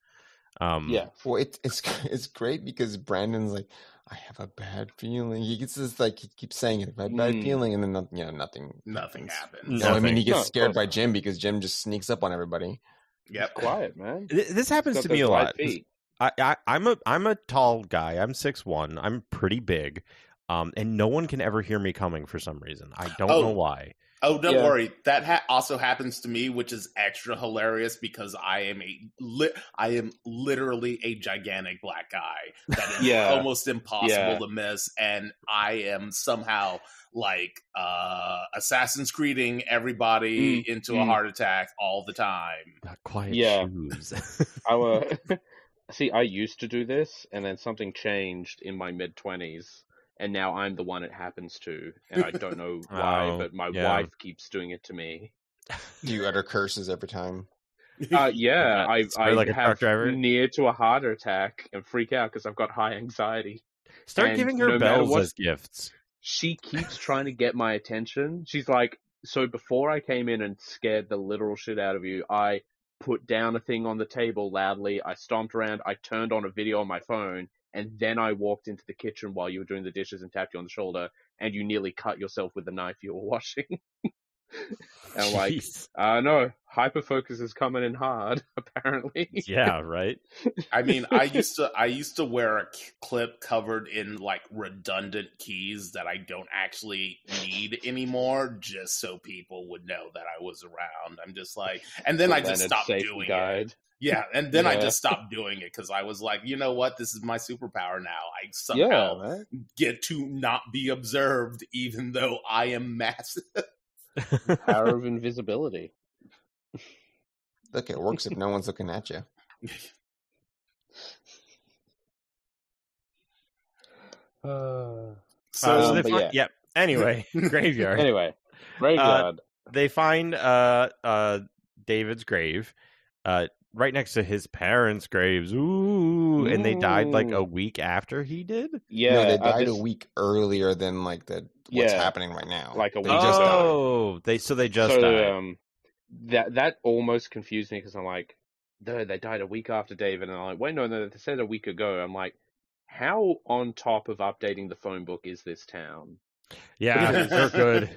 [SPEAKER 4] Um,
[SPEAKER 3] Yeah,
[SPEAKER 1] Well, it, it's it's great because Brandon's like, I have a bad feeling. He gets this like he keeps saying it, I have a bad
[SPEAKER 3] Mm.
[SPEAKER 1] feeling, and then nothing, you know, nothing,
[SPEAKER 2] nothing
[SPEAKER 1] happens.
[SPEAKER 2] happens.
[SPEAKER 1] No, I mean he
[SPEAKER 3] No,
[SPEAKER 1] gets
[SPEAKER 3] of
[SPEAKER 1] scared
[SPEAKER 3] course
[SPEAKER 1] by
[SPEAKER 3] not.
[SPEAKER 1] Jim because Jim just sneaks up on everybody.
[SPEAKER 2] Yep.
[SPEAKER 3] quiet man.
[SPEAKER 4] Th- this happens
[SPEAKER 3] Got
[SPEAKER 4] to me
[SPEAKER 3] those
[SPEAKER 4] a
[SPEAKER 3] wide
[SPEAKER 4] lot.
[SPEAKER 3] feet.
[SPEAKER 4] I, I I'm a I'm a tall guy. I'm six one. I'm pretty big, um, and no one can ever hear me coming for some reason. I don't
[SPEAKER 2] Oh.
[SPEAKER 4] know why.
[SPEAKER 2] Oh, don't
[SPEAKER 3] Yeah.
[SPEAKER 2] worry. That ha- also happens to me, which is extra hilarious because I am a li- I am literally a gigantic black guy that is
[SPEAKER 3] Yeah.
[SPEAKER 2] almost impossible
[SPEAKER 3] Yeah.
[SPEAKER 2] to miss, and I am somehow like uh Assassin's Creeding everybody into a
[SPEAKER 3] mm.
[SPEAKER 2] heart attack all the time.
[SPEAKER 4] Got quiet
[SPEAKER 3] Yeah. Oh,
[SPEAKER 4] shoes.
[SPEAKER 3] our uh, see i used to do this and then something changed in my mid 20s and now i'm the one it happens to and i don't know why
[SPEAKER 4] Oh,
[SPEAKER 3] but my
[SPEAKER 4] yeah.
[SPEAKER 3] wife keeps doing it to me
[SPEAKER 1] Do you utter curses every time?
[SPEAKER 3] uh, yeah i,
[SPEAKER 4] It's
[SPEAKER 3] I
[SPEAKER 4] very like a truck
[SPEAKER 3] have
[SPEAKER 4] driver.
[SPEAKER 3] near to a heart attack and freak out because i've got high anxiety
[SPEAKER 4] Start
[SPEAKER 3] And
[SPEAKER 4] giving her
[SPEAKER 3] no matter
[SPEAKER 4] bells
[SPEAKER 3] what-
[SPEAKER 4] as gifts.
[SPEAKER 3] she keeps trying to get my attention she's like so before i came in and scared the literal shit out of you i put down a thing on the table loudly. I stomped around. I turned on a video on my phone, and then I walked into the kitchen while you were doing the dishes and tapped you on the shoulder, and you nearly cut yourself with the knife you were washing. And like,
[SPEAKER 4] Jeez.
[SPEAKER 3] uh, no, hyperfocus is coming in hard, apparently.
[SPEAKER 4] yeah, right.
[SPEAKER 2] I mean, I used to I used to wear a k- clip covered in like redundant keys that I don't actually need anymore, just so people would know that I was around. I'm just like, and then I just
[SPEAKER 3] Leonard
[SPEAKER 2] stopped
[SPEAKER 3] safety
[SPEAKER 2] doing it.
[SPEAKER 3] guide.
[SPEAKER 2] Yeah, and then I
[SPEAKER 3] Yeah.
[SPEAKER 2] just stopped doing it because I was like, you know what, this is my superpower now. I somehow
[SPEAKER 3] Yeah, man.
[SPEAKER 2] get to not be observed, even though I am massive.
[SPEAKER 3] Power of invisibility.
[SPEAKER 1] Look, it works if no one's looking at you.
[SPEAKER 3] Uh,
[SPEAKER 2] So
[SPEAKER 4] Uh, so
[SPEAKER 3] Um,
[SPEAKER 4] they
[SPEAKER 3] but
[SPEAKER 4] find-
[SPEAKER 3] yeah.
[SPEAKER 4] yep. Anyway, graveyard.
[SPEAKER 3] anyway, graveyard.
[SPEAKER 4] They find uh uh David's grave, uh right next to his parents' graves. Ooh, and they died like
[SPEAKER 3] Ooh.
[SPEAKER 4] a week after he did.
[SPEAKER 3] yeah,
[SPEAKER 1] no, they
[SPEAKER 3] uh,
[SPEAKER 1] died
[SPEAKER 3] this-
[SPEAKER 1] a week earlier than like the what's
[SPEAKER 3] Yeah.
[SPEAKER 1] happening right now.
[SPEAKER 3] Like a
[SPEAKER 1] they
[SPEAKER 3] week
[SPEAKER 1] just
[SPEAKER 3] ago.
[SPEAKER 1] died.
[SPEAKER 4] oh, they so they just
[SPEAKER 3] so,
[SPEAKER 4] died.
[SPEAKER 3] um, that that almost confused me because I'm like, no, they died a week after David, and I'm like, wait, no, no, they said a week ago. I'm like, how on top of updating the phone book is this town?
[SPEAKER 4] yeah, they're good.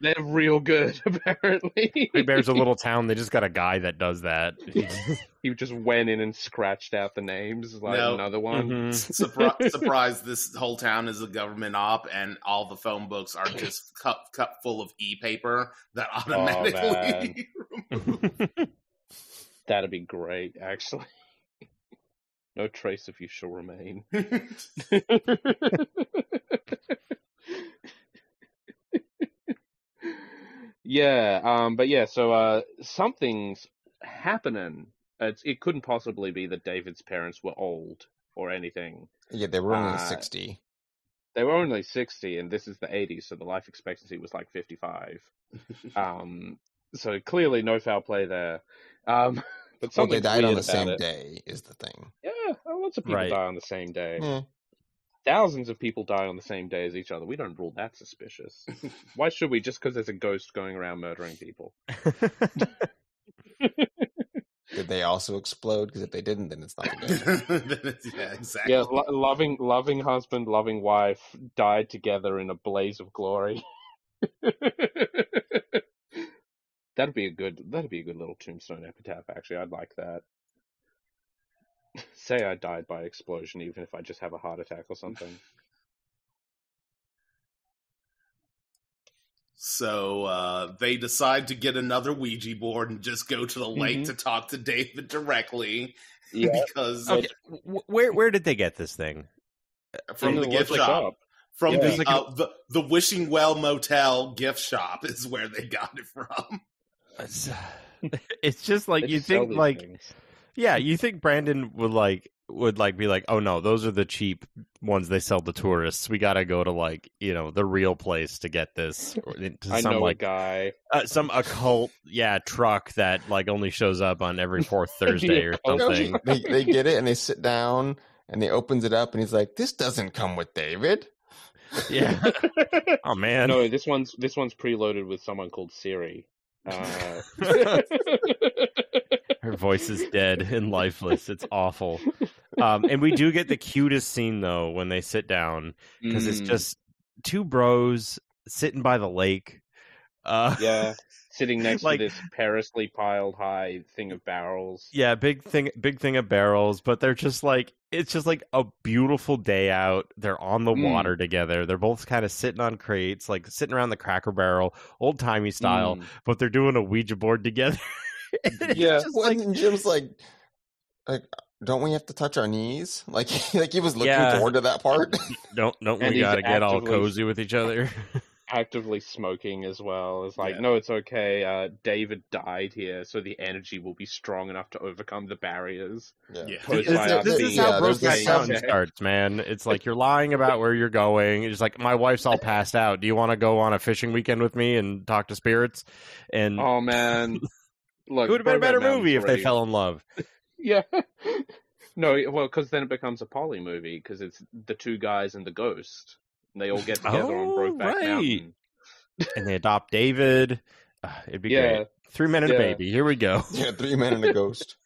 [SPEAKER 3] They're real good, apparently.
[SPEAKER 4] Big Bear's a little town. They just got a guy that does that.
[SPEAKER 3] he just went in and scratched out the names like
[SPEAKER 2] No.
[SPEAKER 3] another one.
[SPEAKER 4] Mhm.
[SPEAKER 2] Surpri- surprise! This whole town is a government op, and all the phone books are just cup cup full of e paper that
[SPEAKER 3] Oh,
[SPEAKER 2] automatically.
[SPEAKER 3] That'd be great, actually. no trace of you shall remain. yeah, um, but yeah, so uh, something's happening. It's, it couldn't possibly be that David's parents were old or anything.
[SPEAKER 1] Yeah, they were only
[SPEAKER 3] Uh,
[SPEAKER 1] sixty.
[SPEAKER 3] They were only sixty, and this is the eighties, so the life expectancy was like fifty-five. Um, so clearly, no foul play there. Um, but
[SPEAKER 1] Well, they
[SPEAKER 3] something
[SPEAKER 1] died on
[SPEAKER 3] weird
[SPEAKER 1] the same
[SPEAKER 3] about it.
[SPEAKER 1] day. Is the thing.
[SPEAKER 3] Yeah, uh, lots of people
[SPEAKER 4] Right.
[SPEAKER 3] die on the same day.
[SPEAKER 1] Yeah.
[SPEAKER 3] Thousands of people die on the same day as each other. We don't rule that suspicious. Why should we? Just because there's a ghost going around murdering people.
[SPEAKER 1] Did they also explode? Because if they didn't, then it's not a good.
[SPEAKER 2] yeah, exactly.
[SPEAKER 3] Yeah, lo- loving, loving husband, loving wife died together in a blaze of glory. that'd be a good. That'd be a good little tombstone epitaph. Actually, I'd like that. Say I died by explosion, even if I just have a heart attack or something.
[SPEAKER 2] So uh, they decide to get another Ouija board and just go to the
[SPEAKER 3] Mm-hmm.
[SPEAKER 2] lake to talk to David directly because
[SPEAKER 4] Okay, wh- Where where did they get this thing?
[SPEAKER 2] from
[SPEAKER 3] In
[SPEAKER 2] the gift
[SPEAKER 3] local
[SPEAKER 2] shop. From
[SPEAKER 3] oh, Yeah.
[SPEAKER 2] the,
[SPEAKER 4] Like
[SPEAKER 2] uh, the the Wishing Well Motel gift shop is where they got it from.
[SPEAKER 4] It's, it's just like
[SPEAKER 3] They
[SPEAKER 4] you
[SPEAKER 3] just sell
[SPEAKER 4] think
[SPEAKER 3] these
[SPEAKER 4] like
[SPEAKER 3] things.
[SPEAKER 4] yeah, you think Brandon would like would like be like, "Oh no, those are the cheap ones they sell to tourists. We got to go to like, you know, the real place to get this or to
[SPEAKER 3] I
[SPEAKER 4] some
[SPEAKER 3] know a
[SPEAKER 4] like
[SPEAKER 3] guy.
[SPEAKER 4] uh, some occult yeah, truck that like only shows up on every fourth Thursday or
[SPEAKER 3] occult
[SPEAKER 4] something."
[SPEAKER 1] they they get it and they sit down and he opens it up and he's like, "This doesn't come with David."
[SPEAKER 4] Yeah. Oh man.
[SPEAKER 3] no, this one's this one's preloaded with someone called Siri. Uh,
[SPEAKER 4] Her voice is dead and lifeless. It's awful. Um, and we do get the cutest scene though when they sit down because it's
[SPEAKER 3] Mm,
[SPEAKER 4] just two bros sitting by the lake. Uh,
[SPEAKER 3] yeah, sitting next
[SPEAKER 4] Like-
[SPEAKER 3] to this perilously piled high thing of barrels.
[SPEAKER 4] yeah, big thing, big thing of barrels. But they're just like it's just like a beautiful day out. They're on the
[SPEAKER 3] Mm.
[SPEAKER 4] water together. They're both kind of sitting on crates, like sitting around the Cracker Barrel, old timey style.
[SPEAKER 3] Mm.
[SPEAKER 4] But they're doing a Ouija board together. And it's
[SPEAKER 3] Yeah.
[SPEAKER 4] just
[SPEAKER 1] Well,
[SPEAKER 4] like-
[SPEAKER 1] and Jim's like, like, don't we have to touch our knees? Like, like he was looking
[SPEAKER 4] Yeah.
[SPEAKER 1] forward to that part.
[SPEAKER 4] don't don't
[SPEAKER 3] And
[SPEAKER 4] we
[SPEAKER 3] he's
[SPEAKER 4] got to get all
[SPEAKER 3] actively-
[SPEAKER 4] cozy with each other?
[SPEAKER 3] Actively smoking as well. It's like,
[SPEAKER 2] Yeah.
[SPEAKER 3] no, it's okay. Uh, David died here, so the energy will be strong enough to overcome the barriers.
[SPEAKER 2] Yeah.
[SPEAKER 3] Posed
[SPEAKER 4] This,
[SPEAKER 3] by
[SPEAKER 4] is-
[SPEAKER 3] our
[SPEAKER 4] this
[SPEAKER 3] feet.
[SPEAKER 4] is
[SPEAKER 1] Yeah,
[SPEAKER 4] how
[SPEAKER 1] there's
[SPEAKER 4] broke
[SPEAKER 1] this-
[SPEAKER 4] Brokeback
[SPEAKER 3] Okay.
[SPEAKER 4] Mountain starts, man. It's like you're lying about where you're going. It's like my wife's all passed out. Do you want to go on a fishing weekend with me and talk to spirits? And
[SPEAKER 3] Oh man, look,
[SPEAKER 4] Mm. it would have been a
[SPEAKER 3] Brokeback
[SPEAKER 4] better
[SPEAKER 3] Mountain's
[SPEAKER 4] movie if they
[SPEAKER 3] already-
[SPEAKER 4] fell in love.
[SPEAKER 3] Yeah. No, it- well, because then it becomes a poly movie because it's the two guys and the ghost. And they all get together
[SPEAKER 4] Oh,
[SPEAKER 3] on Brokeback
[SPEAKER 4] right.
[SPEAKER 3] Mountain.
[SPEAKER 4] And they adopt David. Uh, it'd be
[SPEAKER 3] yeah,
[SPEAKER 4] great. Three men and a
[SPEAKER 3] Yeah.
[SPEAKER 4] baby. Here we go.
[SPEAKER 1] yeah, three men and a ghost.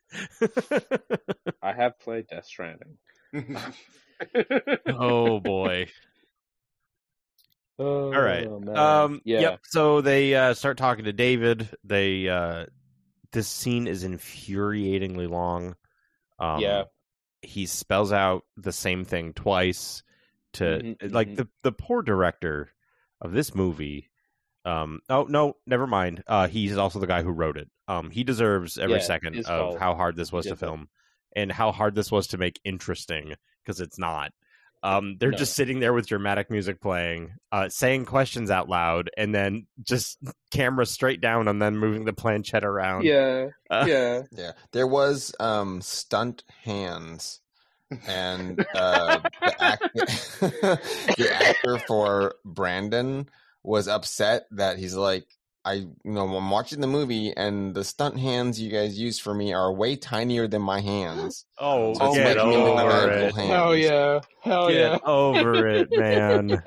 [SPEAKER 3] I have played Death Stranding.
[SPEAKER 4] oh boy.
[SPEAKER 3] Oh,
[SPEAKER 4] All right.
[SPEAKER 3] man.
[SPEAKER 4] Um,
[SPEAKER 3] yeah.
[SPEAKER 4] Yep. So they uh, start talking to David. They uh, this scene is infuriatingly long. Um,
[SPEAKER 3] Yeah.
[SPEAKER 4] He spells out the same thing twice. To
[SPEAKER 3] Mhm,
[SPEAKER 4] like
[SPEAKER 3] mhm.
[SPEAKER 4] the the poor director of this movie. Um. Oh no. Never mind. Uh. He's also the guy who wrote it. Um. He deserves every
[SPEAKER 3] Yeah,
[SPEAKER 4] second of
[SPEAKER 3] his fault.
[SPEAKER 4] how hard this was
[SPEAKER 3] Yeah.
[SPEAKER 4] to film, and how hard this was to make interesting because it's not. Um, they're
[SPEAKER 3] No.
[SPEAKER 4] just sitting there with dramatic music playing, uh, saying questions out loud, and then just camera straight down and then moving the planchette around.
[SPEAKER 3] Yeah.
[SPEAKER 4] Uh,
[SPEAKER 3] yeah.
[SPEAKER 1] Yeah, there was um stunt hands, and uh, the, act- the actor for Brandon was upset that he's like, I you know I'm watching the movie and the stunt hands you guys use for me are way tinier than my hands.
[SPEAKER 4] Oh,
[SPEAKER 1] So it's
[SPEAKER 4] get
[SPEAKER 1] making him
[SPEAKER 4] over
[SPEAKER 1] maniacal
[SPEAKER 4] it.
[SPEAKER 1] hands.
[SPEAKER 3] Oh, yeah. Hell
[SPEAKER 4] Get over it, man.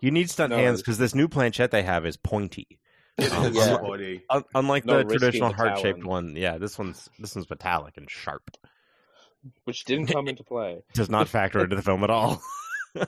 [SPEAKER 4] You need stunt
[SPEAKER 3] No.
[SPEAKER 4] hands because this new planchette they have is pointy.
[SPEAKER 1] Yeah.
[SPEAKER 2] It's
[SPEAKER 1] Yeah.
[SPEAKER 2] pointy.
[SPEAKER 4] Un- unlike
[SPEAKER 3] No
[SPEAKER 4] the
[SPEAKER 3] risking
[SPEAKER 4] traditional
[SPEAKER 3] the talon.
[SPEAKER 4] heart shaped one, yeah, this one's this one's metallic and sharp.
[SPEAKER 3] Which didn't come into play.
[SPEAKER 4] Does not factor into the film at all.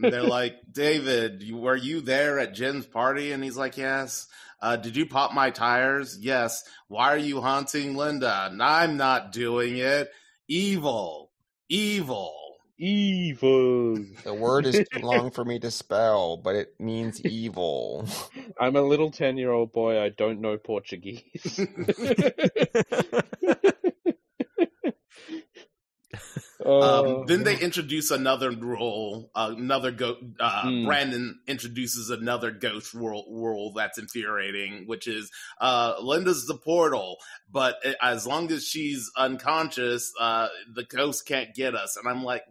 [SPEAKER 2] And they're like, David, you, were you there at Jen's party? And he's like, Yes. Uh, did you pop my tires? Yes. Why are you haunting Linda? And I'm not doing it. Evil. Evil.
[SPEAKER 3] Evil.
[SPEAKER 1] The word is too long for me to spell, but it means evil.
[SPEAKER 3] I'm a little 10 year old boy. I don't know Portuguese.
[SPEAKER 2] Um,
[SPEAKER 3] Oh,
[SPEAKER 2] then Um, they introduce another rule. Another go. Uh,
[SPEAKER 3] Mm.
[SPEAKER 2] Brandon introduces another ghost rule, rule that's infuriating, which is uh, Linda's the portal, but a- as long as she's unconscious, uh, the ghost can't get us. And I'm like,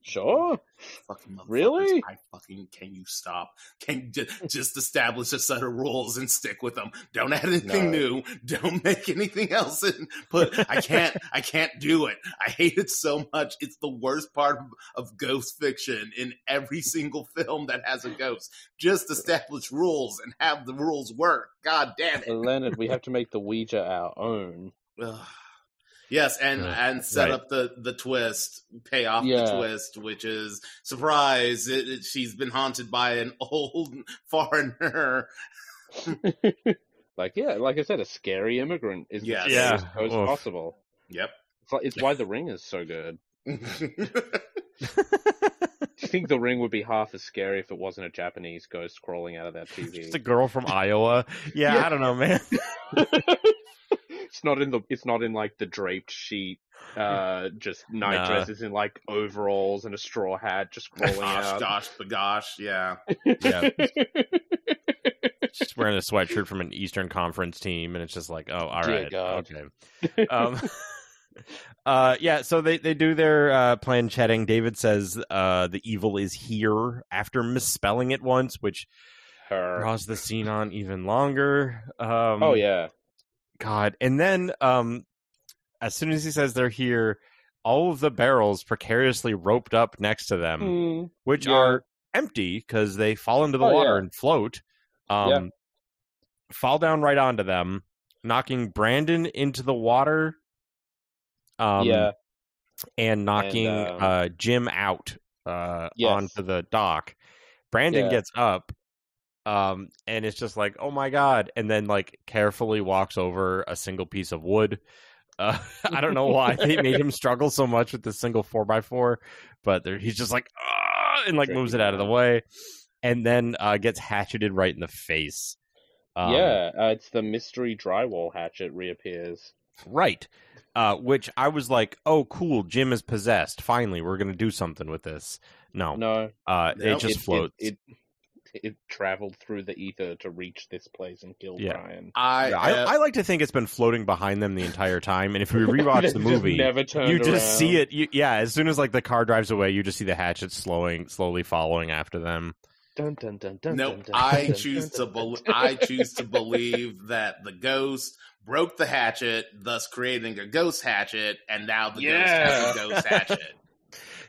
[SPEAKER 3] sure.
[SPEAKER 2] fucking motherfuckers,
[SPEAKER 3] Really?
[SPEAKER 2] I fucking can you stop? Can you ju- just establish a set of rules and stick with them. Don't add anything new. Don't make anything else in. But I can't. I can't do it. I hate it so much. It's the worst part of, of ghost fiction in every single film that has a ghost. Just establish rules and have the rules work. God damn it.
[SPEAKER 3] Well, Leonard, we have to make the Ouija our own.
[SPEAKER 2] Ugh. Yes, and
[SPEAKER 4] Ugh,
[SPEAKER 2] and set
[SPEAKER 4] right.
[SPEAKER 2] up the the twist, pay off
[SPEAKER 3] Yeah.
[SPEAKER 2] the twist, which is surprise. It, it- she's been haunted by an old foreigner.
[SPEAKER 3] like, yeah, like I said, a scary immigrant is
[SPEAKER 2] Yes.
[SPEAKER 3] as
[SPEAKER 4] Yeah.
[SPEAKER 3] close as
[SPEAKER 4] Oof.
[SPEAKER 3] possible.
[SPEAKER 2] Yep.
[SPEAKER 3] It's, like, it's why The Ring is so good. Do you think The Ring would be half as scary if it wasn't a Japanese ghost crawling out of that TV?
[SPEAKER 4] Just a girl from Iowa. Yeah, I don't know, man.
[SPEAKER 3] it's not in the it's not in like the draped sheet uh just night
[SPEAKER 4] Nah. Ah,
[SPEAKER 3] dresses in like overalls and a straw hat just crawling
[SPEAKER 2] Gosh,
[SPEAKER 3] out
[SPEAKER 2] gosh, bagosh, yeah.
[SPEAKER 4] Yeah. She's wearing a sweatshirt from an Eastern Conference team, and it's just like, oh, all
[SPEAKER 3] Dear
[SPEAKER 4] right,
[SPEAKER 3] God.
[SPEAKER 4] okay. Um, uh, yeah. So they they do their uh, plan chatting. David says uh, the evil is here after misspelling it once, which
[SPEAKER 3] her
[SPEAKER 4] draws the scene on even longer. Um,
[SPEAKER 3] oh yeah
[SPEAKER 4] God. And then um as soon as he says they're here, all of the barrels precariously roped up next to them, which
[SPEAKER 3] Mm, yeah.
[SPEAKER 4] are empty because they fall into the
[SPEAKER 3] Oh,
[SPEAKER 4] water
[SPEAKER 3] yeah.
[SPEAKER 4] and float. Um
[SPEAKER 3] Yeah.
[SPEAKER 4] fall down right onto them, knocking Brandon into the water. Um
[SPEAKER 3] Hmm. yeah
[SPEAKER 4] and knocking
[SPEAKER 3] um,
[SPEAKER 4] uh, Jim out uh,
[SPEAKER 3] Yes.
[SPEAKER 4] onto the dock. Brandon
[SPEAKER 3] Yeah.
[SPEAKER 4] gets up, um, and it's just like, oh my god! And then like carefully walks over a single piece of wood. Uh, I don't know why they made him struggle so much with this single four x four, but there, he's just like, ah, and like
[SPEAKER 3] Tricky
[SPEAKER 4] moves it out of the
[SPEAKER 3] man.
[SPEAKER 4] way, and then uh, gets hatcheted right in the face. Um,
[SPEAKER 3] yeah uh, it's the mystery drywall hatchet reappears
[SPEAKER 4] Right. Uh, which I was like, oh, cool. Jim is possessed. Finally, we're going to do something with this. No.
[SPEAKER 3] no
[SPEAKER 4] uh,
[SPEAKER 2] Nope.
[SPEAKER 4] It just
[SPEAKER 3] it,
[SPEAKER 4] floats.
[SPEAKER 3] it, it, it traveled through the ether to reach this place and kill
[SPEAKER 4] Yeah.
[SPEAKER 3] Brian
[SPEAKER 2] I, uh,
[SPEAKER 4] Yeah,
[SPEAKER 3] uh,
[SPEAKER 4] I, I like to think it's been floating behind them the entire time. And if we
[SPEAKER 3] They
[SPEAKER 4] rewatch the
[SPEAKER 3] just
[SPEAKER 4] movie,
[SPEAKER 3] never turned
[SPEAKER 4] you just
[SPEAKER 3] around.
[SPEAKER 4] see it. You, yeah, as soon as like the car drives away, you just see the hatchet slowing, slowly following after them.
[SPEAKER 3] dun, dun, dun, dun,
[SPEAKER 2] no,
[SPEAKER 3] dun, dun,
[SPEAKER 2] I
[SPEAKER 3] dun,
[SPEAKER 2] choose to
[SPEAKER 3] dun, dun,
[SPEAKER 2] believe.
[SPEAKER 3] dun.
[SPEAKER 2] I choose to believe that the ghost broke the hatchet, thus creating a ghost hatchet, and now the
[SPEAKER 3] Yeah.
[SPEAKER 2] ghost has a ghost hatchet.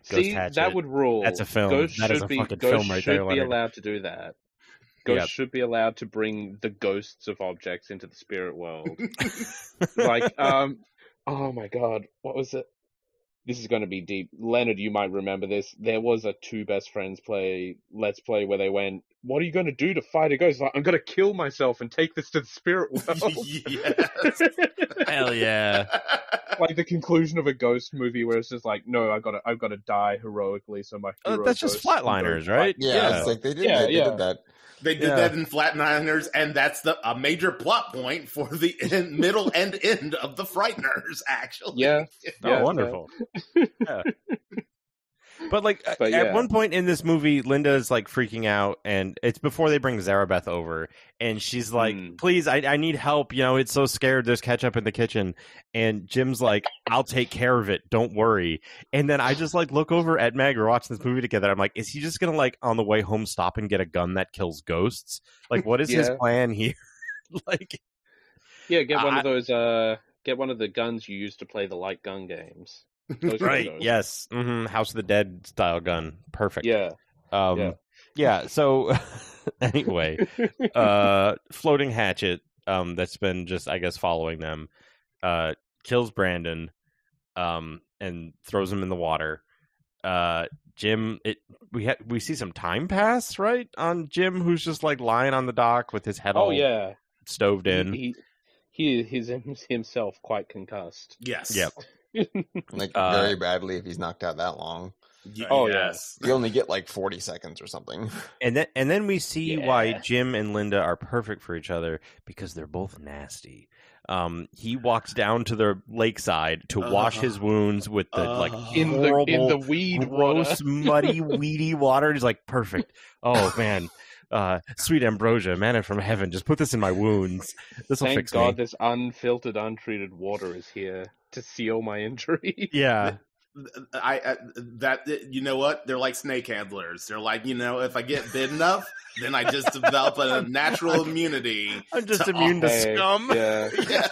[SPEAKER 4] Ghost
[SPEAKER 3] See, that
[SPEAKER 4] Hatchet.
[SPEAKER 3] would rule.
[SPEAKER 4] That's a film.
[SPEAKER 3] Ghosts
[SPEAKER 4] That is
[SPEAKER 3] should
[SPEAKER 4] a
[SPEAKER 3] be,
[SPEAKER 4] fucking
[SPEAKER 3] ghosts
[SPEAKER 4] film right
[SPEAKER 3] should
[SPEAKER 4] there,
[SPEAKER 3] be
[SPEAKER 4] Leonard.
[SPEAKER 3] allowed to do that. Ghosts
[SPEAKER 4] Yeah.
[SPEAKER 3] should be allowed to bring the ghosts of objects into the spirit world. like, um, oh my god, what was it? this is going to be deep. Leonard, you might remember this. There was a two best friends play, let's play, where they went, "What are you going to do to fight a ghost?" Like, I'm going to kill myself and take this to the spirit world.
[SPEAKER 2] yes.
[SPEAKER 4] Hell yeah.
[SPEAKER 3] like the conclusion of a ghost movie, where it's just like, "No, I got to, I've got to die heroically." So my
[SPEAKER 4] Uh,
[SPEAKER 3] hero
[SPEAKER 4] that's just
[SPEAKER 3] ghost can go
[SPEAKER 4] flatliners,
[SPEAKER 3] fight."
[SPEAKER 4] right?
[SPEAKER 1] Yeah,
[SPEAKER 4] Yeah.
[SPEAKER 1] it's like they did,
[SPEAKER 3] Yeah,
[SPEAKER 1] they, they
[SPEAKER 3] yeah.
[SPEAKER 1] did that.
[SPEAKER 2] They did
[SPEAKER 4] Yeah.
[SPEAKER 2] that in Flatliners, and that's the a major plot point for the end, middle and end of the Frighteners. Actually,
[SPEAKER 3] Yeah,
[SPEAKER 4] Oh,
[SPEAKER 3] yeah,
[SPEAKER 4] wonderful. Yeah. But like
[SPEAKER 3] But
[SPEAKER 4] at
[SPEAKER 3] yeah.
[SPEAKER 4] one point in this movie, Linda is like freaking out, and it's before they bring Zarabeth over, and she's like,
[SPEAKER 3] Hmm.
[SPEAKER 4] "Please, I, I need help. You know, it's so scared. There's ketchup in the kitchen." And Jim's like, "I'll take care of it. Don't worry." And then I just like look over at Meg. We're watching this movie together. I'm like, "Is he just gonna like on the way home stop and get a gun that kills ghosts? Like, what is his
[SPEAKER 3] Yeah.
[SPEAKER 4] plan here?" like,
[SPEAKER 3] Yeah, get one
[SPEAKER 4] I-
[SPEAKER 3] of those. Uh, get one of the guns you use to play the light gun games. Those are
[SPEAKER 4] right?
[SPEAKER 3] those.
[SPEAKER 4] Yes, hmm House of the Dead style gun. Perfect.
[SPEAKER 3] Yeah.
[SPEAKER 4] Um, yeah.
[SPEAKER 3] Yeah.
[SPEAKER 4] So anyway, uh, floating hatchet um, that's been just I guess following them uh, kills Brandon um, and throws him in the water. Uh, Jim, it we ha- we see some time pass right on Jim who's just like lying on the dock with his head
[SPEAKER 3] Oh
[SPEAKER 4] all
[SPEAKER 3] yeah.
[SPEAKER 4] stoved in.
[SPEAKER 3] He, he he's him- himself quite concussed.
[SPEAKER 2] Yes.
[SPEAKER 4] Yep.
[SPEAKER 1] Like
[SPEAKER 4] Uh,
[SPEAKER 1] very badly if he's knocked out that long.
[SPEAKER 2] Y-
[SPEAKER 3] Oh,
[SPEAKER 2] yes.
[SPEAKER 1] You only get like forty seconds or something.
[SPEAKER 4] and then and then we see why
[SPEAKER 3] Yeah.
[SPEAKER 4] Jim and Linda are perfect for each other because they're both nasty. Um, he walks down to the lakeside to wash
[SPEAKER 2] Uh,
[SPEAKER 4] his wounds with the like
[SPEAKER 2] uh,
[SPEAKER 3] Uh-huh. In
[SPEAKER 4] horrible,
[SPEAKER 3] the in the weed water.
[SPEAKER 4] gross, muddy, weedy water. And he's like, perfect. Oh man, uh, sweet ambrosia, manna from heaven. Just put this in my wounds. This will
[SPEAKER 3] Thank
[SPEAKER 4] fix
[SPEAKER 3] God
[SPEAKER 4] me.
[SPEAKER 3] this unfiltered, untreated water is here to seal my injury.
[SPEAKER 4] Yeah,
[SPEAKER 2] I, I that you know what they're like snake handlers. They're like you know if I get bit enough, then I just develop a natural immunity.
[SPEAKER 4] I'm just
[SPEAKER 3] Oh,
[SPEAKER 2] To-
[SPEAKER 4] immune to
[SPEAKER 3] Hey,
[SPEAKER 4] scum.
[SPEAKER 3] Yeah.
[SPEAKER 2] Yeah.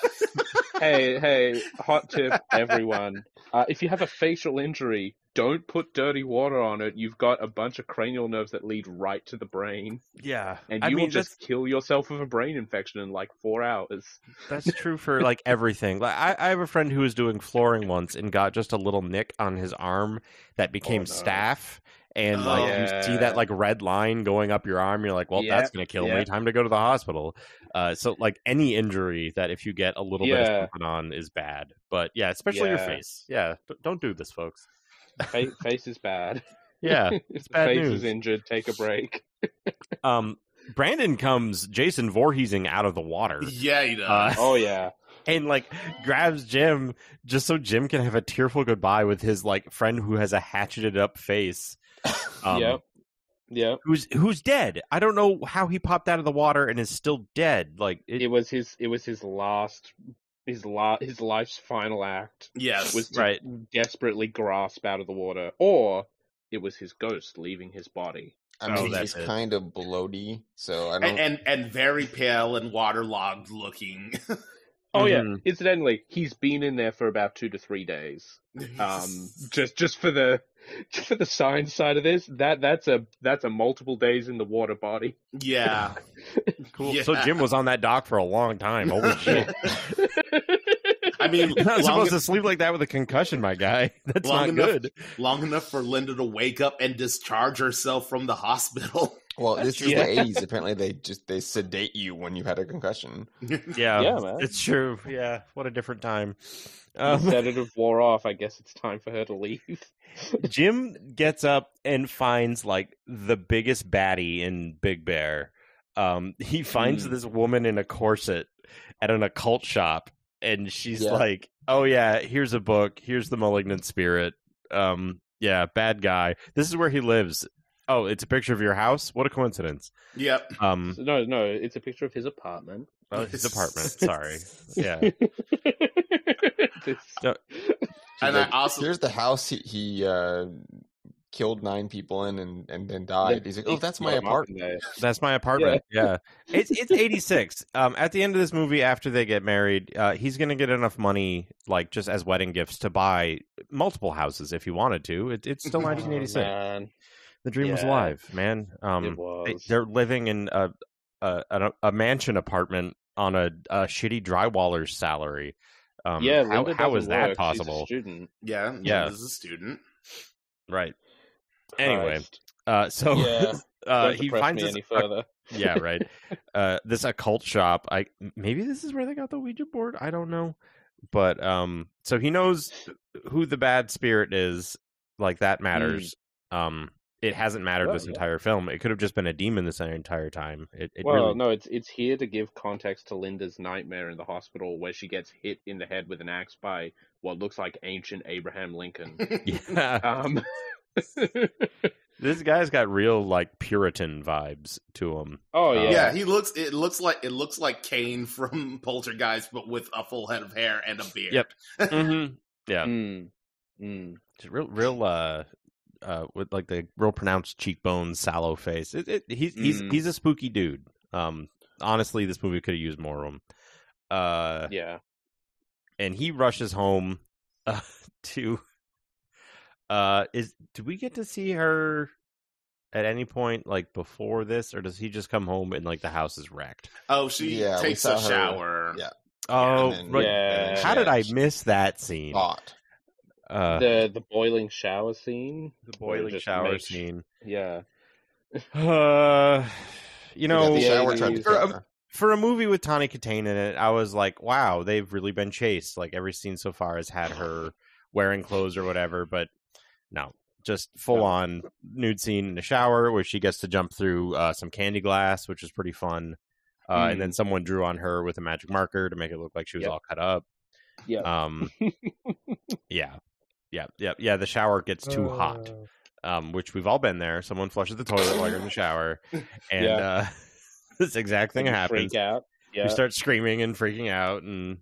[SPEAKER 3] Hey, hey, hot tip, everyone. Uh, if you have a facial injury, don't put dirty water on it. You've got a bunch of cranial nerves that lead right to the brain,
[SPEAKER 4] Yeah,
[SPEAKER 3] and
[SPEAKER 4] I
[SPEAKER 3] you
[SPEAKER 4] mean,
[SPEAKER 3] will just kill yourself with a brain infection in like four hours.
[SPEAKER 4] That's true for like everything. Like I, I have a friend who was doing flooring once and got just a little nick on his arm that became
[SPEAKER 3] Oh, no.
[SPEAKER 4] staff. And
[SPEAKER 2] Oh.
[SPEAKER 4] like you see that
[SPEAKER 3] Yeah.
[SPEAKER 4] like red line going up your arm, you're like, well,
[SPEAKER 3] Yeah,
[SPEAKER 4] that's gonna kill me.
[SPEAKER 3] yeah.
[SPEAKER 4] Time to go to the hospital. Uh, so like any injury that if you get a little bit
[SPEAKER 3] Yeah.
[SPEAKER 4] of something on is bad. But yeah, especially your
[SPEAKER 3] Yeah.
[SPEAKER 4] face. Yeah, d- don't do this, folks.
[SPEAKER 3] Fa- face is bad.
[SPEAKER 4] Yeah, it's bad
[SPEAKER 3] face
[SPEAKER 4] news.
[SPEAKER 3] is injured. Take a break.
[SPEAKER 4] um, Brandon comes Jason Voorheesing out of the water.
[SPEAKER 2] Yeah, he does.
[SPEAKER 4] Uh,
[SPEAKER 3] Oh yeah,
[SPEAKER 4] and like grabs Jim just so Jim can have a tearful goodbye with his like friend who has a hatcheted up face. Um,
[SPEAKER 3] yep, yep.
[SPEAKER 4] Who's who's dead? I don't know how he popped out of the water and is still dead. Like it,
[SPEAKER 3] It was his. It was his last. His la- His life's final act
[SPEAKER 2] yes.
[SPEAKER 3] was to
[SPEAKER 4] right.
[SPEAKER 3] desperately grasp out of the water, or it was his ghost leaving his body.
[SPEAKER 1] I
[SPEAKER 4] Oh,
[SPEAKER 1] mean,
[SPEAKER 4] that's
[SPEAKER 1] he's
[SPEAKER 4] it.
[SPEAKER 1] kind of bloaty, so I don't.
[SPEAKER 2] and, and and very pale and waterlogged looking.
[SPEAKER 3] Oh yeah.
[SPEAKER 4] Mhm.
[SPEAKER 1] Mm-hmm.
[SPEAKER 3] Incidentally, he's been in there for about two to three days. Um, just just for the just for the science side of this, that that's a that's a multiple days in the water body.
[SPEAKER 2] yeah.
[SPEAKER 4] Cool.
[SPEAKER 2] Yeah.
[SPEAKER 4] So Jim was on that dock for a long time. Holy shit!
[SPEAKER 2] I mean,
[SPEAKER 4] You're not
[SPEAKER 2] long,
[SPEAKER 4] supposed to sleep like that with a concussion, my guy. That's
[SPEAKER 2] Long
[SPEAKER 4] not
[SPEAKER 2] enough.
[SPEAKER 4] good.
[SPEAKER 2] long enough for Linda to wake up and discharge herself from the hospital.
[SPEAKER 1] well, this is
[SPEAKER 3] Yeah.
[SPEAKER 1] the '80s. Apparently, they just they sedate you when you had a concussion.
[SPEAKER 4] Yeah,
[SPEAKER 3] Yeah, man.
[SPEAKER 4] it's true. Yeah, what a different time.
[SPEAKER 3] The
[SPEAKER 4] Um,
[SPEAKER 3] sedative wore off. I guess it's time for her to leave.
[SPEAKER 4] Jim gets up and finds like the biggest baddie in Big Bear. Um, he finds
[SPEAKER 3] Mm.
[SPEAKER 4] this woman in a corset at an occult shop, and she's
[SPEAKER 1] Yeah.
[SPEAKER 4] like, "Oh yeah, here's a book. Here's the malignant spirit. Um, yeah, bad guy. This is where he lives. Oh, it's a picture of your house. What a coincidence.
[SPEAKER 2] Yep.
[SPEAKER 4] Um,
[SPEAKER 3] No, no, it's a picture of his apartment.
[SPEAKER 4] oh, his apartment. Sorry. Yeah,
[SPEAKER 3] This-
[SPEAKER 4] No.
[SPEAKER 1] She's
[SPEAKER 2] And I
[SPEAKER 1] like,
[SPEAKER 2] also-
[SPEAKER 1] here's the house he, he uh, killed nine people in and and then died. He's like, oh, that's my
[SPEAKER 3] Got him up
[SPEAKER 1] apartment.
[SPEAKER 3] in there.
[SPEAKER 4] That's my apartment. Yeah. It's it's 86. Um at the end of this movie after they get married, uh he's going to get enough money like just as wedding gifts to buy multiple houses if he wanted to. It, it's still
[SPEAKER 2] Oh,
[SPEAKER 4] 1986.
[SPEAKER 3] man.
[SPEAKER 4] the dream was
[SPEAKER 3] Yeah.
[SPEAKER 4] alive, man.
[SPEAKER 3] it
[SPEAKER 4] Um they,
[SPEAKER 3] was.
[SPEAKER 4] they're living in a a, a a mansion apartment on a, a shitty drywaller's salary. Um,
[SPEAKER 3] yeah,
[SPEAKER 4] how,
[SPEAKER 3] Linda
[SPEAKER 4] how is
[SPEAKER 3] doesn't
[SPEAKER 4] that
[SPEAKER 3] work. She's a
[SPEAKER 4] possible?
[SPEAKER 3] student.
[SPEAKER 2] Yeah,
[SPEAKER 4] Yeah.
[SPEAKER 2] As a student,
[SPEAKER 4] Right. Anyway,
[SPEAKER 3] Christ.
[SPEAKER 4] uh, so
[SPEAKER 3] yeah,
[SPEAKER 4] uh,
[SPEAKER 3] don't
[SPEAKER 4] he
[SPEAKER 3] depress
[SPEAKER 4] finds
[SPEAKER 3] me
[SPEAKER 4] this
[SPEAKER 3] any further.
[SPEAKER 4] yeah, right. Uh, this occult shop. I maybe this is where they got the Ouija board. I don't know, but um, so he knows who the bad spirit is. Like that matters. Um, it hasn't mattered
[SPEAKER 3] Mm. Well,
[SPEAKER 4] this
[SPEAKER 3] yeah.
[SPEAKER 4] entire film. It could have just been a demon this entire time. It, it
[SPEAKER 3] well,
[SPEAKER 4] really,
[SPEAKER 3] no, it's it's here to give context to Linda's nightmare in the hospital, where she gets hit in the head with an axe by what looks like ancient Abraham Lincoln.
[SPEAKER 4] yeah.
[SPEAKER 3] um,
[SPEAKER 4] this guy's got real like Puritan vibes to him.
[SPEAKER 3] oh
[SPEAKER 4] Uh,
[SPEAKER 3] yeah,
[SPEAKER 2] yeah, he looks. It looks like it looks like Kane from Poltergeist, but with a full head of hair and a beard.
[SPEAKER 4] Yep. Mm-hmm. Yeah,
[SPEAKER 3] Mm. Mm.
[SPEAKER 4] Just real, real, uh, uh, with like the real pronounced cheekbones, sallow face. It, it, he's he's
[SPEAKER 3] Mm.
[SPEAKER 4] he's a spooky dude. Um, honestly, this movie could have used more of him. Uh,
[SPEAKER 3] yeah.
[SPEAKER 4] and he rushes home uh, to. Uh, is do we get to see her at any point like before this, or does he just come home and like the house is wrecked?
[SPEAKER 2] Oh, she
[SPEAKER 1] Yeah, we
[SPEAKER 2] takes
[SPEAKER 1] saw
[SPEAKER 2] a
[SPEAKER 1] her.
[SPEAKER 2] shower.
[SPEAKER 1] Yeah.
[SPEAKER 4] Oh,
[SPEAKER 1] And then-
[SPEAKER 4] right.
[SPEAKER 1] and then
[SPEAKER 4] How
[SPEAKER 1] she
[SPEAKER 4] did I
[SPEAKER 1] actually
[SPEAKER 4] miss that scene?
[SPEAKER 1] thought?
[SPEAKER 4] Uh,
[SPEAKER 3] the the boiling shower scene.
[SPEAKER 4] the
[SPEAKER 3] where it
[SPEAKER 4] boiling
[SPEAKER 3] just
[SPEAKER 4] shower
[SPEAKER 3] makes-
[SPEAKER 4] scene.
[SPEAKER 3] Yeah,
[SPEAKER 4] Uh, you
[SPEAKER 1] Yeah,
[SPEAKER 4] know,
[SPEAKER 1] the
[SPEAKER 3] yeah,
[SPEAKER 1] shower
[SPEAKER 3] you-
[SPEAKER 1] tried to
[SPEAKER 3] you-
[SPEAKER 1] kill
[SPEAKER 4] um,
[SPEAKER 1] her.
[SPEAKER 4] for a movie with Tawny Katane in it, I was like, wow, they've really been chased. Like every scene so far has had her wearing clothes or whatever, but no, just full on nude scene in the shower where she gets to jump through uh, some candy glass, which is pretty fun. Uh, And then someone drew on her with a magic marker to make it look like she was
[SPEAKER 3] Yep.
[SPEAKER 4] all cut up.
[SPEAKER 3] yeah.
[SPEAKER 4] Um, yeah, yeah, yeah, yeah. The shower gets too hot, um, which we've all been there. Someone flushes the toilet while you're in the shower, and
[SPEAKER 3] Yeah.
[SPEAKER 4] uh, this exact thing
[SPEAKER 3] You
[SPEAKER 4] happens.
[SPEAKER 3] Freak out. Yeah.
[SPEAKER 4] We start screaming and freaking out, and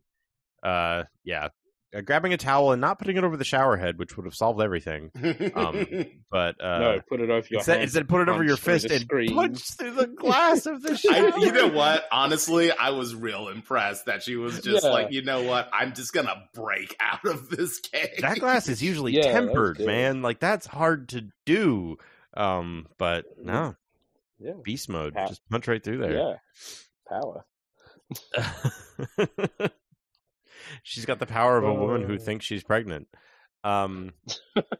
[SPEAKER 4] uh, yeah, uh, grabbing a towel and not putting it over the shower head, which would have solved everything. Um, But uh,
[SPEAKER 3] no, put it over your
[SPEAKER 4] instead,
[SPEAKER 3] hand.
[SPEAKER 4] instead, put it over
[SPEAKER 3] punch
[SPEAKER 4] your
[SPEAKER 3] through the
[SPEAKER 4] fist and
[SPEAKER 3] screen.
[SPEAKER 4] punch through the glass of the shower.
[SPEAKER 2] I, you know what? Honestly, I was real impressed that she was just
[SPEAKER 3] Yeah.
[SPEAKER 2] like, you know what? I'm just gonna break out of this cage.
[SPEAKER 4] that glass is usually
[SPEAKER 3] Yeah, that's
[SPEAKER 4] tempered,
[SPEAKER 3] good.
[SPEAKER 4] man. Like that's hard to do. Um, but no,
[SPEAKER 3] Mm-hmm. Yeah.
[SPEAKER 4] beast mode,
[SPEAKER 3] Ha-
[SPEAKER 4] just punch right through there.
[SPEAKER 3] Yeah. Power.
[SPEAKER 4] she's got the power of a woman who
[SPEAKER 3] Oh.
[SPEAKER 4] thinks she's pregnant. Um,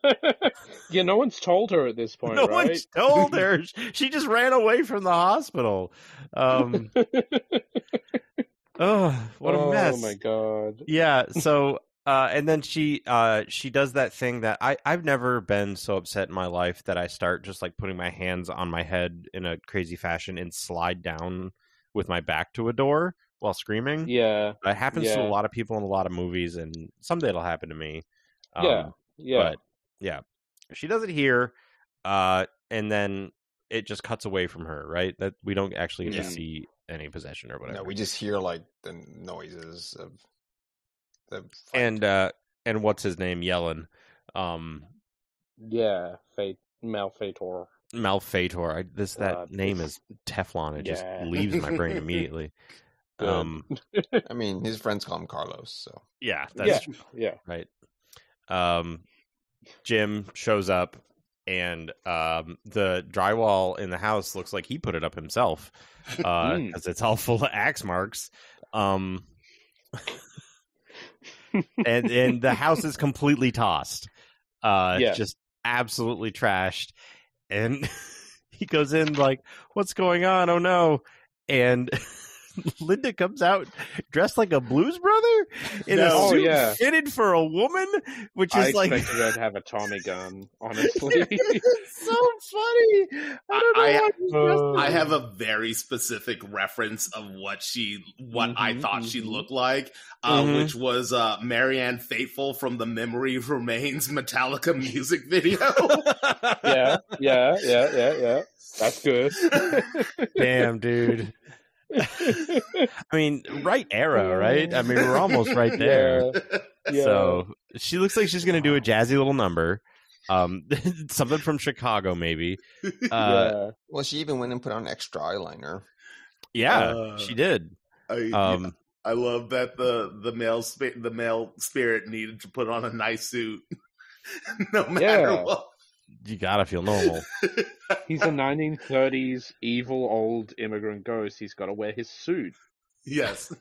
[SPEAKER 3] yeah, no one's told her at this point,
[SPEAKER 4] no
[SPEAKER 3] right?
[SPEAKER 4] one told her. She just ran away from the hospital. Um, oh, what a
[SPEAKER 3] oh,
[SPEAKER 4] mess!
[SPEAKER 3] my god.
[SPEAKER 4] Yeah. So, uh, and then she uh, she does that thing that I I've never been so upset in my life that I start just like putting my hands on my head in a crazy fashion and slide down with my back to a door while screaming.
[SPEAKER 3] Yeah.
[SPEAKER 4] It happens to
[SPEAKER 3] Yeah.
[SPEAKER 4] a lot of people in a lot of movies, and someday it'll happen to me. Um,
[SPEAKER 3] Yeah. Yeah.
[SPEAKER 4] But yeah, she does it here, uh, and then it just cuts away from her. Right? That we don't actually get
[SPEAKER 2] Yeah.
[SPEAKER 4] to see any possession or whatever.
[SPEAKER 1] No, we just hear like the noises of the fight.
[SPEAKER 4] and uh, and what's his name yelling? Um,
[SPEAKER 3] yeah. Fate Malfator.
[SPEAKER 4] Malfator. I, this that
[SPEAKER 3] God,
[SPEAKER 4] name
[SPEAKER 3] it's-
[SPEAKER 4] is Teflon. It just
[SPEAKER 3] Yeah.
[SPEAKER 4] leaves my brain immediately.
[SPEAKER 3] Good.
[SPEAKER 4] Um,
[SPEAKER 1] I mean, his friends call him Carlos. So
[SPEAKER 4] yeah, that's
[SPEAKER 3] Yeah. Yeah.
[SPEAKER 4] right? Um, Jim shows up, and um, the drywall in the house looks like he put it up himself because
[SPEAKER 3] Mm.
[SPEAKER 4] it's all full of axe marks. Um, and and the house is completely tossed, uh,
[SPEAKER 3] Yeah.
[SPEAKER 4] just absolutely trashed. And he goes in like, "What's going on? Oh no!" And Linda comes out dressed like a blues brother in
[SPEAKER 2] No.
[SPEAKER 4] a
[SPEAKER 3] Oh,
[SPEAKER 4] suit
[SPEAKER 3] yeah.
[SPEAKER 4] fitted for a woman, which
[SPEAKER 3] I
[SPEAKER 4] is like
[SPEAKER 3] expected her to have a Tommy gun, honestly.
[SPEAKER 4] so funny. I oh, don't know
[SPEAKER 2] I-
[SPEAKER 4] why she's dressed
[SPEAKER 3] Uh,
[SPEAKER 2] I have a very specific reference of what she, what I
[SPEAKER 3] Mhm,
[SPEAKER 2] thought she
[SPEAKER 3] mhm.
[SPEAKER 2] looked like, uh,
[SPEAKER 3] Mm-hmm.
[SPEAKER 4] Mhm.
[SPEAKER 2] which was uh, Marianne Faithful from the Memory Remains Metallica music video.
[SPEAKER 3] yeah, yeah, yeah, yeah, yeah. That's good.
[SPEAKER 4] Damn, dude. I mean, right era, right? I mean, we're almost right there.
[SPEAKER 3] Yeah, yeah.
[SPEAKER 4] So she looks like she's gonna do a jazzy little number, um, something from Chicago, maybe. Uh,
[SPEAKER 3] yeah.
[SPEAKER 1] well, she even went and put on extra eyeliner.
[SPEAKER 4] yeah,
[SPEAKER 2] Uh,
[SPEAKER 4] she did.
[SPEAKER 2] I,
[SPEAKER 4] Um,
[SPEAKER 2] I love that the the male sp- the male spirit needed to put on a nice suit, no matter
[SPEAKER 3] Yeah.
[SPEAKER 2] what.
[SPEAKER 4] you gotta feel normal.
[SPEAKER 3] He's a 1930s evil old immigrant ghost. He's got to wear his suit.
[SPEAKER 2] Yes,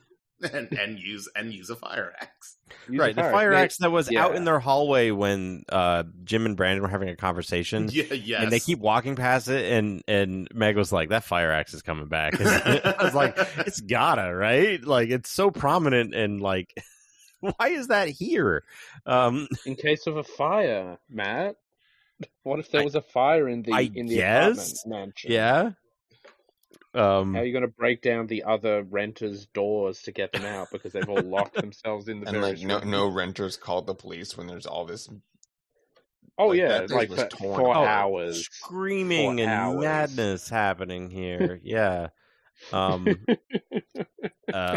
[SPEAKER 2] and, and use and use a fire axe.
[SPEAKER 3] Use
[SPEAKER 4] right, the
[SPEAKER 3] a
[SPEAKER 4] fire
[SPEAKER 3] snake.
[SPEAKER 4] axe that was out in
[SPEAKER 3] Yeah.
[SPEAKER 4] their hallway when uh, Jim and Brandon were having a conversation.
[SPEAKER 2] Yeah, yes.
[SPEAKER 4] And they keep walking past it, and and Meg was like, "That fire axe is coming back." I was like, "It's gotta right, like it's so prominent, and like, why is that here?" Um,
[SPEAKER 3] in case of a fire, Matt. What if
[SPEAKER 4] I-
[SPEAKER 3] there was a fire in the
[SPEAKER 4] I
[SPEAKER 3] in the
[SPEAKER 4] guess?
[SPEAKER 3] apartment mansion?
[SPEAKER 4] yeah. Um,
[SPEAKER 3] How are you going to break down the other renters' doors to get them out because they've all locked themselves in the
[SPEAKER 1] and like
[SPEAKER 3] various
[SPEAKER 1] no
[SPEAKER 3] rooms?
[SPEAKER 1] no renters called the police when there's all this
[SPEAKER 3] Oh
[SPEAKER 1] like,
[SPEAKER 3] yeah,
[SPEAKER 1] that place
[SPEAKER 3] like
[SPEAKER 1] was
[SPEAKER 3] for,
[SPEAKER 1] torn
[SPEAKER 3] for
[SPEAKER 4] apart.
[SPEAKER 3] hours.
[SPEAKER 4] oh, screaming
[SPEAKER 3] for
[SPEAKER 4] and
[SPEAKER 3] hours.
[SPEAKER 4] madness happening here. yeah. Um, uh,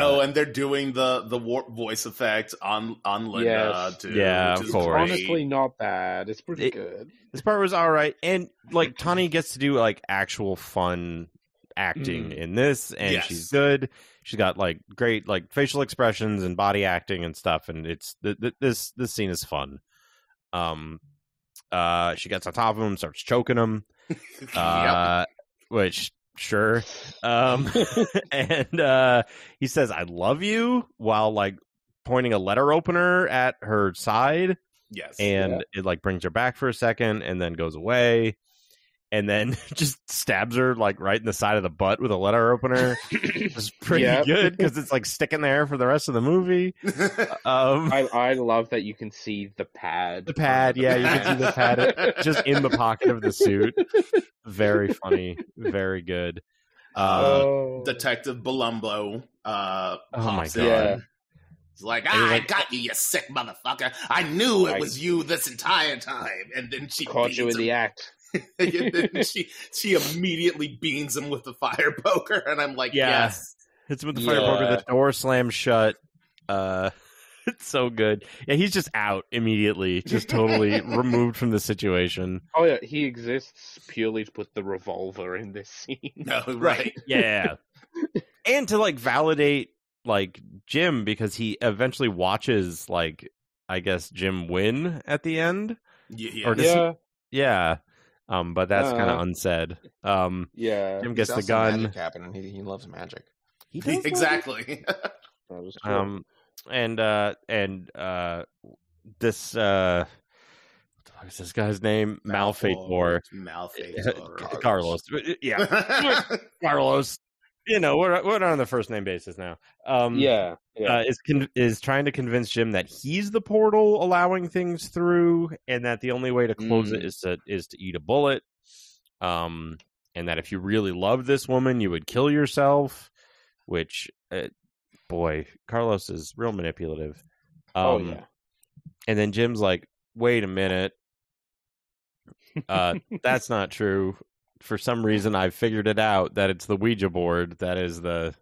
[SPEAKER 2] Oh, and they're doing the the warp voice effect on on Linda
[SPEAKER 3] Yes.
[SPEAKER 2] too.
[SPEAKER 4] Yeah,
[SPEAKER 2] which
[SPEAKER 4] of
[SPEAKER 2] is
[SPEAKER 4] course.
[SPEAKER 2] great.
[SPEAKER 3] Honestly, not bad. It's pretty
[SPEAKER 4] Oh, It-
[SPEAKER 3] good.
[SPEAKER 4] this part was all right and like tani gets to do like actual fun acting in this and
[SPEAKER 2] Yes.
[SPEAKER 4] she's good she's got like great like facial expressions and body acting and stuff and it's th- th- this this scene is fun um uh she gets on top of him starts choking him uh which sure um and uh he says i love you while like pointing a letter opener at her side
[SPEAKER 2] yep. Yes.
[SPEAKER 4] and it like brings her back for a second and then goes away and then just stabs her like right in the side of the butt with a letter opener it's pretty
[SPEAKER 3] Yeah.
[SPEAKER 4] good because it's like sticking there for the rest of the movie um
[SPEAKER 3] I I love that you can see the pad.
[SPEAKER 4] The pad, yeah, you can see the pad.
[SPEAKER 1] Uh,
[SPEAKER 4] just in the pocket of the suit very funny very good uh,
[SPEAKER 3] oh.
[SPEAKER 2] Detective Balumbo uh
[SPEAKER 4] Oh my
[SPEAKER 2] pops
[SPEAKER 4] God.
[SPEAKER 2] in.
[SPEAKER 3] Yeah.
[SPEAKER 2] He's like,
[SPEAKER 4] he's
[SPEAKER 2] "Ah, I
[SPEAKER 4] like-
[SPEAKER 2] got you, you sick motherfucker. I knew it
[SPEAKER 3] Right.
[SPEAKER 2] was you this entire time. And then she
[SPEAKER 3] caught you
[SPEAKER 2] beans
[SPEAKER 3] in the
[SPEAKER 2] him.
[SPEAKER 3] act.
[SPEAKER 2] and then she she immediately beans him with the fire poker, and I'm like,
[SPEAKER 4] Yeah.
[SPEAKER 2] yes.
[SPEAKER 4] hits him with the fire poker
[SPEAKER 3] Yeah.
[SPEAKER 4] the door slams shut uh it's so good yeah he's just out immediately just totally removed from the situation
[SPEAKER 3] Oh yeah, he exists purely to put the revolver in this scene.
[SPEAKER 2] No, right.
[SPEAKER 4] yeah and to like validate like jim because he eventually watches like i guess jim win at the end
[SPEAKER 2] Yeah, yeah.
[SPEAKER 4] Or does he- yeah um but that's kind of
[SPEAKER 3] Uh.
[SPEAKER 4] unsaid um
[SPEAKER 3] yeah.
[SPEAKER 4] jim
[SPEAKER 1] He's
[SPEAKER 4] gets the
[SPEAKER 1] also
[SPEAKER 4] gun
[SPEAKER 1] magic happening. He he loves magic.
[SPEAKER 4] he
[SPEAKER 2] exactly.
[SPEAKER 3] That was cool.
[SPEAKER 4] um and uh and uh this uh what the fuck is this guy's name malfate war Eh,
[SPEAKER 2] Malfator.
[SPEAKER 4] carlos Uh, yeah carlos you know we're we're on the first name basis now um
[SPEAKER 3] yeah. Yeah.
[SPEAKER 4] uh, is con- is trying to convince Jim that he's the portal allowing things through, and that the only way to close
[SPEAKER 3] Mm.
[SPEAKER 4] it is to is to eat a bullet. Um, and that if you really love this woman, you would kill yourself. Which, uh, boy, Carlos is real manipulative. Um,
[SPEAKER 3] oh yeah.
[SPEAKER 4] And then Jim's like, "Wait a minute, uh, that's not true." For some reason, I figured it out that it's the Ouija board that is the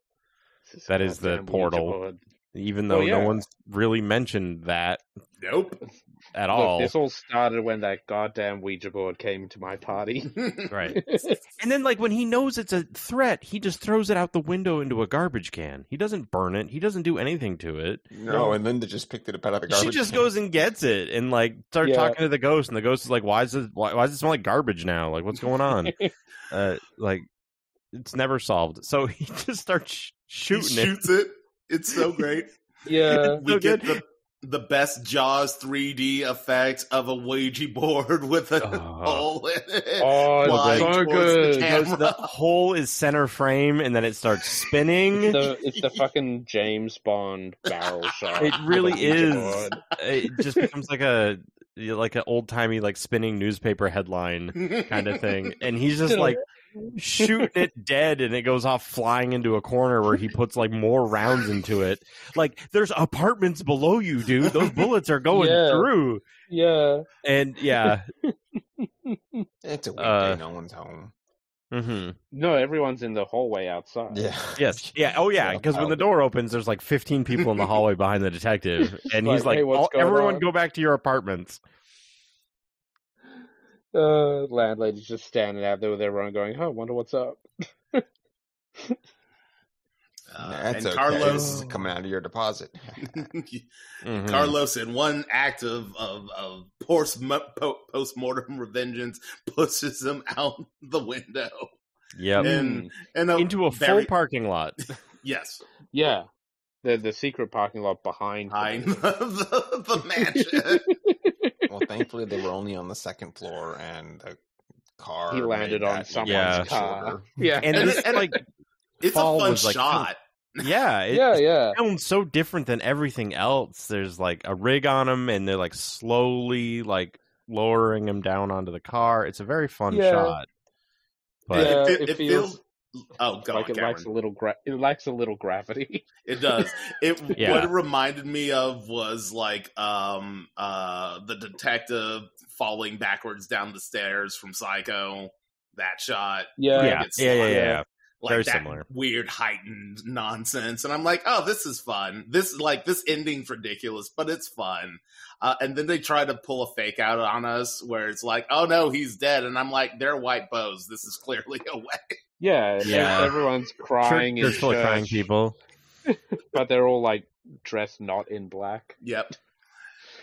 [SPEAKER 3] This
[SPEAKER 4] that is the
[SPEAKER 3] goddamn Ouija
[SPEAKER 4] portal.
[SPEAKER 3] board.
[SPEAKER 4] even though
[SPEAKER 3] Well,
[SPEAKER 4] no
[SPEAKER 3] Oh, yeah.
[SPEAKER 4] one's really mentioned that
[SPEAKER 2] nope.
[SPEAKER 3] Look,
[SPEAKER 4] at all.
[SPEAKER 3] this all started when that goddamn Ouija board came to my party.
[SPEAKER 4] Right. And then, like, when he knows it's a threat, he just throws it out the window into a garbage can. He doesn't burn it, he doesn't do anything to it.
[SPEAKER 1] No, and Linda just picked it up out of the garbage.
[SPEAKER 4] She just
[SPEAKER 1] can.
[SPEAKER 4] goes and gets it and, like, starts
[SPEAKER 3] Yeah.
[SPEAKER 4] talking to the ghost, and the ghost is like, why, is it, why, why does it smell like garbage now? Like, what's going on? uh, like, it's never solved. So he just starts sh-
[SPEAKER 2] He
[SPEAKER 4] shooting it.
[SPEAKER 2] shoots it. It's so great.
[SPEAKER 3] yeah.
[SPEAKER 2] we
[SPEAKER 4] so
[SPEAKER 2] get the the best Jaws 3D effect of a Ouija board with a
[SPEAKER 4] Oh.
[SPEAKER 2] hole in it.
[SPEAKER 3] Oh,
[SPEAKER 2] Flying
[SPEAKER 3] it's so
[SPEAKER 2] towards
[SPEAKER 3] good.
[SPEAKER 2] The
[SPEAKER 4] Goes to the
[SPEAKER 2] camera.
[SPEAKER 4] hole is center frame, and then it starts spinning.
[SPEAKER 3] It's the, it's the fucking James Bond barrel shot.
[SPEAKER 4] It really
[SPEAKER 3] with a Ouija
[SPEAKER 4] is.
[SPEAKER 3] board.
[SPEAKER 4] it just becomes like a like an old timey like spinning newspaper headline kind of thing and he's just like shooting it dead and it goes off flying into a corner where he puts like more rounds into it like there's apartments below you dude those bullets are going
[SPEAKER 3] Yeah.
[SPEAKER 4] through
[SPEAKER 3] Yeah.
[SPEAKER 4] and yeah
[SPEAKER 1] It's a weekday.
[SPEAKER 4] Uh,
[SPEAKER 1] no one's home.
[SPEAKER 4] hmm
[SPEAKER 3] No, everyone's in the hallway outside.
[SPEAKER 1] Yeah.
[SPEAKER 4] yes yeah oh yeah
[SPEAKER 1] Yeah,
[SPEAKER 4] because when the door opens there's like 15 people in the hallway behind the detective and he's
[SPEAKER 3] Like,
[SPEAKER 4] like
[SPEAKER 3] "Hey, what's
[SPEAKER 4] "All-
[SPEAKER 3] going
[SPEAKER 4] everyone
[SPEAKER 3] on?"
[SPEAKER 4] go back to your apartments
[SPEAKER 3] Uh, landlady's just standing out there with everyone going, oh, wonder what's up.
[SPEAKER 2] Uh,
[SPEAKER 1] That's
[SPEAKER 2] and
[SPEAKER 1] okay. This
[SPEAKER 2] Carlos,
[SPEAKER 1] is coming out of your deposit.
[SPEAKER 4] Oh. Mhm.
[SPEAKER 2] Carlos, in one act of of, of post post mortem revengeance, pushes him out the window
[SPEAKER 4] yep
[SPEAKER 2] and and
[SPEAKER 3] Hmm.
[SPEAKER 4] into a full
[SPEAKER 2] very-
[SPEAKER 4] parking lot
[SPEAKER 2] Yes,
[SPEAKER 3] Yeah. the the secret parking lot behind.
[SPEAKER 2] behind the, the, the mansion.
[SPEAKER 1] Well, thankfully they were only on the second floor, and the car
[SPEAKER 3] He landed
[SPEAKER 1] made
[SPEAKER 3] on
[SPEAKER 1] that
[SPEAKER 3] someone's
[SPEAKER 1] one
[SPEAKER 3] car.
[SPEAKER 1] shorter.
[SPEAKER 3] yeah,
[SPEAKER 4] And
[SPEAKER 2] And-
[SPEAKER 4] this
[SPEAKER 2] and-
[SPEAKER 4] like
[SPEAKER 2] It's
[SPEAKER 4] Fall
[SPEAKER 2] a fun
[SPEAKER 4] was like-
[SPEAKER 2] shot.
[SPEAKER 4] yeah, it
[SPEAKER 3] yeah, yeah.
[SPEAKER 4] sounds so different than everything else. There's like a rig on them, and they're like slowly like lowering them down onto the car. It's a very fun
[SPEAKER 3] Yeah.
[SPEAKER 4] shot. But
[SPEAKER 3] Yeah.
[SPEAKER 2] it,
[SPEAKER 3] it
[SPEAKER 2] it- it
[SPEAKER 3] feels
[SPEAKER 2] feels, Oh, go
[SPEAKER 3] like
[SPEAKER 2] on,
[SPEAKER 3] it
[SPEAKER 2] Cameron.
[SPEAKER 3] lacks a little gra- it lacks a little gravity.
[SPEAKER 2] It does. It
[SPEAKER 4] Yeah.
[SPEAKER 2] what it reminded me of was like um uh the detective falling backwards down the stairs from Psycho. That shot,
[SPEAKER 4] yeah,
[SPEAKER 3] Yeah,
[SPEAKER 4] yeah,
[SPEAKER 2] it's
[SPEAKER 4] yeah, yeah,
[SPEAKER 2] like-
[SPEAKER 4] yeah.
[SPEAKER 2] like
[SPEAKER 4] Very
[SPEAKER 2] that
[SPEAKER 4] similar.
[SPEAKER 2] weird heightened nonsense, and I'm like, oh, this is fun. This like this ending's ridiculous, but it's fun. Uh, and then they try to pull a fake out on us where it's like, oh no, he's dead, and I'm like, they're white bows. This is clearly a way.
[SPEAKER 3] yeah.
[SPEAKER 4] Yeah.
[SPEAKER 3] ev- Everyone's crying,
[SPEAKER 4] Church-
[SPEAKER 3] in
[SPEAKER 4] church full of crying
[SPEAKER 3] church,
[SPEAKER 4] people.
[SPEAKER 3] but they're all like dressed not in black.
[SPEAKER 2] Yep.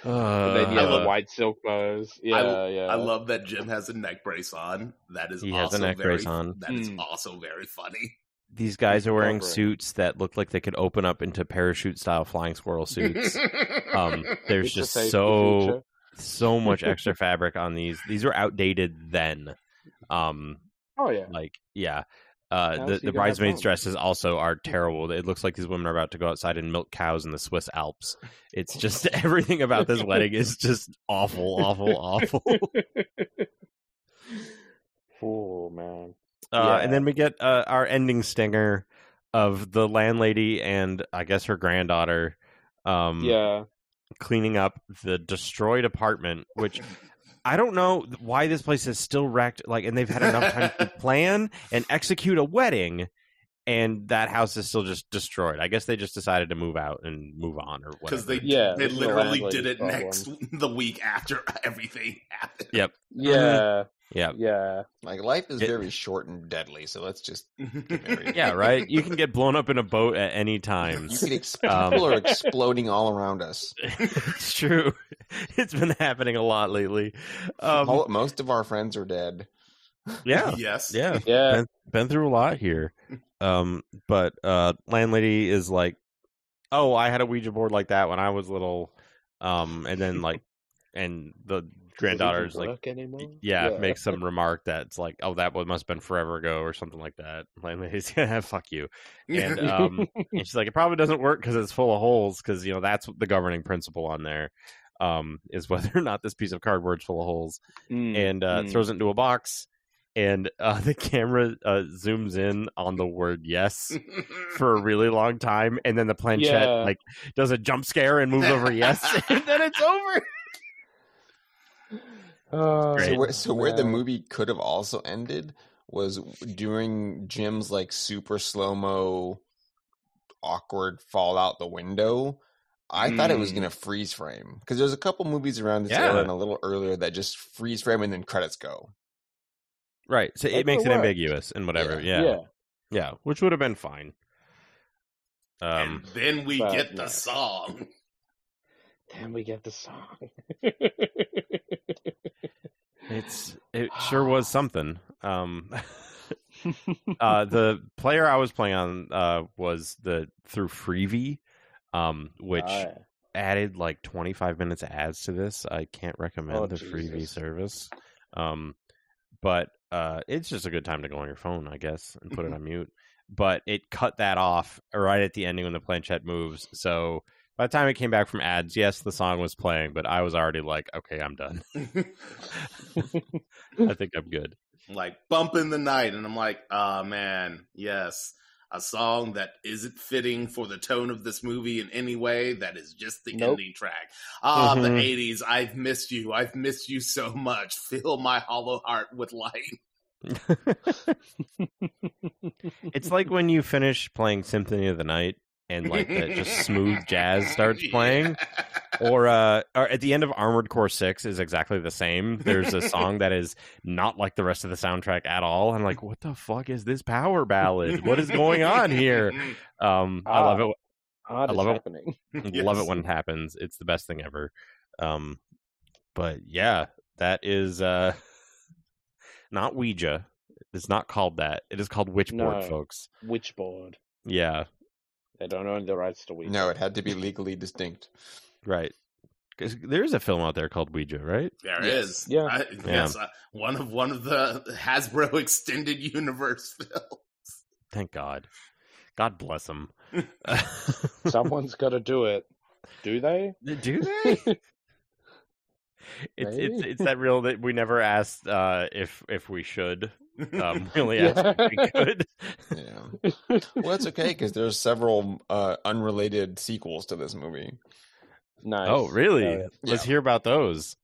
[SPEAKER 3] And then
[SPEAKER 4] Uh,
[SPEAKER 3] you have
[SPEAKER 2] I love-
[SPEAKER 3] the white silk bows. Yeah, yeah.
[SPEAKER 2] I love that Jim has a neck brace on. That is
[SPEAKER 4] He has
[SPEAKER 2] also
[SPEAKER 4] a neck
[SPEAKER 2] very,
[SPEAKER 4] brace on.
[SPEAKER 2] That is
[SPEAKER 3] Hmm.
[SPEAKER 2] also very funny.
[SPEAKER 4] these guys are wearing
[SPEAKER 3] Over it.
[SPEAKER 4] suits that look like they could open up into parachute style flying squirrel suits. Um, there's
[SPEAKER 3] It's a
[SPEAKER 4] just
[SPEAKER 3] safety
[SPEAKER 4] so
[SPEAKER 3] feature.
[SPEAKER 4] so much extra fabric on these. These were outdated then. Um,
[SPEAKER 3] Oh yeah.
[SPEAKER 4] like yeah.
[SPEAKER 3] How
[SPEAKER 4] Uh,
[SPEAKER 3] else
[SPEAKER 4] the
[SPEAKER 3] you
[SPEAKER 4] the
[SPEAKER 3] gonna have
[SPEAKER 4] bridesmaids'
[SPEAKER 3] fun?
[SPEAKER 4] dresses also are terrible. It looks like these women are about to go outside and milk cows in the Swiss Alps. It's just everything about this wedding is just awful, awful, awful.
[SPEAKER 3] Oh man.
[SPEAKER 4] Uh,
[SPEAKER 3] Yeah.
[SPEAKER 4] And then we get uh, our ending stinger of the landlady and I guess her granddaughter. Um,
[SPEAKER 3] Yeah.
[SPEAKER 4] cleaning up the destroyed apartment, which I don't know why this place is still wrecked. Like, and they've had enough time to plan and execute a wedding, and that house is still just destroyed. I guess they just decided to move out and move on or whatever.
[SPEAKER 2] because they
[SPEAKER 3] Yeah,
[SPEAKER 2] they
[SPEAKER 3] it's the
[SPEAKER 2] literally
[SPEAKER 3] landlady's
[SPEAKER 2] did it
[SPEAKER 3] problem.
[SPEAKER 2] next the week after everything happened.
[SPEAKER 4] Yeah.
[SPEAKER 3] Yeah.
[SPEAKER 4] yeah,
[SPEAKER 3] Yeah.
[SPEAKER 1] Like life is
[SPEAKER 4] It-
[SPEAKER 1] very short and deadly, so let's just
[SPEAKER 4] yeah, right. You can get blown up in a boat at any time.
[SPEAKER 1] you could ex-
[SPEAKER 4] Um,
[SPEAKER 1] people are exploding all around us.
[SPEAKER 4] it's true. It's been happening a lot lately.
[SPEAKER 1] Mo-
[SPEAKER 4] Um,
[SPEAKER 1] Most of our friends are dead.
[SPEAKER 4] yeah,
[SPEAKER 2] Yes.
[SPEAKER 4] yeah.
[SPEAKER 3] Yeah.
[SPEAKER 4] been, been through a lot here. Um, but uh, landlady is like, oh, I had a Ouija board like that when I was little. Um, and then like, and the granddaughter's like, yeah, makes some remark that's like, oh, that one must have been forever ago or something like that. Landlady's yeah, fuck you. And um, and she's like, it probably doesn't work because it's full of holes. Because you know that's the governing principle on there. Um, is whether or not this piece of cardboard's full of holes
[SPEAKER 3] Mm.
[SPEAKER 4] and uh, throws it into a box. And uh, the camera uh, zooms in on the word yes for a really long time, and then the planchette
[SPEAKER 3] Yeah.
[SPEAKER 4] like does a jump scare and moves over yes, and then it's over.
[SPEAKER 1] So
[SPEAKER 4] Great.
[SPEAKER 1] where, so where the
[SPEAKER 3] Oh, Yeah.
[SPEAKER 1] movie could have also ended was during Jim's like super slow mo, awkward fall out the window. I thought it was
[SPEAKER 3] Mm.
[SPEAKER 1] gonna freeze frame because there's a couple movies around this
[SPEAKER 4] Yeah.
[SPEAKER 1] era and a little earlier that just freeze frame and then credits go.
[SPEAKER 4] Right, so
[SPEAKER 3] That's
[SPEAKER 4] it makes it
[SPEAKER 3] what worked.
[SPEAKER 4] ambiguous and whatever. Yeah,
[SPEAKER 3] yeah.
[SPEAKER 4] yeah, which would have been fine. Um, uh,
[SPEAKER 2] and then we
[SPEAKER 3] but
[SPEAKER 2] get the
[SPEAKER 3] no.
[SPEAKER 2] song.
[SPEAKER 3] Then we get the song.
[SPEAKER 4] it's it sure was something. Um, uh, the player I was playing on uh was the through Freevee, um, which
[SPEAKER 3] Ah,
[SPEAKER 4] added like 25 minutes of ads to this. I can't recommend
[SPEAKER 3] Oh,
[SPEAKER 4] the freebie
[SPEAKER 3] Jesus.
[SPEAKER 4] service. Um, but uh, it's just a good time to go on your phone, I guess, and
[SPEAKER 3] Mm-hmm.
[SPEAKER 4] put it on mute. But it cut that off right at the ending when the planchette moves. So by the time it came back from ads, yes, the song was playing, but I was already like, okay, I'm done. I think I'm good.
[SPEAKER 2] like bump in the night and i'm like ah man yes a song that isn't fitting for the tone of this movie in any way that is just the
[SPEAKER 3] Nope.
[SPEAKER 2] ending track ah
[SPEAKER 4] Mhm.
[SPEAKER 2] the 80s i've missed you i've missed you so much fill my hollow heart with light
[SPEAKER 4] It's like when you finish playing Symphony of the Night and like that just smooth jazz starts playing. or uh or at the end of armored core 6 is exactly the same there's a song that is not like the rest of the soundtrack at all i'm like what the fuck is this power ballad what is going on here um i love it
[SPEAKER 3] odd
[SPEAKER 4] I
[SPEAKER 3] is
[SPEAKER 4] love it.
[SPEAKER 3] happening.
[SPEAKER 4] love it
[SPEAKER 2] Yes.
[SPEAKER 4] when it happens it's the best thing ever um but yeah that is uh not ouija it's not called that it is called witchboard
[SPEAKER 3] No.
[SPEAKER 4] folks
[SPEAKER 3] Witchboard.
[SPEAKER 4] yeah
[SPEAKER 3] They don't own the rights to Ouija.
[SPEAKER 1] No, it had to be legally distinct.
[SPEAKER 4] Right. Because there is a film out there called Ouija, right?
[SPEAKER 2] There
[SPEAKER 1] Yes.
[SPEAKER 2] is,
[SPEAKER 3] Yeah.
[SPEAKER 2] I, yes, I, one of one of the Hasbro extended universe film.
[SPEAKER 4] Thank God. God bless them.
[SPEAKER 3] Someone's got to do it. Do they?
[SPEAKER 4] Do they? It's, it's
[SPEAKER 3] Maybe.
[SPEAKER 4] it's that real that we never asked uh, if if we should. Um, we only asked if we could.
[SPEAKER 1] Yeah. well, that's okay because there's several uh, unrelated sequels to this movie.
[SPEAKER 3] Nice.
[SPEAKER 4] Oh, really?
[SPEAKER 3] Yeah.
[SPEAKER 4] Let's hear about those.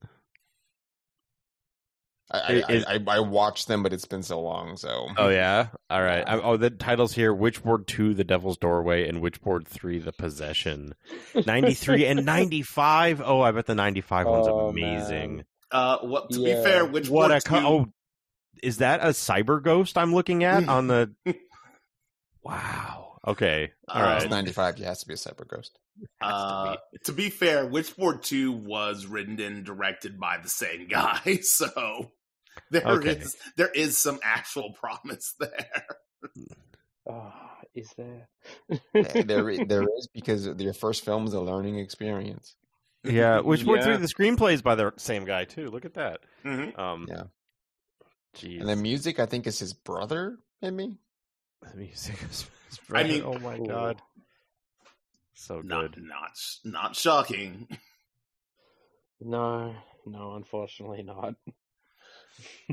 [SPEAKER 1] I, I,
[SPEAKER 4] It-
[SPEAKER 1] I, I, I watched them, but it's been so long, so
[SPEAKER 4] Oh yeah. All right. I, oh, the titles here: Witchboard Two, The Devil's Doorway, and Witchboard Three, The Possession. Ninety three and ninety five. Oh, I bet the ninety five one's
[SPEAKER 3] Oh,
[SPEAKER 4] amazing.
[SPEAKER 3] man.
[SPEAKER 2] Uh, what to
[SPEAKER 3] Yeah.
[SPEAKER 2] be fair, which
[SPEAKER 4] What a
[SPEAKER 2] one?
[SPEAKER 4] co- oh, is that a cyber ghost I'm looking at on the? Wow. Okay. All
[SPEAKER 2] Uh,
[SPEAKER 4] right.
[SPEAKER 1] it's 95. You has to be a separate ghost.
[SPEAKER 4] oh,
[SPEAKER 2] Uh, to be fair, Witchboard 2 was written and directed by the same guy, so there is
[SPEAKER 4] Okay.
[SPEAKER 2] there is some actual promise there.
[SPEAKER 3] Ah, is there?
[SPEAKER 1] there, i- there is because your first film is a learning experience.
[SPEAKER 4] Yeah, which were
[SPEAKER 3] Yeah.
[SPEAKER 4] through the screenplays by the same guy too. Look at that.
[SPEAKER 2] Mhm.
[SPEAKER 4] Um,
[SPEAKER 1] Yeah.
[SPEAKER 4] Jeez.
[SPEAKER 1] And the music, I think, is his brother, maybe.
[SPEAKER 4] The music is, is
[SPEAKER 2] I
[SPEAKER 4] brilliant.
[SPEAKER 2] mean-
[SPEAKER 4] oh my
[SPEAKER 3] Ooh.
[SPEAKER 4] god, so
[SPEAKER 2] Not
[SPEAKER 4] good.
[SPEAKER 2] not not shocking.
[SPEAKER 3] No, no, unfortunately not.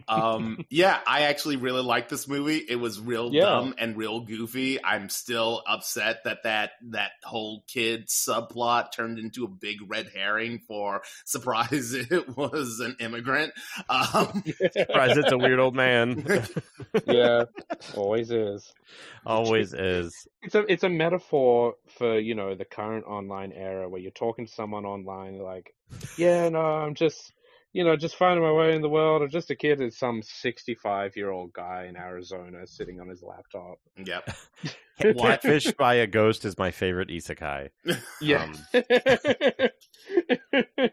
[SPEAKER 2] Um, yeah, I actually really liked this movie. It was real
[SPEAKER 3] Yeah.
[SPEAKER 2] dumb and real goofy. I'm still upset that that that whole kid subplot turned into a big red herring for surprise. It was an immigrant. Um,
[SPEAKER 4] Surprise! It's a weird old man.
[SPEAKER 3] yeah, always is.
[SPEAKER 4] Always is.
[SPEAKER 3] It's a it's a metaphor for you know the current online era where you're talking to someone online like, yeah, no, I'm just you know just finding my way in the world. I'm just a kid. It's some 65 year old guy in Arizona sitting on his laptop.
[SPEAKER 2] yep.
[SPEAKER 4] Catfish by a ghost is my favorite isekai.
[SPEAKER 3] Yeah.
[SPEAKER 4] Um,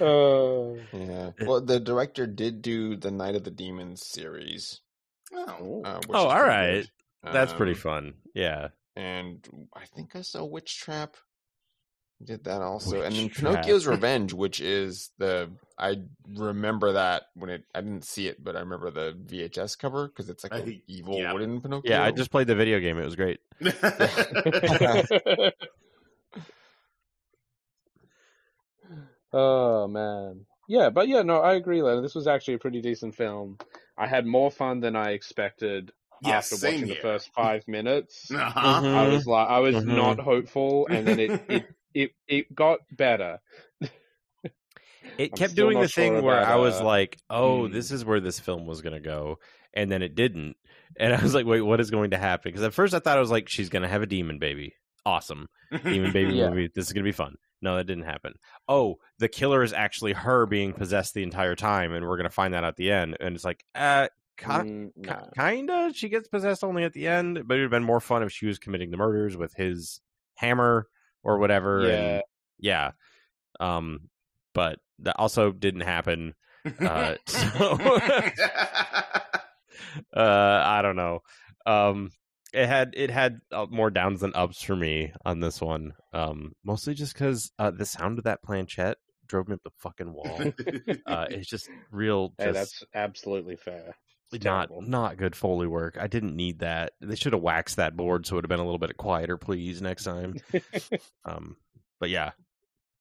[SPEAKER 3] Uh,
[SPEAKER 1] Yeah.
[SPEAKER 4] Eh
[SPEAKER 1] Well, the director did do the Night of the Demons series.
[SPEAKER 2] Oh.
[SPEAKER 1] Uh, which
[SPEAKER 4] Oh,
[SPEAKER 1] is
[SPEAKER 4] all
[SPEAKER 1] pretty
[SPEAKER 4] right.
[SPEAKER 1] good.
[SPEAKER 4] That's pretty
[SPEAKER 1] Um,
[SPEAKER 4] fun. Yeah.
[SPEAKER 1] And I think I saw Witch Trap. Did that also, and then
[SPEAKER 4] Witch Trap.
[SPEAKER 1] Pinocchio's Revenge, which is the I remember that when it I didn't see it, but I remember the VHS cover because it's like
[SPEAKER 2] I
[SPEAKER 1] an
[SPEAKER 2] think-
[SPEAKER 1] evil
[SPEAKER 2] yeah.
[SPEAKER 1] wooden Pinocchio.
[SPEAKER 4] Yeah, I just played the video game. It was great.
[SPEAKER 3] oh man, yeah, but yeah, no, I agree, Leonard. This was actually a pretty decent film. I had more fun than I expected
[SPEAKER 2] yes,
[SPEAKER 3] after
[SPEAKER 2] same
[SPEAKER 3] watching
[SPEAKER 2] here. Mm-hmm.
[SPEAKER 3] the first five minutes.
[SPEAKER 2] Uh-huh.
[SPEAKER 1] Mm-hmm.
[SPEAKER 3] I was like, I was
[SPEAKER 4] Mhm.
[SPEAKER 3] not hopeful, and then it it it, it got better.
[SPEAKER 4] It
[SPEAKER 3] I'm
[SPEAKER 4] kept
[SPEAKER 3] still
[SPEAKER 4] doing
[SPEAKER 3] not
[SPEAKER 4] the thing
[SPEAKER 3] sure
[SPEAKER 4] where
[SPEAKER 3] that,
[SPEAKER 4] I was
[SPEAKER 3] uh,
[SPEAKER 4] like, "Oh,
[SPEAKER 3] hmm.
[SPEAKER 4] this is where this film was going to go," and then it didn't. And I was like, "Wait, what is going to happen?" Because at first I thought I was like, "She's going to have a demon baby. Awesome, demon Mm-hmm. baby
[SPEAKER 3] Yeah.
[SPEAKER 4] movie. This is going to be fun." No, that didn't happen. Oh, the killer is actually her being possessed the entire time, and we're going to find that at the end. And it's like, uh, kind
[SPEAKER 3] Mm, nah.
[SPEAKER 4] kinda. She gets possessed only at the end, but it would have been more fun if she was committing the murders with his hammer or whatever. and-
[SPEAKER 3] Yeah.
[SPEAKER 4] yeah um but that also didn't happen uh, so- uh i don't know um it had it had uh, more downs than ups for me on this one um mostly just because uh the sound of that planchette drove me up the fucking wall uh it's just real
[SPEAKER 3] Hey,
[SPEAKER 4] just
[SPEAKER 3] that's absolutely fair. It's
[SPEAKER 4] not
[SPEAKER 3] terrible.
[SPEAKER 4] not good foley work i didn't need that they should have waxed that board so it would have been a little bit quieter please next time um but yeah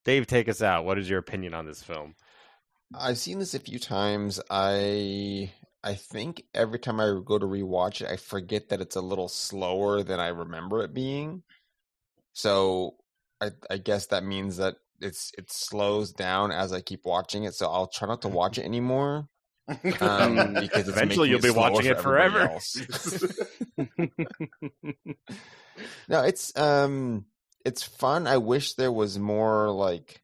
[SPEAKER 4] dave take us out what is your opinion on this film
[SPEAKER 1] I've seen this a few times. I I think every time I go to rewatch it, I forget that it's a little slower than I remember it being. So I I guess that means that it's it slows down as I keep watching it. So I'll try not to watch it anymore um, because it's
[SPEAKER 4] Mm.
[SPEAKER 1] making
[SPEAKER 4] Eventually you'll be
[SPEAKER 1] slower
[SPEAKER 4] watching
[SPEAKER 1] for
[SPEAKER 4] it forever.
[SPEAKER 1] everybody else. No, it's um it's fun. I wish there was more like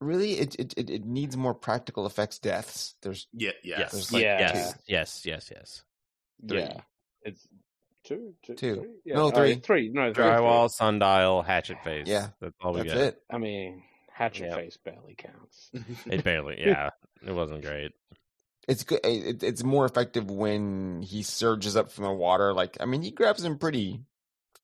[SPEAKER 1] really it it, it, it needs more practical effects deaths. There's
[SPEAKER 2] yeah, yes.
[SPEAKER 1] there's
[SPEAKER 4] Yes.
[SPEAKER 1] like
[SPEAKER 3] Yeah.
[SPEAKER 1] two.
[SPEAKER 4] yes yes yes yes
[SPEAKER 1] Three.
[SPEAKER 3] Yeah, it's two, two,
[SPEAKER 1] Two.
[SPEAKER 3] three? Yeah.
[SPEAKER 1] No,
[SPEAKER 3] Oh,
[SPEAKER 1] three.
[SPEAKER 3] three. No, three.
[SPEAKER 4] drywall sundial hatchet face
[SPEAKER 1] Yeah.
[SPEAKER 4] that's all we
[SPEAKER 1] That's
[SPEAKER 4] get
[SPEAKER 1] it.
[SPEAKER 3] I mean, hatchet
[SPEAKER 4] Yeah.
[SPEAKER 3] face barely counts.
[SPEAKER 4] it barely yeah it wasn't great
[SPEAKER 1] it's good. It, it's more effective when he surges up from the water. Like I mean, he grabs him pretty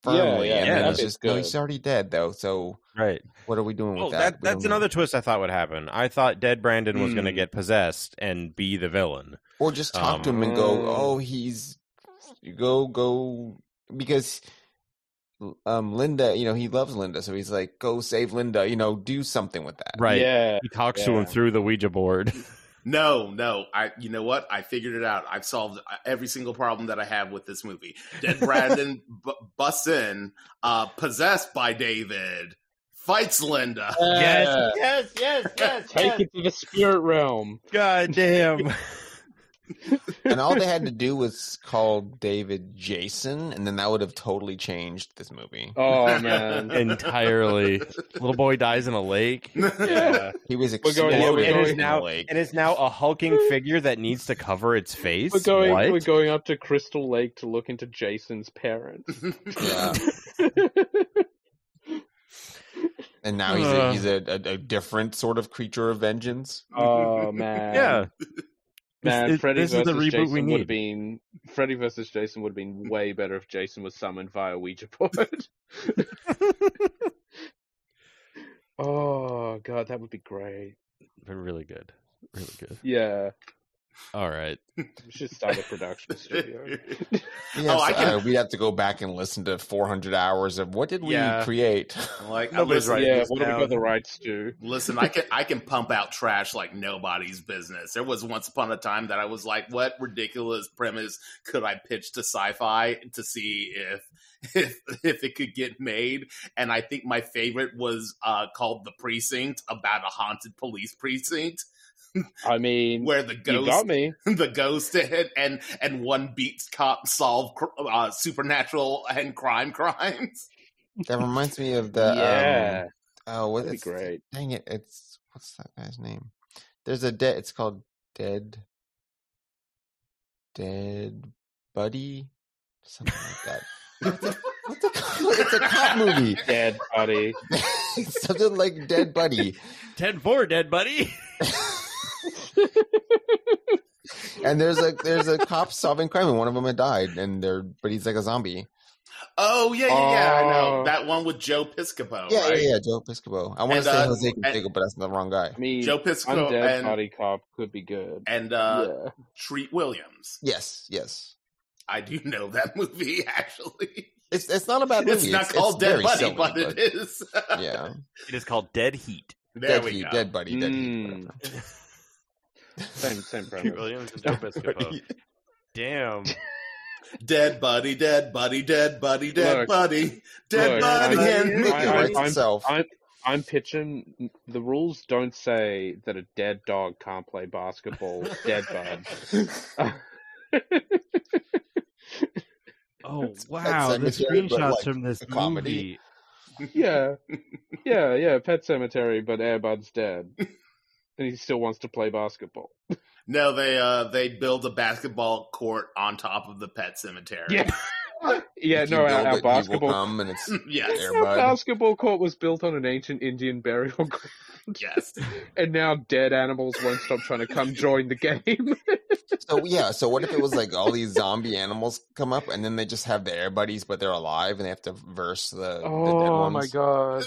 [SPEAKER 1] firmly.
[SPEAKER 3] yeah,
[SPEAKER 1] and
[SPEAKER 4] yeah,
[SPEAKER 1] then it's
[SPEAKER 3] that bit's
[SPEAKER 1] just no,
[SPEAKER 3] good.
[SPEAKER 1] he's already dead though. So
[SPEAKER 4] Right.
[SPEAKER 1] what are we doing
[SPEAKER 4] Well,
[SPEAKER 1] with that?
[SPEAKER 4] Oh, that,
[SPEAKER 1] We don't
[SPEAKER 4] that's
[SPEAKER 1] know.
[SPEAKER 4] another twist I thought would happen. I thought dead Brandon was going to
[SPEAKER 3] Hmm.
[SPEAKER 4] get possessed and be the villain.
[SPEAKER 1] or just talk to him and
[SPEAKER 3] Um,
[SPEAKER 1] go, "Oh, he's go go," because um, Linda, you know, he loves Linda, so he's like, "Go save Linda," you know, do something with that.
[SPEAKER 4] Right.
[SPEAKER 3] Yeah.
[SPEAKER 4] He talks to
[SPEAKER 3] Yeah.
[SPEAKER 4] him through the Ouija board.
[SPEAKER 2] No, no. I you know what? I figured it out. I've solved uh, every single problem that I have with this movie. Dead Brandon b- busts in, uh, possessed by David, fights Linda.
[SPEAKER 3] Yeah.
[SPEAKER 4] yes, yes, yes.
[SPEAKER 3] Take it to the spirit realm.
[SPEAKER 4] God damn.
[SPEAKER 1] And all they had to do was call David Jason, and then that would have totally changed this movie.
[SPEAKER 3] Oh man.
[SPEAKER 4] Entirely. Little boy dies in a lake.
[SPEAKER 3] Yeah.
[SPEAKER 1] He was
[SPEAKER 3] We're going-
[SPEAKER 1] exploded
[SPEAKER 3] yeah, we're
[SPEAKER 1] in
[SPEAKER 3] going-
[SPEAKER 1] the
[SPEAKER 4] now-
[SPEAKER 1] lake.
[SPEAKER 4] And it's now a hulking figure that needs to cover its face.
[SPEAKER 3] We're going
[SPEAKER 4] what?
[SPEAKER 3] we're going up to Crystal Lake to look into Jason's parents.
[SPEAKER 1] Yeah. And now he's
[SPEAKER 4] Uh.
[SPEAKER 1] a, he's a, a, a different sort of creature of vengeance.
[SPEAKER 3] oh man.
[SPEAKER 4] yeah.
[SPEAKER 3] Man,
[SPEAKER 4] This-
[SPEAKER 3] Freddy
[SPEAKER 4] this is
[SPEAKER 3] versus
[SPEAKER 4] the reboot
[SPEAKER 3] Jason
[SPEAKER 4] we
[SPEAKER 3] would have
[SPEAKER 4] need.
[SPEAKER 3] been Freddy versus Jason would have been way better if Jason was summoned via Ouija board. oh god, that would be great.
[SPEAKER 4] Been really good. Really good.
[SPEAKER 3] Yeah,
[SPEAKER 4] All right.
[SPEAKER 3] we should start a production studio. Oh,
[SPEAKER 1] Yes,
[SPEAKER 2] I can-
[SPEAKER 1] uh, we'd have to go back and listen to 400 hours of what did we
[SPEAKER 2] Yeah.
[SPEAKER 1] create?
[SPEAKER 2] I'm like I
[SPEAKER 4] Nobody's
[SPEAKER 2] listen,
[SPEAKER 4] right.
[SPEAKER 3] yeah,
[SPEAKER 4] this
[SPEAKER 3] what have
[SPEAKER 4] down.
[SPEAKER 3] we got the rights to?
[SPEAKER 2] Listen, I can I can pump out trash like nobody's business. There was once upon a time that I was like, "What ridiculous premise could I pitch to sci-fi to see if if if it could get made?" And I think my favorite was uh, called "The Precinct," about a haunted police precinct
[SPEAKER 3] I mean,
[SPEAKER 2] where the
[SPEAKER 3] you got
[SPEAKER 2] ghost
[SPEAKER 3] me.
[SPEAKER 2] the ghost hit and and one beats cop solve cr- uh, supernatural and crime crimes.
[SPEAKER 1] that reminds me of the.
[SPEAKER 3] yeah,
[SPEAKER 1] Um, oh, what
[SPEAKER 3] that'd be
[SPEAKER 1] is.
[SPEAKER 3] great.
[SPEAKER 1] Dang it. It's. What's that guy's name? There's a dead. It's called Dead. Dead Buddy? Something like that. What the- what the- it's a cop movie.
[SPEAKER 3] Dead buddy.
[SPEAKER 1] Something like Dead Buddy.
[SPEAKER 4] 10 4, dead buddy.
[SPEAKER 1] and there's a there's a cop solving crime, and one of them had died, and they're but he's like a zombie.
[SPEAKER 2] Oh yeah, yeah, yeah. I know
[SPEAKER 3] Oh.
[SPEAKER 2] that one with Joe Piscopo.
[SPEAKER 1] yeah,
[SPEAKER 2] Oh, right?
[SPEAKER 1] yeah, yeah, Joe Piscopo. I want to
[SPEAKER 2] And,
[SPEAKER 1] say
[SPEAKER 2] uh,
[SPEAKER 1] Jose
[SPEAKER 2] and-
[SPEAKER 1] Canseco, but that's the wrong guy.
[SPEAKER 3] I mean,
[SPEAKER 2] Joe Piscopo
[SPEAKER 3] undead
[SPEAKER 2] and
[SPEAKER 3] buddy cop could be good.
[SPEAKER 2] and uh,
[SPEAKER 3] yeah.
[SPEAKER 2] Treat Williams.
[SPEAKER 1] Yes, yes.
[SPEAKER 2] I do know that movie actually.
[SPEAKER 1] It's it's not a bad movie.
[SPEAKER 2] It's not called Dead
[SPEAKER 1] very
[SPEAKER 2] Buddy,
[SPEAKER 1] silly,
[SPEAKER 2] but it is.
[SPEAKER 1] but- yeah,
[SPEAKER 4] It is called Dead Heat.
[SPEAKER 2] there
[SPEAKER 1] dead,
[SPEAKER 2] we
[SPEAKER 1] heat,
[SPEAKER 2] go.
[SPEAKER 1] dead buddy, dead heat.
[SPEAKER 3] Mm.
[SPEAKER 1] whatever.
[SPEAKER 3] Same same
[SPEAKER 4] Pete
[SPEAKER 3] premise.
[SPEAKER 4] Williams and Joe Piscopo. Damn.
[SPEAKER 2] Dead Buddy, Dead Buddy, Dead Buddy, Dead
[SPEAKER 3] Look.
[SPEAKER 2] Buddy, Dead
[SPEAKER 3] Look,
[SPEAKER 2] Buddy,
[SPEAKER 1] I-
[SPEAKER 2] and
[SPEAKER 1] It
[SPEAKER 3] I-
[SPEAKER 1] writes
[SPEAKER 3] I'm-
[SPEAKER 1] itself.
[SPEAKER 3] I- I'm pitching the rules don't say that a dead dog can't play basketball. dead bud.
[SPEAKER 4] Oh
[SPEAKER 1] wow, the Cemetery, but, screenshots like, from
[SPEAKER 4] this
[SPEAKER 1] a comedy.
[SPEAKER 3] Yeah, yeah, yeah. Pet cemetery, but Airbud's dead, and he still wants to play basketball.
[SPEAKER 2] No, they uh they build a basketball court on top of the pet cemetery.
[SPEAKER 3] Yeah. Yeah,
[SPEAKER 1] If you
[SPEAKER 3] no,
[SPEAKER 1] build
[SPEAKER 3] our,
[SPEAKER 1] it,
[SPEAKER 3] our
[SPEAKER 1] evil
[SPEAKER 3] basketball.
[SPEAKER 1] come and it's
[SPEAKER 2] yes,
[SPEAKER 1] there,
[SPEAKER 3] Our
[SPEAKER 1] bud.
[SPEAKER 3] basketball court was built on an ancient Indian burial ground,
[SPEAKER 2] yes.
[SPEAKER 3] and now dead animals won't stop trying to come join the game.
[SPEAKER 1] So yeah, so what if it was like all these zombie animals come up and then they just have their buddies but they're alive and they have to verse the, the dead
[SPEAKER 3] oh
[SPEAKER 1] ones?
[SPEAKER 3] my god,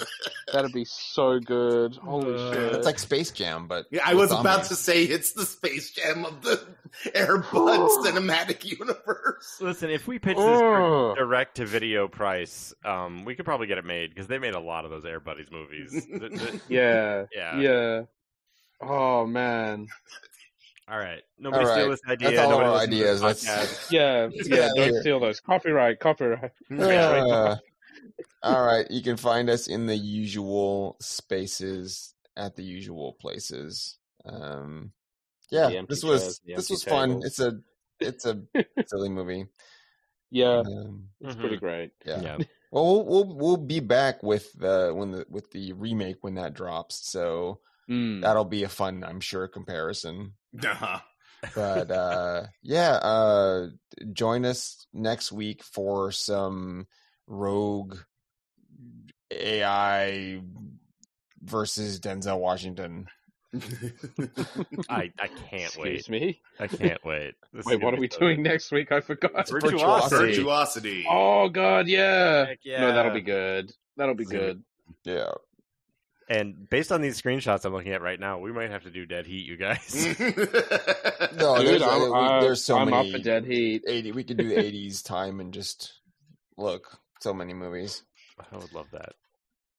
[SPEAKER 3] that'd be so good! Holy
[SPEAKER 4] Uh,
[SPEAKER 3] shit!
[SPEAKER 1] It's like Space Jam, but
[SPEAKER 2] Yeah, I
[SPEAKER 1] with
[SPEAKER 2] was about
[SPEAKER 1] zombies.
[SPEAKER 2] to say it's the Space Jam of the Air Bud cinematic universe.
[SPEAKER 4] Listen, if we pitch this for
[SPEAKER 3] Oh.
[SPEAKER 4] direct to video price, um, we could probably get it made because they made a lot of those Air Buddies movies. Th- th-
[SPEAKER 3] Yeah.
[SPEAKER 4] yeah.
[SPEAKER 3] Yeah. Oh man.
[SPEAKER 4] All right. Nobody
[SPEAKER 1] All
[SPEAKER 4] steal
[SPEAKER 1] right.
[SPEAKER 4] this idea.
[SPEAKER 1] That's all
[SPEAKER 4] Nobody
[SPEAKER 1] our
[SPEAKER 4] listen to
[SPEAKER 1] ideas.
[SPEAKER 4] this
[SPEAKER 1] That's-
[SPEAKER 4] podcast.
[SPEAKER 3] Yeah.
[SPEAKER 1] Let's get
[SPEAKER 3] Yeah.
[SPEAKER 1] out of
[SPEAKER 3] Don't
[SPEAKER 1] here.
[SPEAKER 3] steal those. Copyright. Copyright.
[SPEAKER 2] Yeah.
[SPEAKER 1] Uh, all right, you can find us in the usual spaces at the usual places. Um, yeah,
[SPEAKER 3] The empty
[SPEAKER 1] this was
[SPEAKER 3] chairs, the
[SPEAKER 1] this
[SPEAKER 3] empty
[SPEAKER 1] was fun.
[SPEAKER 3] tables.
[SPEAKER 1] It's a it's a silly movie.
[SPEAKER 3] Yeah.
[SPEAKER 1] Um,
[SPEAKER 3] It's
[SPEAKER 4] Mhm.
[SPEAKER 3] pretty great.
[SPEAKER 1] yeah.
[SPEAKER 4] Yeah.
[SPEAKER 1] Well, we'll we'll we'll be back with the when the with the remake when that drops. So
[SPEAKER 3] Mm.
[SPEAKER 1] that'll be a fun, I'm sure, comparison.
[SPEAKER 2] Uh-huh.
[SPEAKER 1] but uh yeah uh join us next week for some rogue ai versus denzel washington
[SPEAKER 4] I I can't wait.
[SPEAKER 3] Excuse me.
[SPEAKER 4] I can't wait. This is
[SPEAKER 3] Wait, what
[SPEAKER 4] gonna
[SPEAKER 3] are
[SPEAKER 4] be
[SPEAKER 3] we
[SPEAKER 4] so
[SPEAKER 3] doing
[SPEAKER 4] good.
[SPEAKER 3] next week? I forgot.
[SPEAKER 4] Virtuosity.
[SPEAKER 2] Virtuosity.
[SPEAKER 3] Oh god, yeah.
[SPEAKER 4] Heck yeah.
[SPEAKER 3] No, that'll be good. That'll be
[SPEAKER 4] Dude.
[SPEAKER 3] good.
[SPEAKER 1] Yeah.
[SPEAKER 4] And based on these screenshots I'm looking at right now, we might have to do Dead Heat, you
[SPEAKER 1] Mm.
[SPEAKER 4] guys.
[SPEAKER 1] No,
[SPEAKER 3] Dude,
[SPEAKER 1] there's,
[SPEAKER 3] I'm,
[SPEAKER 1] uh,
[SPEAKER 3] I-
[SPEAKER 1] there's so
[SPEAKER 3] I'm
[SPEAKER 1] many.
[SPEAKER 3] up for Dead Heat.
[SPEAKER 1] 80, we could do 80s time and just look. So many movies.
[SPEAKER 4] I would love that.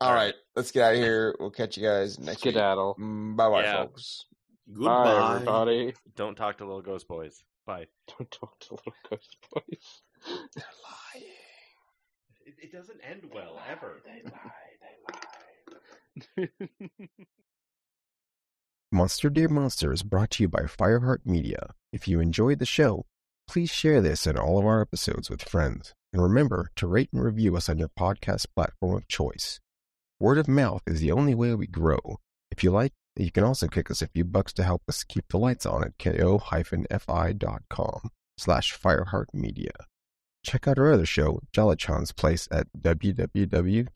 [SPEAKER 1] All right. Let's get out of here. We'll catch you guys next week. Bye
[SPEAKER 3] Skedaddle.
[SPEAKER 1] bye,
[SPEAKER 4] Yeah.
[SPEAKER 1] folks.
[SPEAKER 2] Goodbye.
[SPEAKER 3] Bye, everybody.
[SPEAKER 4] Don't talk to little ghost boys. Bye.
[SPEAKER 3] Don't talk to little ghost boys.
[SPEAKER 1] They're lying.
[SPEAKER 4] It, it doesn't end well ever.
[SPEAKER 5] Monster Dear Monster is brought to you by Fireheart Media. If you enjoyed the show, please share this and all of our episodes with friends. And remember to rate and review us on your podcast platform of choice. Word of mouth is the only way we grow. If you like, you can also kick us a few bucks to help us keep the lights on at ko-fi.com slash Fireheart Media. Check out our other show, Jolachon's Place, at www.jolachon.place.